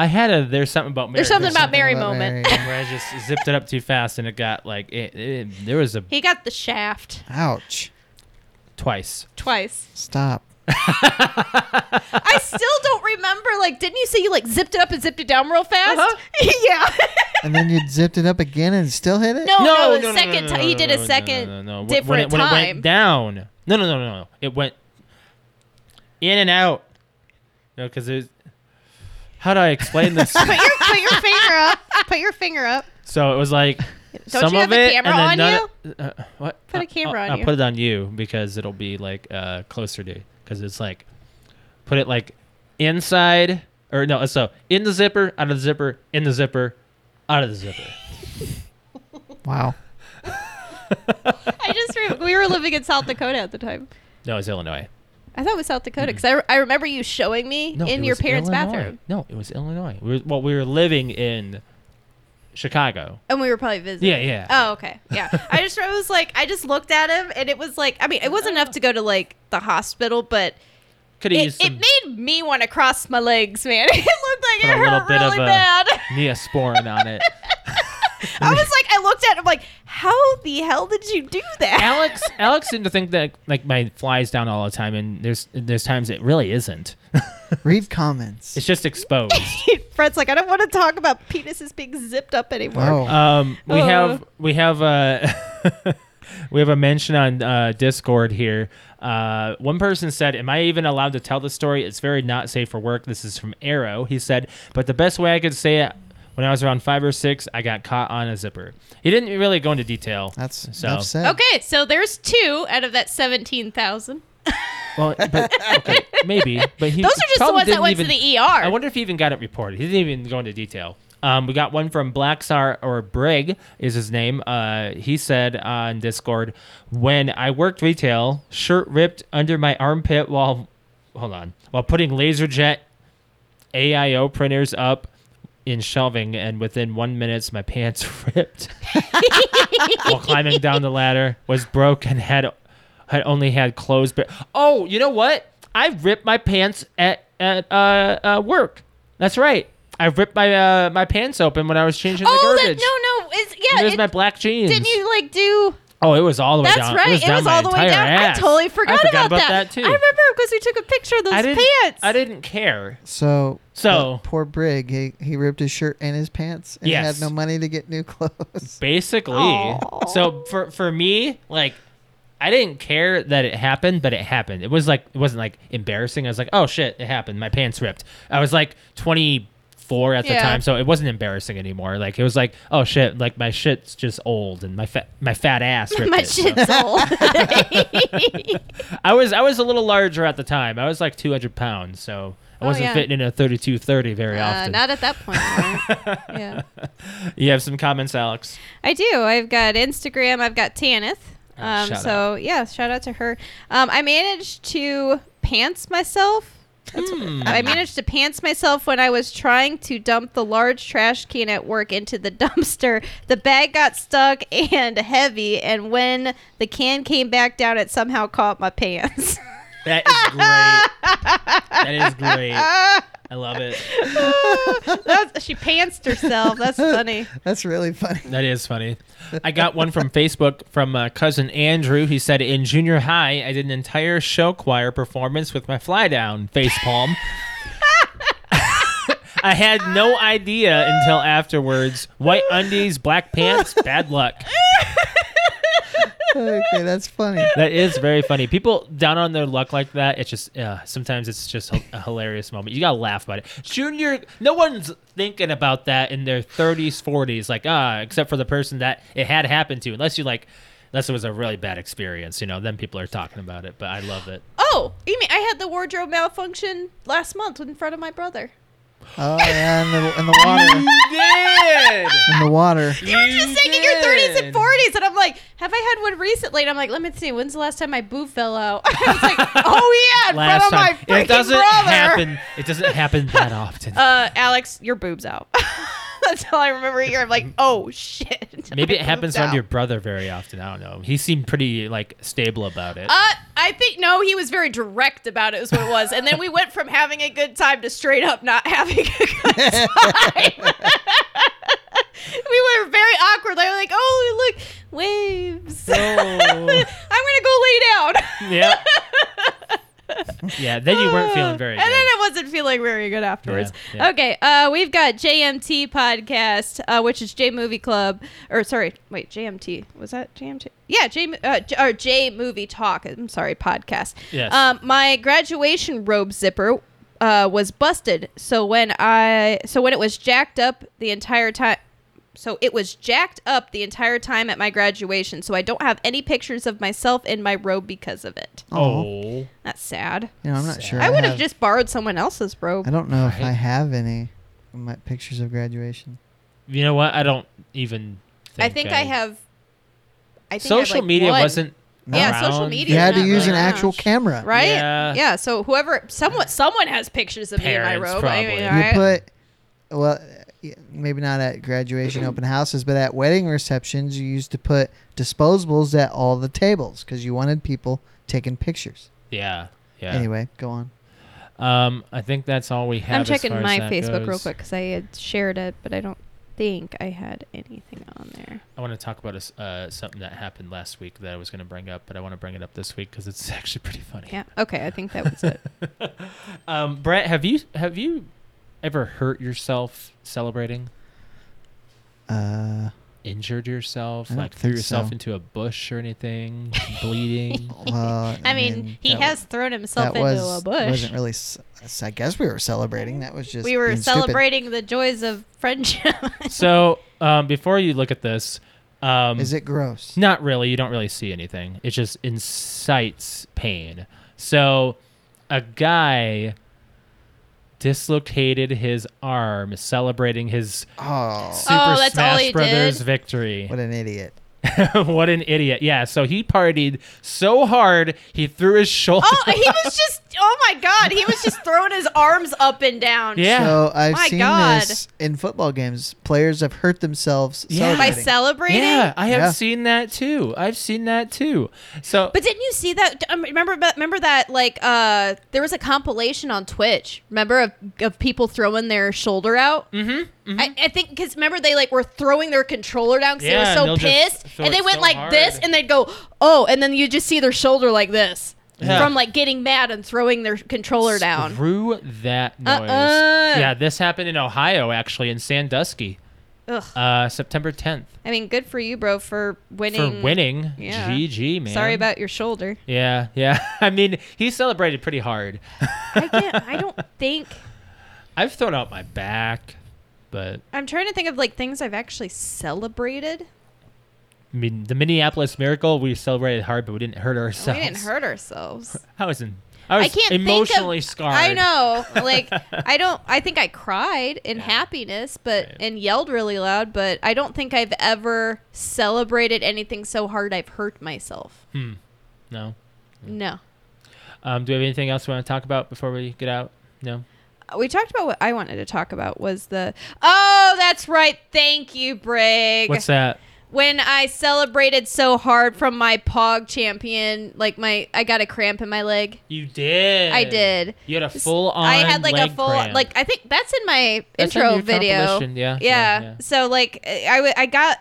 [SPEAKER 2] I had a. There's something about Mary.
[SPEAKER 3] There's something about Mary
[SPEAKER 1] about
[SPEAKER 3] moment.
[SPEAKER 2] *laughs*
[SPEAKER 1] Mary.
[SPEAKER 2] where I just zipped it up too fast and it got like it, it- there was a
[SPEAKER 3] He got the shaft
[SPEAKER 1] Ouch.
[SPEAKER 3] *laughs*
[SPEAKER 2] twice. *laughs*
[SPEAKER 3] twice.
[SPEAKER 1] Stop.
[SPEAKER 3] Oh, I still don't remember. Like, didn't you say you like zipped it up and zipped it down real fast?
[SPEAKER 2] Uh-huh.
[SPEAKER 3] *laughs* yeah.
[SPEAKER 1] *laughs* And then you zipped it up again and still hit it?
[SPEAKER 3] no, no, the
[SPEAKER 2] no, no,
[SPEAKER 3] second
[SPEAKER 2] no,
[SPEAKER 3] time
[SPEAKER 2] no,
[SPEAKER 3] he did
[SPEAKER 2] no,
[SPEAKER 3] a
[SPEAKER 2] no,
[SPEAKER 3] second
[SPEAKER 2] no, no, no. When-
[SPEAKER 3] different
[SPEAKER 2] when it, when
[SPEAKER 3] time.
[SPEAKER 2] It went down. No, no, no, no, no. It went in and out. No, because there's. How do I explain
[SPEAKER 3] *laughs*
[SPEAKER 2] this?
[SPEAKER 3] put your put your finger up. Put your finger up.
[SPEAKER 2] so it was like
[SPEAKER 3] Don't
[SPEAKER 2] some
[SPEAKER 3] you
[SPEAKER 2] of
[SPEAKER 3] have a
[SPEAKER 2] it,
[SPEAKER 3] camera on
[SPEAKER 2] and then
[SPEAKER 3] you?
[SPEAKER 2] none of- uh, what?
[SPEAKER 3] Put
[SPEAKER 2] *laughs*
[SPEAKER 3] a
[SPEAKER 2] I'll-
[SPEAKER 3] camera
[SPEAKER 2] I'll,
[SPEAKER 3] on
[SPEAKER 2] I'll
[SPEAKER 3] you.
[SPEAKER 2] put it on you because it'll be like uh, closer to because it's like put it like inside or no so in the zipper out of the zipper in the zipper out of the zipper.
[SPEAKER 1] Wow.
[SPEAKER 3] *laughs* I *laughs* just re- we were living in South Dakota at the time.
[SPEAKER 2] No, it's Illinois.
[SPEAKER 3] I thought it was South Dakota because I, re- I remember you showing me
[SPEAKER 2] Mm-hmm. No,
[SPEAKER 3] in
[SPEAKER 2] it
[SPEAKER 3] your
[SPEAKER 2] was
[SPEAKER 3] parents'
[SPEAKER 2] Illinois.
[SPEAKER 3] bathroom,
[SPEAKER 2] No, it was Illinois. We were, well, we were living in Chicago.
[SPEAKER 3] and we were probably visiting.
[SPEAKER 2] Yeah, yeah.
[SPEAKER 3] Oh, okay, yeah. I just remember it was like I just looked at him, and it was like I mean it wasn't enough to go to like the hospital, but
[SPEAKER 2] Could have
[SPEAKER 3] It,
[SPEAKER 2] used
[SPEAKER 3] it
[SPEAKER 2] some
[SPEAKER 3] made me want to cross my legs, man. *laughs* It looked like
[SPEAKER 2] Put a
[SPEAKER 3] it
[SPEAKER 2] little
[SPEAKER 3] hurt
[SPEAKER 2] bit of
[SPEAKER 3] really
[SPEAKER 2] a-
[SPEAKER 3] bad.
[SPEAKER 2] Neosporin on it.
[SPEAKER 3] *laughs* I was like, I looked at it, I'm like, how the hell did you do that? *laughs*
[SPEAKER 2] Alex, Alex seemed to think that like my flies down all the time, and there's there's times it really isn't. *laughs*
[SPEAKER 1] Read comments.
[SPEAKER 2] It's just exposed.
[SPEAKER 3] Fred's like, I don't want to talk about penises being zipped up anymore.
[SPEAKER 1] Oh.
[SPEAKER 2] Um, we
[SPEAKER 3] Uh.
[SPEAKER 2] have we have uh, we have a *laughs* mention on uh, Discord here. Uh, one person said, "Am I even allowed to tell the story? It's very not safe for work." This is from Arrow. He said, "But the best way I could say it." When I was around five or six, I got caught on a zipper. He didn't really go into detail.
[SPEAKER 1] That's
[SPEAKER 2] So-
[SPEAKER 1] enough said.
[SPEAKER 3] Okay, so there's two out of that 17,000.
[SPEAKER 2] Well, but, okay, maybe. But he
[SPEAKER 3] Those are just the
[SPEAKER 2] probably
[SPEAKER 3] ones that
[SPEAKER 2] didn't
[SPEAKER 3] went
[SPEAKER 2] even-
[SPEAKER 3] to the ER.
[SPEAKER 2] I wonder if he even got it reported. He didn't even go into detail. Um, we got one from Blackstar or Brig is his name. Uh, he said on Discord, when I worked retail, shirt ripped under my armpit while, hold on, while putting LaserJet AIO printers up in shelving, and within one minutes my pants *laughs*
[SPEAKER 3] *laughs*
[SPEAKER 2] ripped while climbing down the ladder was broke and had had only had clothes. But oh, you know what? I ripped my pants at at uh, uh work. That's right. I ripped my uh, my pants open when I was changing the
[SPEAKER 3] oh, that,
[SPEAKER 2] garbage.
[SPEAKER 3] no, no. it's yeah.
[SPEAKER 2] There's
[SPEAKER 3] it-
[SPEAKER 2] my black jeans.
[SPEAKER 3] didn't you like do?
[SPEAKER 2] Oh, it was all the way
[SPEAKER 3] That's
[SPEAKER 2] down.
[SPEAKER 3] right. It was,
[SPEAKER 2] down my
[SPEAKER 3] all the way
[SPEAKER 2] entire
[SPEAKER 3] down.
[SPEAKER 2] ass.
[SPEAKER 3] I totally forgot,
[SPEAKER 2] forgot about that, too.
[SPEAKER 3] I remember because we took a picture of those
[SPEAKER 2] I didn't,
[SPEAKER 3] pants. *laughs*
[SPEAKER 2] I didn't care.
[SPEAKER 1] So
[SPEAKER 2] So-
[SPEAKER 1] but poor Brig, he, he ripped his shirt and his pants and he
[SPEAKER 2] Yes.
[SPEAKER 1] had no money to get new *laughs* clothes.
[SPEAKER 2] Basically.
[SPEAKER 3] Aw.
[SPEAKER 2] So for for me, like I didn't care that it happened, but it happened. It was like it wasn't like embarrassing. I was like, "Oh shit, it happened. My pants ripped." I was like 24 at the
[SPEAKER 3] Yeah.
[SPEAKER 2] time, so it wasn't embarrassing anymore. Like it was like, "Oh shit, like my shit's just old and my fat my fat ass ripped."
[SPEAKER 3] *laughs* My
[SPEAKER 2] it, so.
[SPEAKER 3] shit's old.
[SPEAKER 2] I was I was a little larger at the time. I was like 200 pounds, so I
[SPEAKER 3] Oh,
[SPEAKER 2] wasn't
[SPEAKER 3] yeah.
[SPEAKER 2] fitting in a 32 30 *laughs* very
[SPEAKER 3] Uh,
[SPEAKER 2] often.
[SPEAKER 3] not at that point. right?
[SPEAKER 2] *laughs*
[SPEAKER 3] yeah,
[SPEAKER 2] you have some comments, Alex.
[SPEAKER 3] I do. I've got Instagram. I've got Tanith.
[SPEAKER 2] Oh,
[SPEAKER 3] Um,
[SPEAKER 2] shout
[SPEAKER 3] so yeah, shout out to her. Um, I managed to pants myself. That's what-
[SPEAKER 2] Hmm.
[SPEAKER 3] I managed to pants myself when I was trying to dump the large trash can at work into the *laughs* dumpster. The bag got stuck and heavy, and when the can came back down, it somehow caught my pants. *laughs*
[SPEAKER 2] That is great. that is great. I love it.
[SPEAKER 3] That's, she pantsed
[SPEAKER 2] *laughs*
[SPEAKER 3] herself. That's funny.
[SPEAKER 1] That's really funny. *laughs*
[SPEAKER 2] That is funny. I got one from Facebook from uh, cousin Andrew. He said, "In junior high, I did an entire show choir performance with my fly down face palm. *laughs* I had no idea until afterwards. White undies, black pants, bad luck.
[SPEAKER 1] Okay, that's funny.
[SPEAKER 2] That is very funny. People down on their luck like that. It's just uh, sometimes it's just a, a hilarious moment. You gotta laugh about it. Junior, no one's thinking about that in their 30s, 40s, like ah, except for the person that it had happened to. Unless you like, unless it was a really bad experience, you know. Then people are talking about it. But I love it.
[SPEAKER 3] Oh, you mean I had the wardrobe malfunction last month in front of my brother.
[SPEAKER 1] Oh yeah, in the, in the water,
[SPEAKER 3] *laughs*
[SPEAKER 2] did.
[SPEAKER 1] in the water.
[SPEAKER 2] You
[SPEAKER 3] You're just saying in your 30s and 40s, and I'm like, have I had one recently? And I'm like, let me see, when's the last time my boob fell out? *laughs* I
[SPEAKER 2] *laughs*
[SPEAKER 3] was like, oh yeah, in
[SPEAKER 2] Last
[SPEAKER 3] front of
[SPEAKER 2] time,
[SPEAKER 3] my freaking
[SPEAKER 2] it doesn't
[SPEAKER 3] brother.
[SPEAKER 2] happen. It
[SPEAKER 3] *laughs*
[SPEAKER 2] doesn't happen that often.
[SPEAKER 3] Uh, Alex, your boob's out. *laughs* That's all I remember. Here, I'm like, oh shit. *laughs*
[SPEAKER 2] Maybe
[SPEAKER 3] my
[SPEAKER 2] it happens
[SPEAKER 3] boob's
[SPEAKER 2] around
[SPEAKER 3] out.
[SPEAKER 2] your brother very often. I don't know. He seemed pretty like stable about it.
[SPEAKER 3] Uh, I think no, he was very direct about it. Is what it was, and then we went from having a good time to straight up not having a good time. *laughs* we were very awkward. I was like, "Oh, look, waves! *laughs*
[SPEAKER 2] Oh.
[SPEAKER 3] I'm gonna go lay down."
[SPEAKER 2] yeah. Yeah, then you
[SPEAKER 3] *laughs*
[SPEAKER 2] weren't feeling very
[SPEAKER 3] Ah. And then
[SPEAKER 2] good.
[SPEAKER 3] I wasn't feeling very good afterwards.
[SPEAKER 2] Yeah, yeah.
[SPEAKER 3] Okay, uh, we've got JMT podcast, uh, which is J Movie Club, or sorry, wait, JMT was that JMT? Yeah, J uh, J- or J Movie Talk. I'm sorry, podcast.
[SPEAKER 2] Yes.
[SPEAKER 3] Um, my graduation robe zipper. Uh, was busted so when i so when it was jacked up the entire time so it was jacked up the entire time at my graduation so i don't have any pictures of myself in my robe because of it
[SPEAKER 2] Oh.
[SPEAKER 3] that's sad
[SPEAKER 1] You know, I'm not sure.
[SPEAKER 3] I would have
[SPEAKER 1] have-
[SPEAKER 3] just borrowed someone else's robe.
[SPEAKER 1] I don't know if
[SPEAKER 2] Right.
[SPEAKER 1] I have any of my pictures of graduation.
[SPEAKER 2] You know what? I don't even think
[SPEAKER 3] I think I, have. I think I have,
[SPEAKER 2] social
[SPEAKER 3] like,
[SPEAKER 2] media
[SPEAKER 3] one.
[SPEAKER 2] wasn't
[SPEAKER 3] Yeah, social
[SPEAKER 2] around.
[SPEAKER 3] media
[SPEAKER 1] You had to
[SPEAKER 3] not
[SPEAKER 1] use
[SPEAKER 3] really
[SPEAKER 1] an
[SPEAKER 3] much.
[SPEAKER 1] actual camera.
[SPEAKER 3] right.
[SPEAKER 2] Yeah.
[SPEAKER 3] Yeah. So whoever, someone, someone has pictures of me in my
[SPEAKER 2] Parents,
[SPEAKER 3] robe. I mean,
[SPEAKER 2] probably.
[SPEAKER 3] all
[SPEAKER 1] You
[SPEAKER 3] right.
[SPEAKER 1] put, well, yeah, maybe not at graduation open houses, but at wedding receptions, you used to put disposables at all the tables because you wanted people taking pictures.
[SPEAKER 2] Yeah. Yeah.
[SPEAKER 1] Anyway, go on.
[SPEAKER 2] Um I think that's all we have.
[SPEAKER 3] I'm
[SPEAKER 2] as
[SPEAKER 3] checking
[SPEAKER 2] far as
[SPEAKER 3] my
[SPEAKER 2] that
[SPEAKER 3] Facebook real
[SPEAKER 2] goes.
[SPEAKER 3] quick because I had shared it, but I don't think I had anything on there.
[SPEAKER 2] I want to talk about a s uh, something that happened last week that I was going to bring up, but I want to bring it up this week cuz it's *laughs* actually pretty funny.
[SPEAKER 3] Yeah. Okay. I think that
[SPEAKER 1] *laughs*
[SPEAKER 3] was it.
[SPEAKER 2] *laughs* Um Brett, have you have you ever hurt yourself celebrating?
[SPEAKER 3] *laughs*
[SPEAKER 1] Uh,
[SPEAKER 2] Injured yourself,
[SPEAKER 1] I don't
[SPEAKER 2] like threw
[SPEAKER 1] think
[SPEAKER 2] yourself
[SPEAKER 1] so.
[SPEAKER 2] into a bush or anything,
[SPEAKER 3] *laughs*
[SPEAKER 2] bleeding.
[SPEAKER 1] well,
[SPEAKER 3] I mean, he
[SPEAKER 1] that
[SPEAKER 3] has
[SPEAKER 1] wa-
[SPEAKER 3] thrown himself
[SPEAKER 1] that
[SPEAKER 3] into
[SPEAKER 1] was,
[SPEAKER 3] a bush.
[SPEAKER 1] Wasn't really. s- s- I guess we were celebrating. That was just.
[SPEAKER 3] we were
[SPEAKER 1] being stupid.
[SPEAKER 3] celebrating the joys of friendship.
[SPEAKER 2] so um, before you look at this, um,
[SPEAKER 1] Is it gross?
[SPEAKER 2] not really. You don't really see anything. It just incites pain. So a guy dislocated his arm celebrating his
[SPEAKER 1] Oh,
[SPEAKER 2] Super
[SPEAKER 3] Oh, that's all
[SPEAKER 2] Smash
[SPEAKER 3] he
[SPEAKER 2] Brothers
[SPEAKER 3] did?
[SPEAKER 2] victory. *laughs*
[SPEAKER 1] what an idiot!
[SPEAKER 2] what an idiot. Yeah, so he partied so hard he threw his shoulder.
[SPEAKER 3] oh, he was just oh my god, he was just throwing his arms up and down.
[SPEAKER 2] Yeah.
[SPEAKER 1] So I've
[SPEAKER 3] My
[SPEAKER 1] seen
[SPEAKER 3] God.
[SPEAKER 1] this in football games. Players have hurt themselves
[SPEAKER 2] Yeah.
[SPEAKER 3] By
[SPEAKER 1] celebrating.
[SPEAKER 2] *laughs*
[SPEAKER 3] celebrating.
[SPEAKER 2] Yeah, I have
[SPEAKER 1] Yeah.
[SPEAKER 2] seen that too. I've seen that too. So
[SPEAKER 3] But didn't you see that? um, Remember, but remember that like uh, there was a compilation on Twitch. Remember of, of people throwing their shoulder out. Mm-hmm. I, I think because remember they like were throwing their controller down because
[SPEAKER 2] Yeah, and
[SPEAKER 3] they
[SPEAKER 2] they'll
[SPEAKER 3] were so
[SPEAKER 2] just
[SPEAKER 3] pissed,
[SPEAKER 2] throw
[SPEAKER 3] and they
[SPEAKER 2] it
[SPEAKER 3] went
[SPEAKER 2] so
[SPEAKER 3] like this,
[SPEAKER 2] hard.
[SPEAKER 3] and they'd go oh, and then you just see their shoulder like this
[SPEAKER 2] Yeah.
[SPEAKER 3] from like getting mad and throwing their controller down.
[SPEAKER 2] Screw that noise.
[SPEAKER 3] Uh-uh.
[SPEAKER 2] Yeah, this happened in Ohio actually in Sandusky,
[SPEAKER 3] Ugh.
[SPEAKER 2] uh, September 10th.
[SPEAKER 3] I mean, good for you, bro, for winning.
[SPEAKER 2] For winning,
[SPEAKER 3] Yeah.
[SPEAKER 2] GG man.
[SPEAKER 3] Sorry about your shoulder.
[SPEAKER 2] Yeah, yeah. *laughs* I mean, he celebrated pretty hard.
[SPEAKER 3] I can't. I don't think.
[SPEAKER 2] I've thrown out my back, but
[SPEAKER 3] I'm trying to think of like things I've actually celebrated.
[SPEAKER 2] I mean, the Minneapolis miracle we celebrated hard, but we didn't hurt
[SPEAKER 3] We
[SPEAKER 2] ourselves.
[SPEAKER 3] didn't
[SPEAKER 2] *laughs*
[SPEAKER 3] hurt ourselves.
[SPEAKER 2] I was in. I was
[SPEAKER 3] I can't
[SPEAKER 2] emotionally
[SPEAKER 3] think of,
[SPEAKER 2] scarred.
[SPEAKER 3] I know.
[SPEAKER 2] *laughs*
[SPEAKER 3] Like I don't I think I cried in happiness but
[SPEAKER 2] Right.
[SPEAKER 3] and yelled really loud, but I don't think I've ever celebrated anything so hard I've hurt myself.
[SPEAKER 2] Hmm. No.
[SPEAKER 3] No.
[SPEAKER 2] Um, do we have anything else we want to talk about before we get out? No.
[SPEAKER 3] We talked about what I wanted to talk about was the Oh, that's right. Thank you, Brig.
[SPEAKER 2] What's that?
[SPEAKER 3] when I celebrated so hard from my pog champion, like my I got a cramp in my leg.
[SPEAKER 2] You did.
[SPEAKER 3] I did.
[SPEAKER 2] You had a full on.
[SPEAKER 3] I had like a full like I think that's in my
[SPEAKER 2] That's in
[SPEAKER 3] intro
[SPEAKER 2] your
[SPEAKER 3] video.
[SPEAKER 2] compilation, yeah,
[SPEAKER 3] yeah.
[SPEAKER 2] yeah, yeah.
[SPEAKER 3] So like I w- I got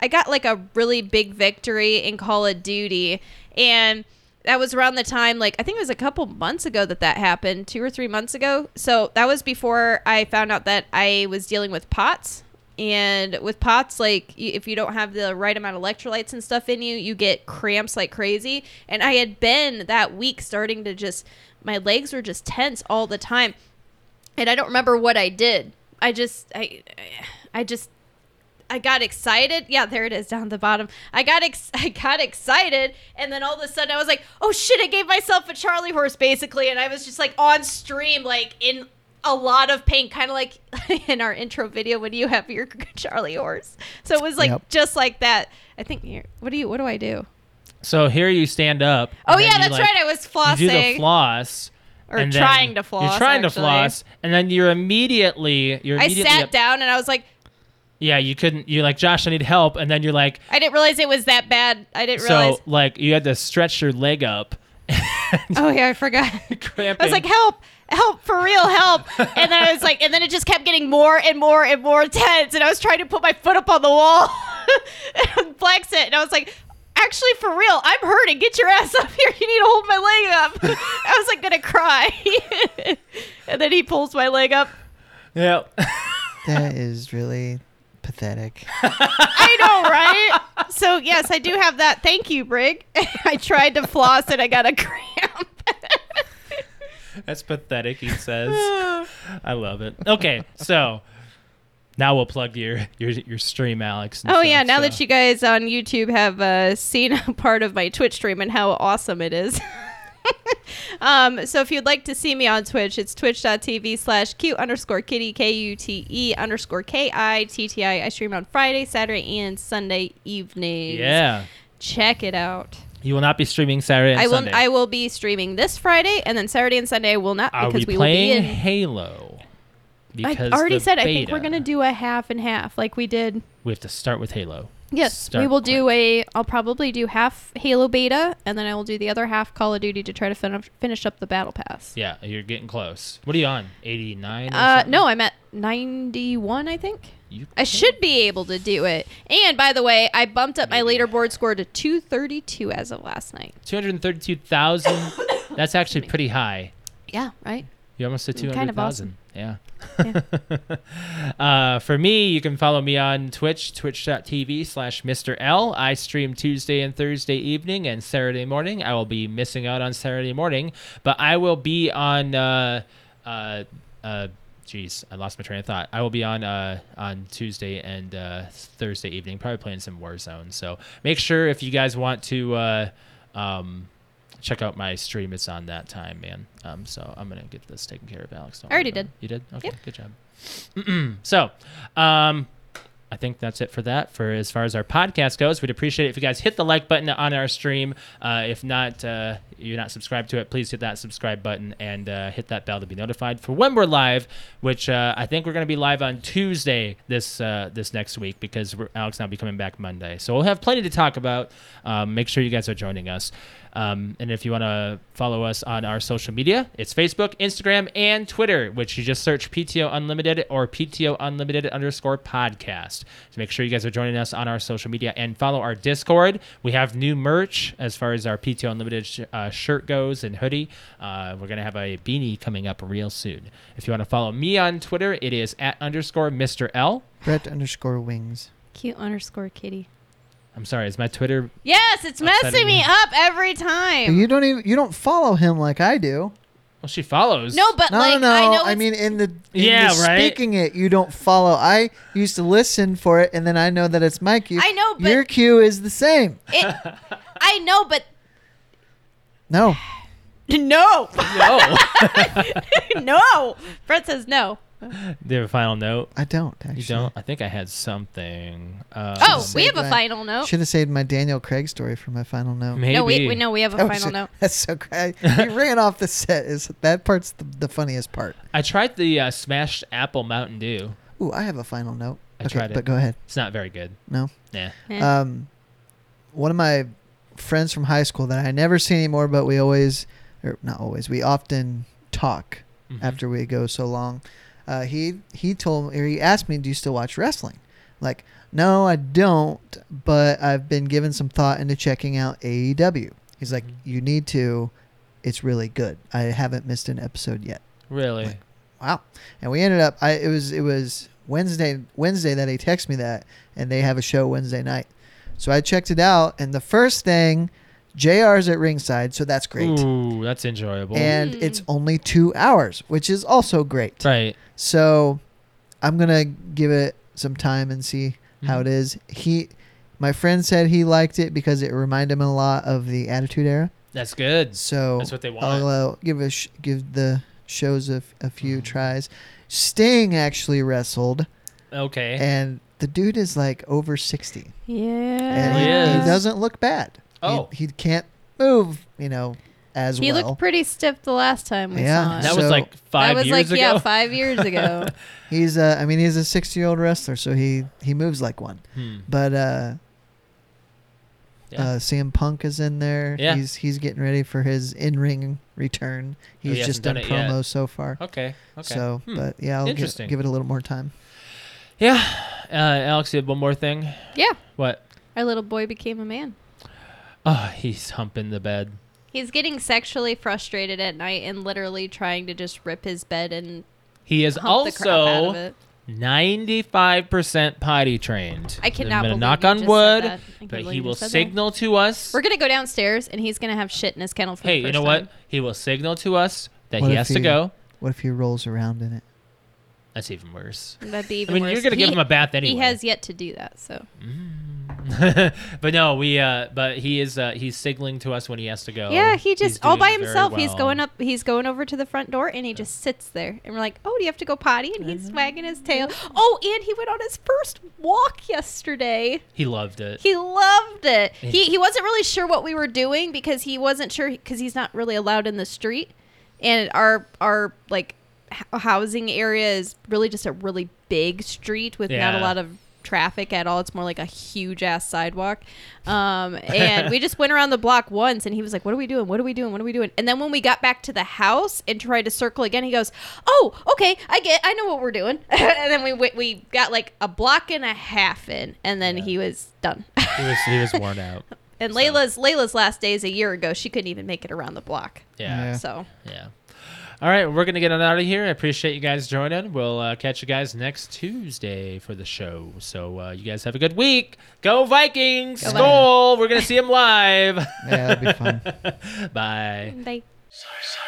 [SPEAKER 3] I got like a really big victory in Call of Duty and that was around the time like I think it was a couple months ago that that happened, 2 or 3 months ago. So that was before I found out that I was dealing with POTS. And with POTS, like y- if you don't have the right amount of electrolytes and stuff in you, you get cramps like crazy. And I had been that week starting to just, my legs were just tense all the time and I don't remember what I did. I just I I just I got excited. Yeah, there it is down at the bottom. I got ex- *laughs* I got excited and then all of a sudden I was like, "Oh shit, I gave myself a Charlie horse basically." And I was just like on stream like in a lot of pain, kind of like *laughs* in our intro video when you have your *laughs* Charlie horse. So it was like
[SPEAKER 1] Yep.
[SPEAKER 3] just like that. I think you're- what do you what do I do?
[SPEAKER 2] So here you stand up.
[SPEAKER 3] Oh
[SPEAKER 2] and then
[SPEAKER 3] yeah,
[SPEAKER 2] you,
[SPEAKER 3] that's
[SPEAKER 2] like,
[SPEAKER 3] right. I was flossing.
[SPEAKER 2] You do the floss.
[SPEAKER 3] Or
[SPEAKER 2] and then
[SPEAKER 3] trying to floss,
[SPEAKER 2] You're trying to
[SPEAKER 3] actually.
[SPEAKER 2] floss, and then you're immediately you're
[SPEAKER 3] I
[SPEAKER 2] immediately
[SPEAKER 3] sat
[SPEAKER 2] up-
[SPEAKER 3] down and I was like,
[SPEAKER 2] Yeah, you couldn't. You're like Josh, I need help, and then you're like,
[SPEAKER 3] I didn't realize it was that bad. I didn't realize.
[SPEAKER 2] so like you had to stretch your leg up. *laughs*
[SPEAKER 3] *laughs* Oh yeah, I forgot. I
[SPEAKER 2] cramping.
[SPEAKER 3] was like, help, help, for real, help. And then I was like, and then it just kept getting more and more and more tense. And I was trying to put my foot up on the wall, *laughs* and flex it. And I was like, actually, for real, I'm hurting. Get your ass up here. You need to hold my leg up. *laughs* I was like gonna cry. *laughs* and then he pulls my leg up.
[SPEAKER 2] yeah. *laughs*
[SPEAKER 3] *laughs*
[SPEAKER 1] that is really pathetic.
[SPEAKER 3] I know, right? So yes, I do have that. Thank you, Brig. *laughs* I tried to floss and I got a *laughs* cramp.
[SPEAKER 2] That's pathetic, he
[SPEAKER 3] *sighs*
[SPEAKER 2] says. I love it. Okay, so now we'll plug your your, your stream, Alex. and
[SPEAKER 3] Oh
[SPEAKER 2] stuff,
[SPEAKER 3] yeah, now
[SPEAKER 2] so.
[SPEAKER 3] that you guys on YouTube have uh, seen *laughs* a part of my Twitch stream and how awesome it is. *laughs* um, so if you'd like to see me on Twitch, it's twitch.tv slash q underscore kitty k u t e underscore k i t t i. I stream on Friday, Saturday, and Sunday evenings.
[SPEAKER 2] yeah,
[SPEAKER 3] check it out.
[SPEAKER 2] you will not be streaming Saturday. And
[SPEAKER 3] I will.
[SPEAKER 2] Sunday.
[SPEAKER 3] I will be streaming this Friday, and then Saturday and Sunday I will not
[SPEAKER 2] Are
[SPEAKER 3] because
[SPEAKER 2] we
[SPEAKER 3] we, will be
[SPEAKER 2] playing
[SPEAKER 3] in.
[SPEAKER 2] Halo?
[SPEAKER 3] I
[SPEAKER 2] *laughs* Because
[SPEAKER 3] already
[SPEAKER 2] the
[SPEAKER 3] said I think
[SPEAKER 2] beta-
[SPEAKER 3] we're gonna do a half and half, like we did
[SPEAKER 2] We have to start with Halo.
[SPEAKER 3] Yes, we
[SPEAKER 2] Start
[SPEAKER 3] will do a. I'll probably do half Halo beta, and then I will do the other half Call of Duty to try to fin- finish up the battle pass.
[SPEAKER 2] Yeah, you're getting close. What are you on? 89? Or
[SPEAKER 3] Uh,
[SPEAKER 2] something?
[SPEAKER 3] no, I'm at 91, I think.
[SPEAKER 2] You-
[SPEAKER 3] I should be able to do it. And by the way, I bumped up my
[SPEAKER 2] Maybe.
[SPEAKER 3] leaderboard score to 232 as of last night.
[SPEAKER 2] 232,000. *coughs* That's actually pretty high.
[SPEAKER 3] Yeah, right.
[SPEAKER 2] You almost said two
[SPEAKER 3] Mm, Kind
[SPEAKER 2] hundred
[SPEAKER 3] of
[SPEAKER 2] thousand.
[SPEAKER 3] awesome.
[SPEAKER 2] Yeah. *laughs* uh, for me, you can follow me on Twitch, twitch.tv slash Mr. L. I stream Tuesday and Thursday evening and Saturday morning. I will be missing out on Saturday morning, but I will be on uh uh uh Jeez, I lost my train of thought. I will be on uh, on Tuesday and uh, Thursday evening, probably playing some Warzone. So make sure if you guys want to uh, um, check out my stream. It's on that time, man. Um, so I'm gonna get this taken care of, Alex. Don't
[SPEAKER 3] I already
[SPEAKER 2] worry about
[SPEAKER 3] did.
[SPEAKER 2] *clears throat* it. You did. Okay,
[SPEAKER 3] Yep.
[SPEAKER 2] good job. so, um, I think that's it for that. For as far as our podcast goes, we'd appreciate it if you guys hit the like button on our stream. Uh, if not, uh, you're not subscribed to it, please hit that subscribe button and uh, hit that bell to be notified for when we're live. Which uh, I think we're going to be live on Tuesday this uh, this next week because we're, Alex and I'll be coming back Monday, so we'll have plenty to talk about. Um, make sure you guys are joining us. Um, and if you want to follow us on our social media, it's Facebook, Instagram, and Twitter, which you just search PTO Unlimited or PTO Unlimited underscore podcast. So make sure you guys are joining us on our social media and follow our Discord. We have new merch as far as our PTO Unlimited sh- uh, shirt goes and hoodie. Uh, we're going to have a beanie coming up real soon. If you want to follow me on Twitter, it is at underscore Mr. L.
[SPEAKER 1] Brett underscore wings.
[SPEAKER 3] Cute underscore kitty.
[SPEAKER 2] I'm sorry, is my Twitter?
[SPEAKER 3] Yes, it's
[SPEAKER 2] Upsetting
[SPEAKER 3] messing me
[SPEAKER 2] you.
[SPEAKER 3] up every
[SPEAKER 1] But
[SPEAKER 3] time.
[SPEAKER 1] you don't even you don't follow him like I do.
[SPEAKER 2] Well, she follows.
[SPEAKER 3] no, but
[SPEAKER 1] No,
[SPEAKER 3] like
[SPEAKER 1] no,
[SPEAKER 3] I
[SPEAKER 1] no.
[SPEAKER 3] know
[SPEAKER 1] I,
[SPEAKER 3] it's
[SPEAKER 1] mean, in the in
[SPEAKER 2] Yeah,
[SPEAKER 1] the
[SPEAKER 2] right.
[SPEAKER 1] Speaking it, you don't follow. I used to listen for it, and then I know that it's my cue.
[SPEAKER 3] I know, but-
[SPEAKER 1] your cue is the same. *laughs*
[SPEAKER 3] it, I know, but *laughs* *sighs*
[SPEAKER 1] No,
[SPEAKER 3] no,
[SPEAKER 2] No.
[SPEAKER 3] *laughs* no. Brett says no.
[SPEAKER 2] Do you have a final note?
[SPEAKER 1] I don't. Actually.
[SPEAKER 2] You don't? I think I had something. Um,
[SPEAKER 3] Oh,
[SPEAKER 1] Should've
[SPEAKER 3] we have
[SPEAKER 1] saved
[SPEAKER 3] a
[SPEAKER 1] my-
[SPEAKER 3] final note.
[SPEAKER 1] Should have saved my Daniel Craig story for my final note.
[SPEAKER 2] maybe. Oh,
[SPEAKER 3] No, we, we no, we have a
[SPEAKER 1] *laughs* That was
[SPEAKER 3] final
[SPEAKER 1] it.
[SPEAKER 3] note.
[SPEAKER 1] That's so great.
[SPEAKER 2] *laughs*
[SPEAKER 1] He ran off the set. Is that part's the, the funniest part?
[SPEAKER 2] I tried the uh, smashed apple Mountain Dew.
[SPEAKER 1] Ooh, I have a final note.
[SPEAKER 2] I
[SPEAKER 1] okay,
[SPEAKER 2] tried it.
[SPEAKER 1] but go ahead.
[SPEAKER 2] It's not very good.
[SPEAKER 1] No.
[SPEAKER 2] Nah.
[SPEAKER 3] Eh.
[SPEAKER 1] Um, one of my friends from high school that I never see anymore, but we always, or not always, we often talk
[SPEAKER 2] Mhm.
[SPEAKER 1] after we go so long. Uh, he he told or he asked me, "Do you still watch wrestling?" Like, no, I don't, but I've been given some thought into checking out AEW. He's like,
[SPEAKER 2] Mhm.
[SPEAKER 1] "You need to. It's really good. I haven't missed an episode yet."
[SPEAKER 2] Really?
[SPEAKER 1] Like- Wow. And we ended up I it was it was Wednesday Wednesday that he texted me that and they have a show Wednesday night. So I checked it out and the first thing JR's at ringside, so that's great.
[SPEAKER 2] Ooh, that's enjoyable.
[SPEAKER 1] And
[SPEAKER 3] Mm.
[SPEAKER 1] it's only 2 hours, which is also great.
[SPEAKER 2] right.
[SPEAKER 1] So I'm going to give it some time and see
[SPEAKER 2] Hmm.
[SPEAKER 1] how it is. He my friend said he liked it because it reminded him a lot of the Attitude Era.
[SPEAKER 2] That's good.
[SPEAKER 1] So
[SPEAKER 2] That's what they want.
[SPEAKER 1] I'll uh, give a sh- give the shows a, a few
[SPEAKER 2] Mhm.
[SPEAKER 1] tries. Sting actually wrestled,
[SPEAKER 2] Okay.
[SPEAKER 1] and the dude is like over sixty,
[SPEAKER 3] Eh.
[SPEAKER 1] and
[SPEAKER 2] He
[SPEAKER 3] Yeah.
[SPEAKER 1] he,
[SPEAKER 2] is.
[SPEAKER 1] doesn't look bad.
[SPEAKER 2] Oh.
[SPEAKER 1] he, he can't move, you know, as
[SPEAKER 3] He
[SPEAKER 1] well.
[SPEAKER 3] looked pretty stiff the last time we
[SPEAKER 1] Yeah.
[SPEAKER 3] saw him.
[SPEAKER 2] that was
[SPEAKER 1] so-
[SPEAKER 2] like five
[SPEAKER 3] that was
[SPEAKER 2] years
[SPEAKER 3] like
[SPEAKER 2] ago.
[SPEAKER 3] yeah, five years
[SPEAKER 2] *laughs*
[SPEAKER 3] ago.
[SPEAKER 1] he's uh, I mean, he's a sixty-year-old wrestler, so he he moves like one.
[SPEAKER 2] Hmm.
[SPEAKER 1] But uh,
[SPEAKER 2] Yeah.
[SPEAKER 1] uh, Sam Punk is in there.
[SPEAKER 2] Yeah. Oh,
[SPEAKER 1] he's he's getting ready for his in-ring return.
[SPEAKER 2] he
[SPEAKER 1] He's
[SPEAKER 2] hasn't
[SPEAKER 1] just
[SPEAKER 2] done
[SPEAKER 1] done,
[SPEAKER 2] it yet.
[SPEAKER 1] promos so far.
[SPEAKER 2] okay. Okay.
[SPEAKER 1] So,
[SPEAKER 2] Hmm.
[SPEAKER 1] but yeah, I'll gi-
[SPEAKER 2] Interesting.
[SPEAKER 1] give it a little more time.
[SPEAKER 2] yeah. Uh, Alex, you had one more thing.
[SPEAKER 3] yeah.
[SPEAKER 2] What?
[SPEAKER 3] Our little boy became a man.
[SPEAKER 2] Oh, he's humping the bed.
[SPEAKER 3] He's getting sexually frustrated at night and literally trying to just rip his bed and
[SPEAKER 2] He is
[SPEAKER 3] hump the crap out of
[SPEAKER 2] also
[SPEAKER 3] it.
[SPEAKER 2] 95% potty trained.
[SPEAKER 3] I cannot
[SPEAKER 2] I'm gonna
[SPEAKER 3] believe
[SPEAKER 2] knock
[SPEAKER 3] you
[SPEAKER 2] on
[SPEAKER 3] just said that. I
[SPEAKER 2] wood,
[SPEAKER 3] can't
[SPEAKER 2] but
[SPEAKER 3] believe
[SPEAKER 2] he
[SPEAKER 3] you
[SPEAKER 2] will
[SPEAKER 3] said that.
[SPEAKER 2] signal to us.
[SPEAKER 3] We're gonna go downstairs and he's gonna have shit in his kennel. For
[SPEAKER 2] hey,
[SPEAKER 3] the
[SPEAKER 2] you
[SPEAKER 3] first
[SPEAKER 2] know
[SPEAKER 3] time.
[SPEAKER 2] what? He will signal to us that
[SPEAKER 1] What
[SPEAKER 2] he
[SPEAKER 1] if
[SPEAKER 2] has to
[SPEAKER 1] he-
[SPEAKER 2] go.
[SPEAKER 1] What if he rolls around in it?
[SPEAKER 2] That's even worse.
[SPEAKER 3] That'd
[SPEAKER 2] I
[SPEAKER 3] be even
[SPEAKER 2] mean,
[SPEAKER 3] worse.
[SPEAKER 2] you're gonna give
[SPEAKER 3] He-
[SPEAKER 2] him a bath anyway.
[SPEAKER 3] He has yet to do that, so
[SPEAKER 2] Mm. *laughs* but no, we. Uh, but he is. Uh, he's signaling to us when he has to go.
[SPEAKER 3] yeah, he
[SPEAKER 2] Um, He's
[SPEAKER 3] just all by
[SPEAKER 2] doing very
[SPEAKER 3] himself. He's
[SPEAKER 2] well.
[SPEAKER 3] going up. He's going over to the front door and he just sits there. And we're like, "Oh, do you have to go potty?" And
[SPEAKER 2] Uh-huh.
[SPEAKER 3] he's wagging his tail. Oh, and he went on his first walk yesterday.
[SPEAKER 2] He loved
[SPEAKER 3] *laughs*
[SPEAKER 2] it.
[SPEAKER 3] He loved it. He he wasn't really sure what we were doing because he wasn't sure because he's not really allowed in the street, and our our like h- housing area is really just a really big street with not
[SPEAKER 2] Yeah.
[SPEAKER 3] a lot of traffic at all. It's more like a huge ass sidewalk. Um, and we just went around the block once, and he was like, "What are we doing? What are we doing? What are we doing?" And then when we got back to the house and tried to circle again, he goes, "Oh, okay, I get, I know what we're doing." *laughs* and then we went, we got like a block and a half in, and then
[SPEAKER 2] Yeah.
[SPEAKER 3] he was done. *laughs*
[SPEAKER 2] he was. He was worn out.
[SPEAKER 3] and
[SPEAKER 2] so-
[SPEAKER 3] Layla's Layla's last days a year ago, she couldn't even make it around the block.
[SPEAKER 2] Yeah.
[SPEAKER 1] Yeah.
[SPEAKER 3] So
[SPEAKER 2] Yeah. All right, we're gonna get on out of here. I appreciate you guys joining. We'll uh, catch you guys next Tuesday for the show. So uh, you guys have a good week. Go Vikings!
[SPEAKER 3] Go
[SPEAKER 2] Go! We're gonna see him live.
[SPEAKER 1] Yeah, that'd be fun.
[SPEAKER 2] *laughs* Bye.
[SPEAKER 3] they.
[SPEAKER 4] Sorry, sorry.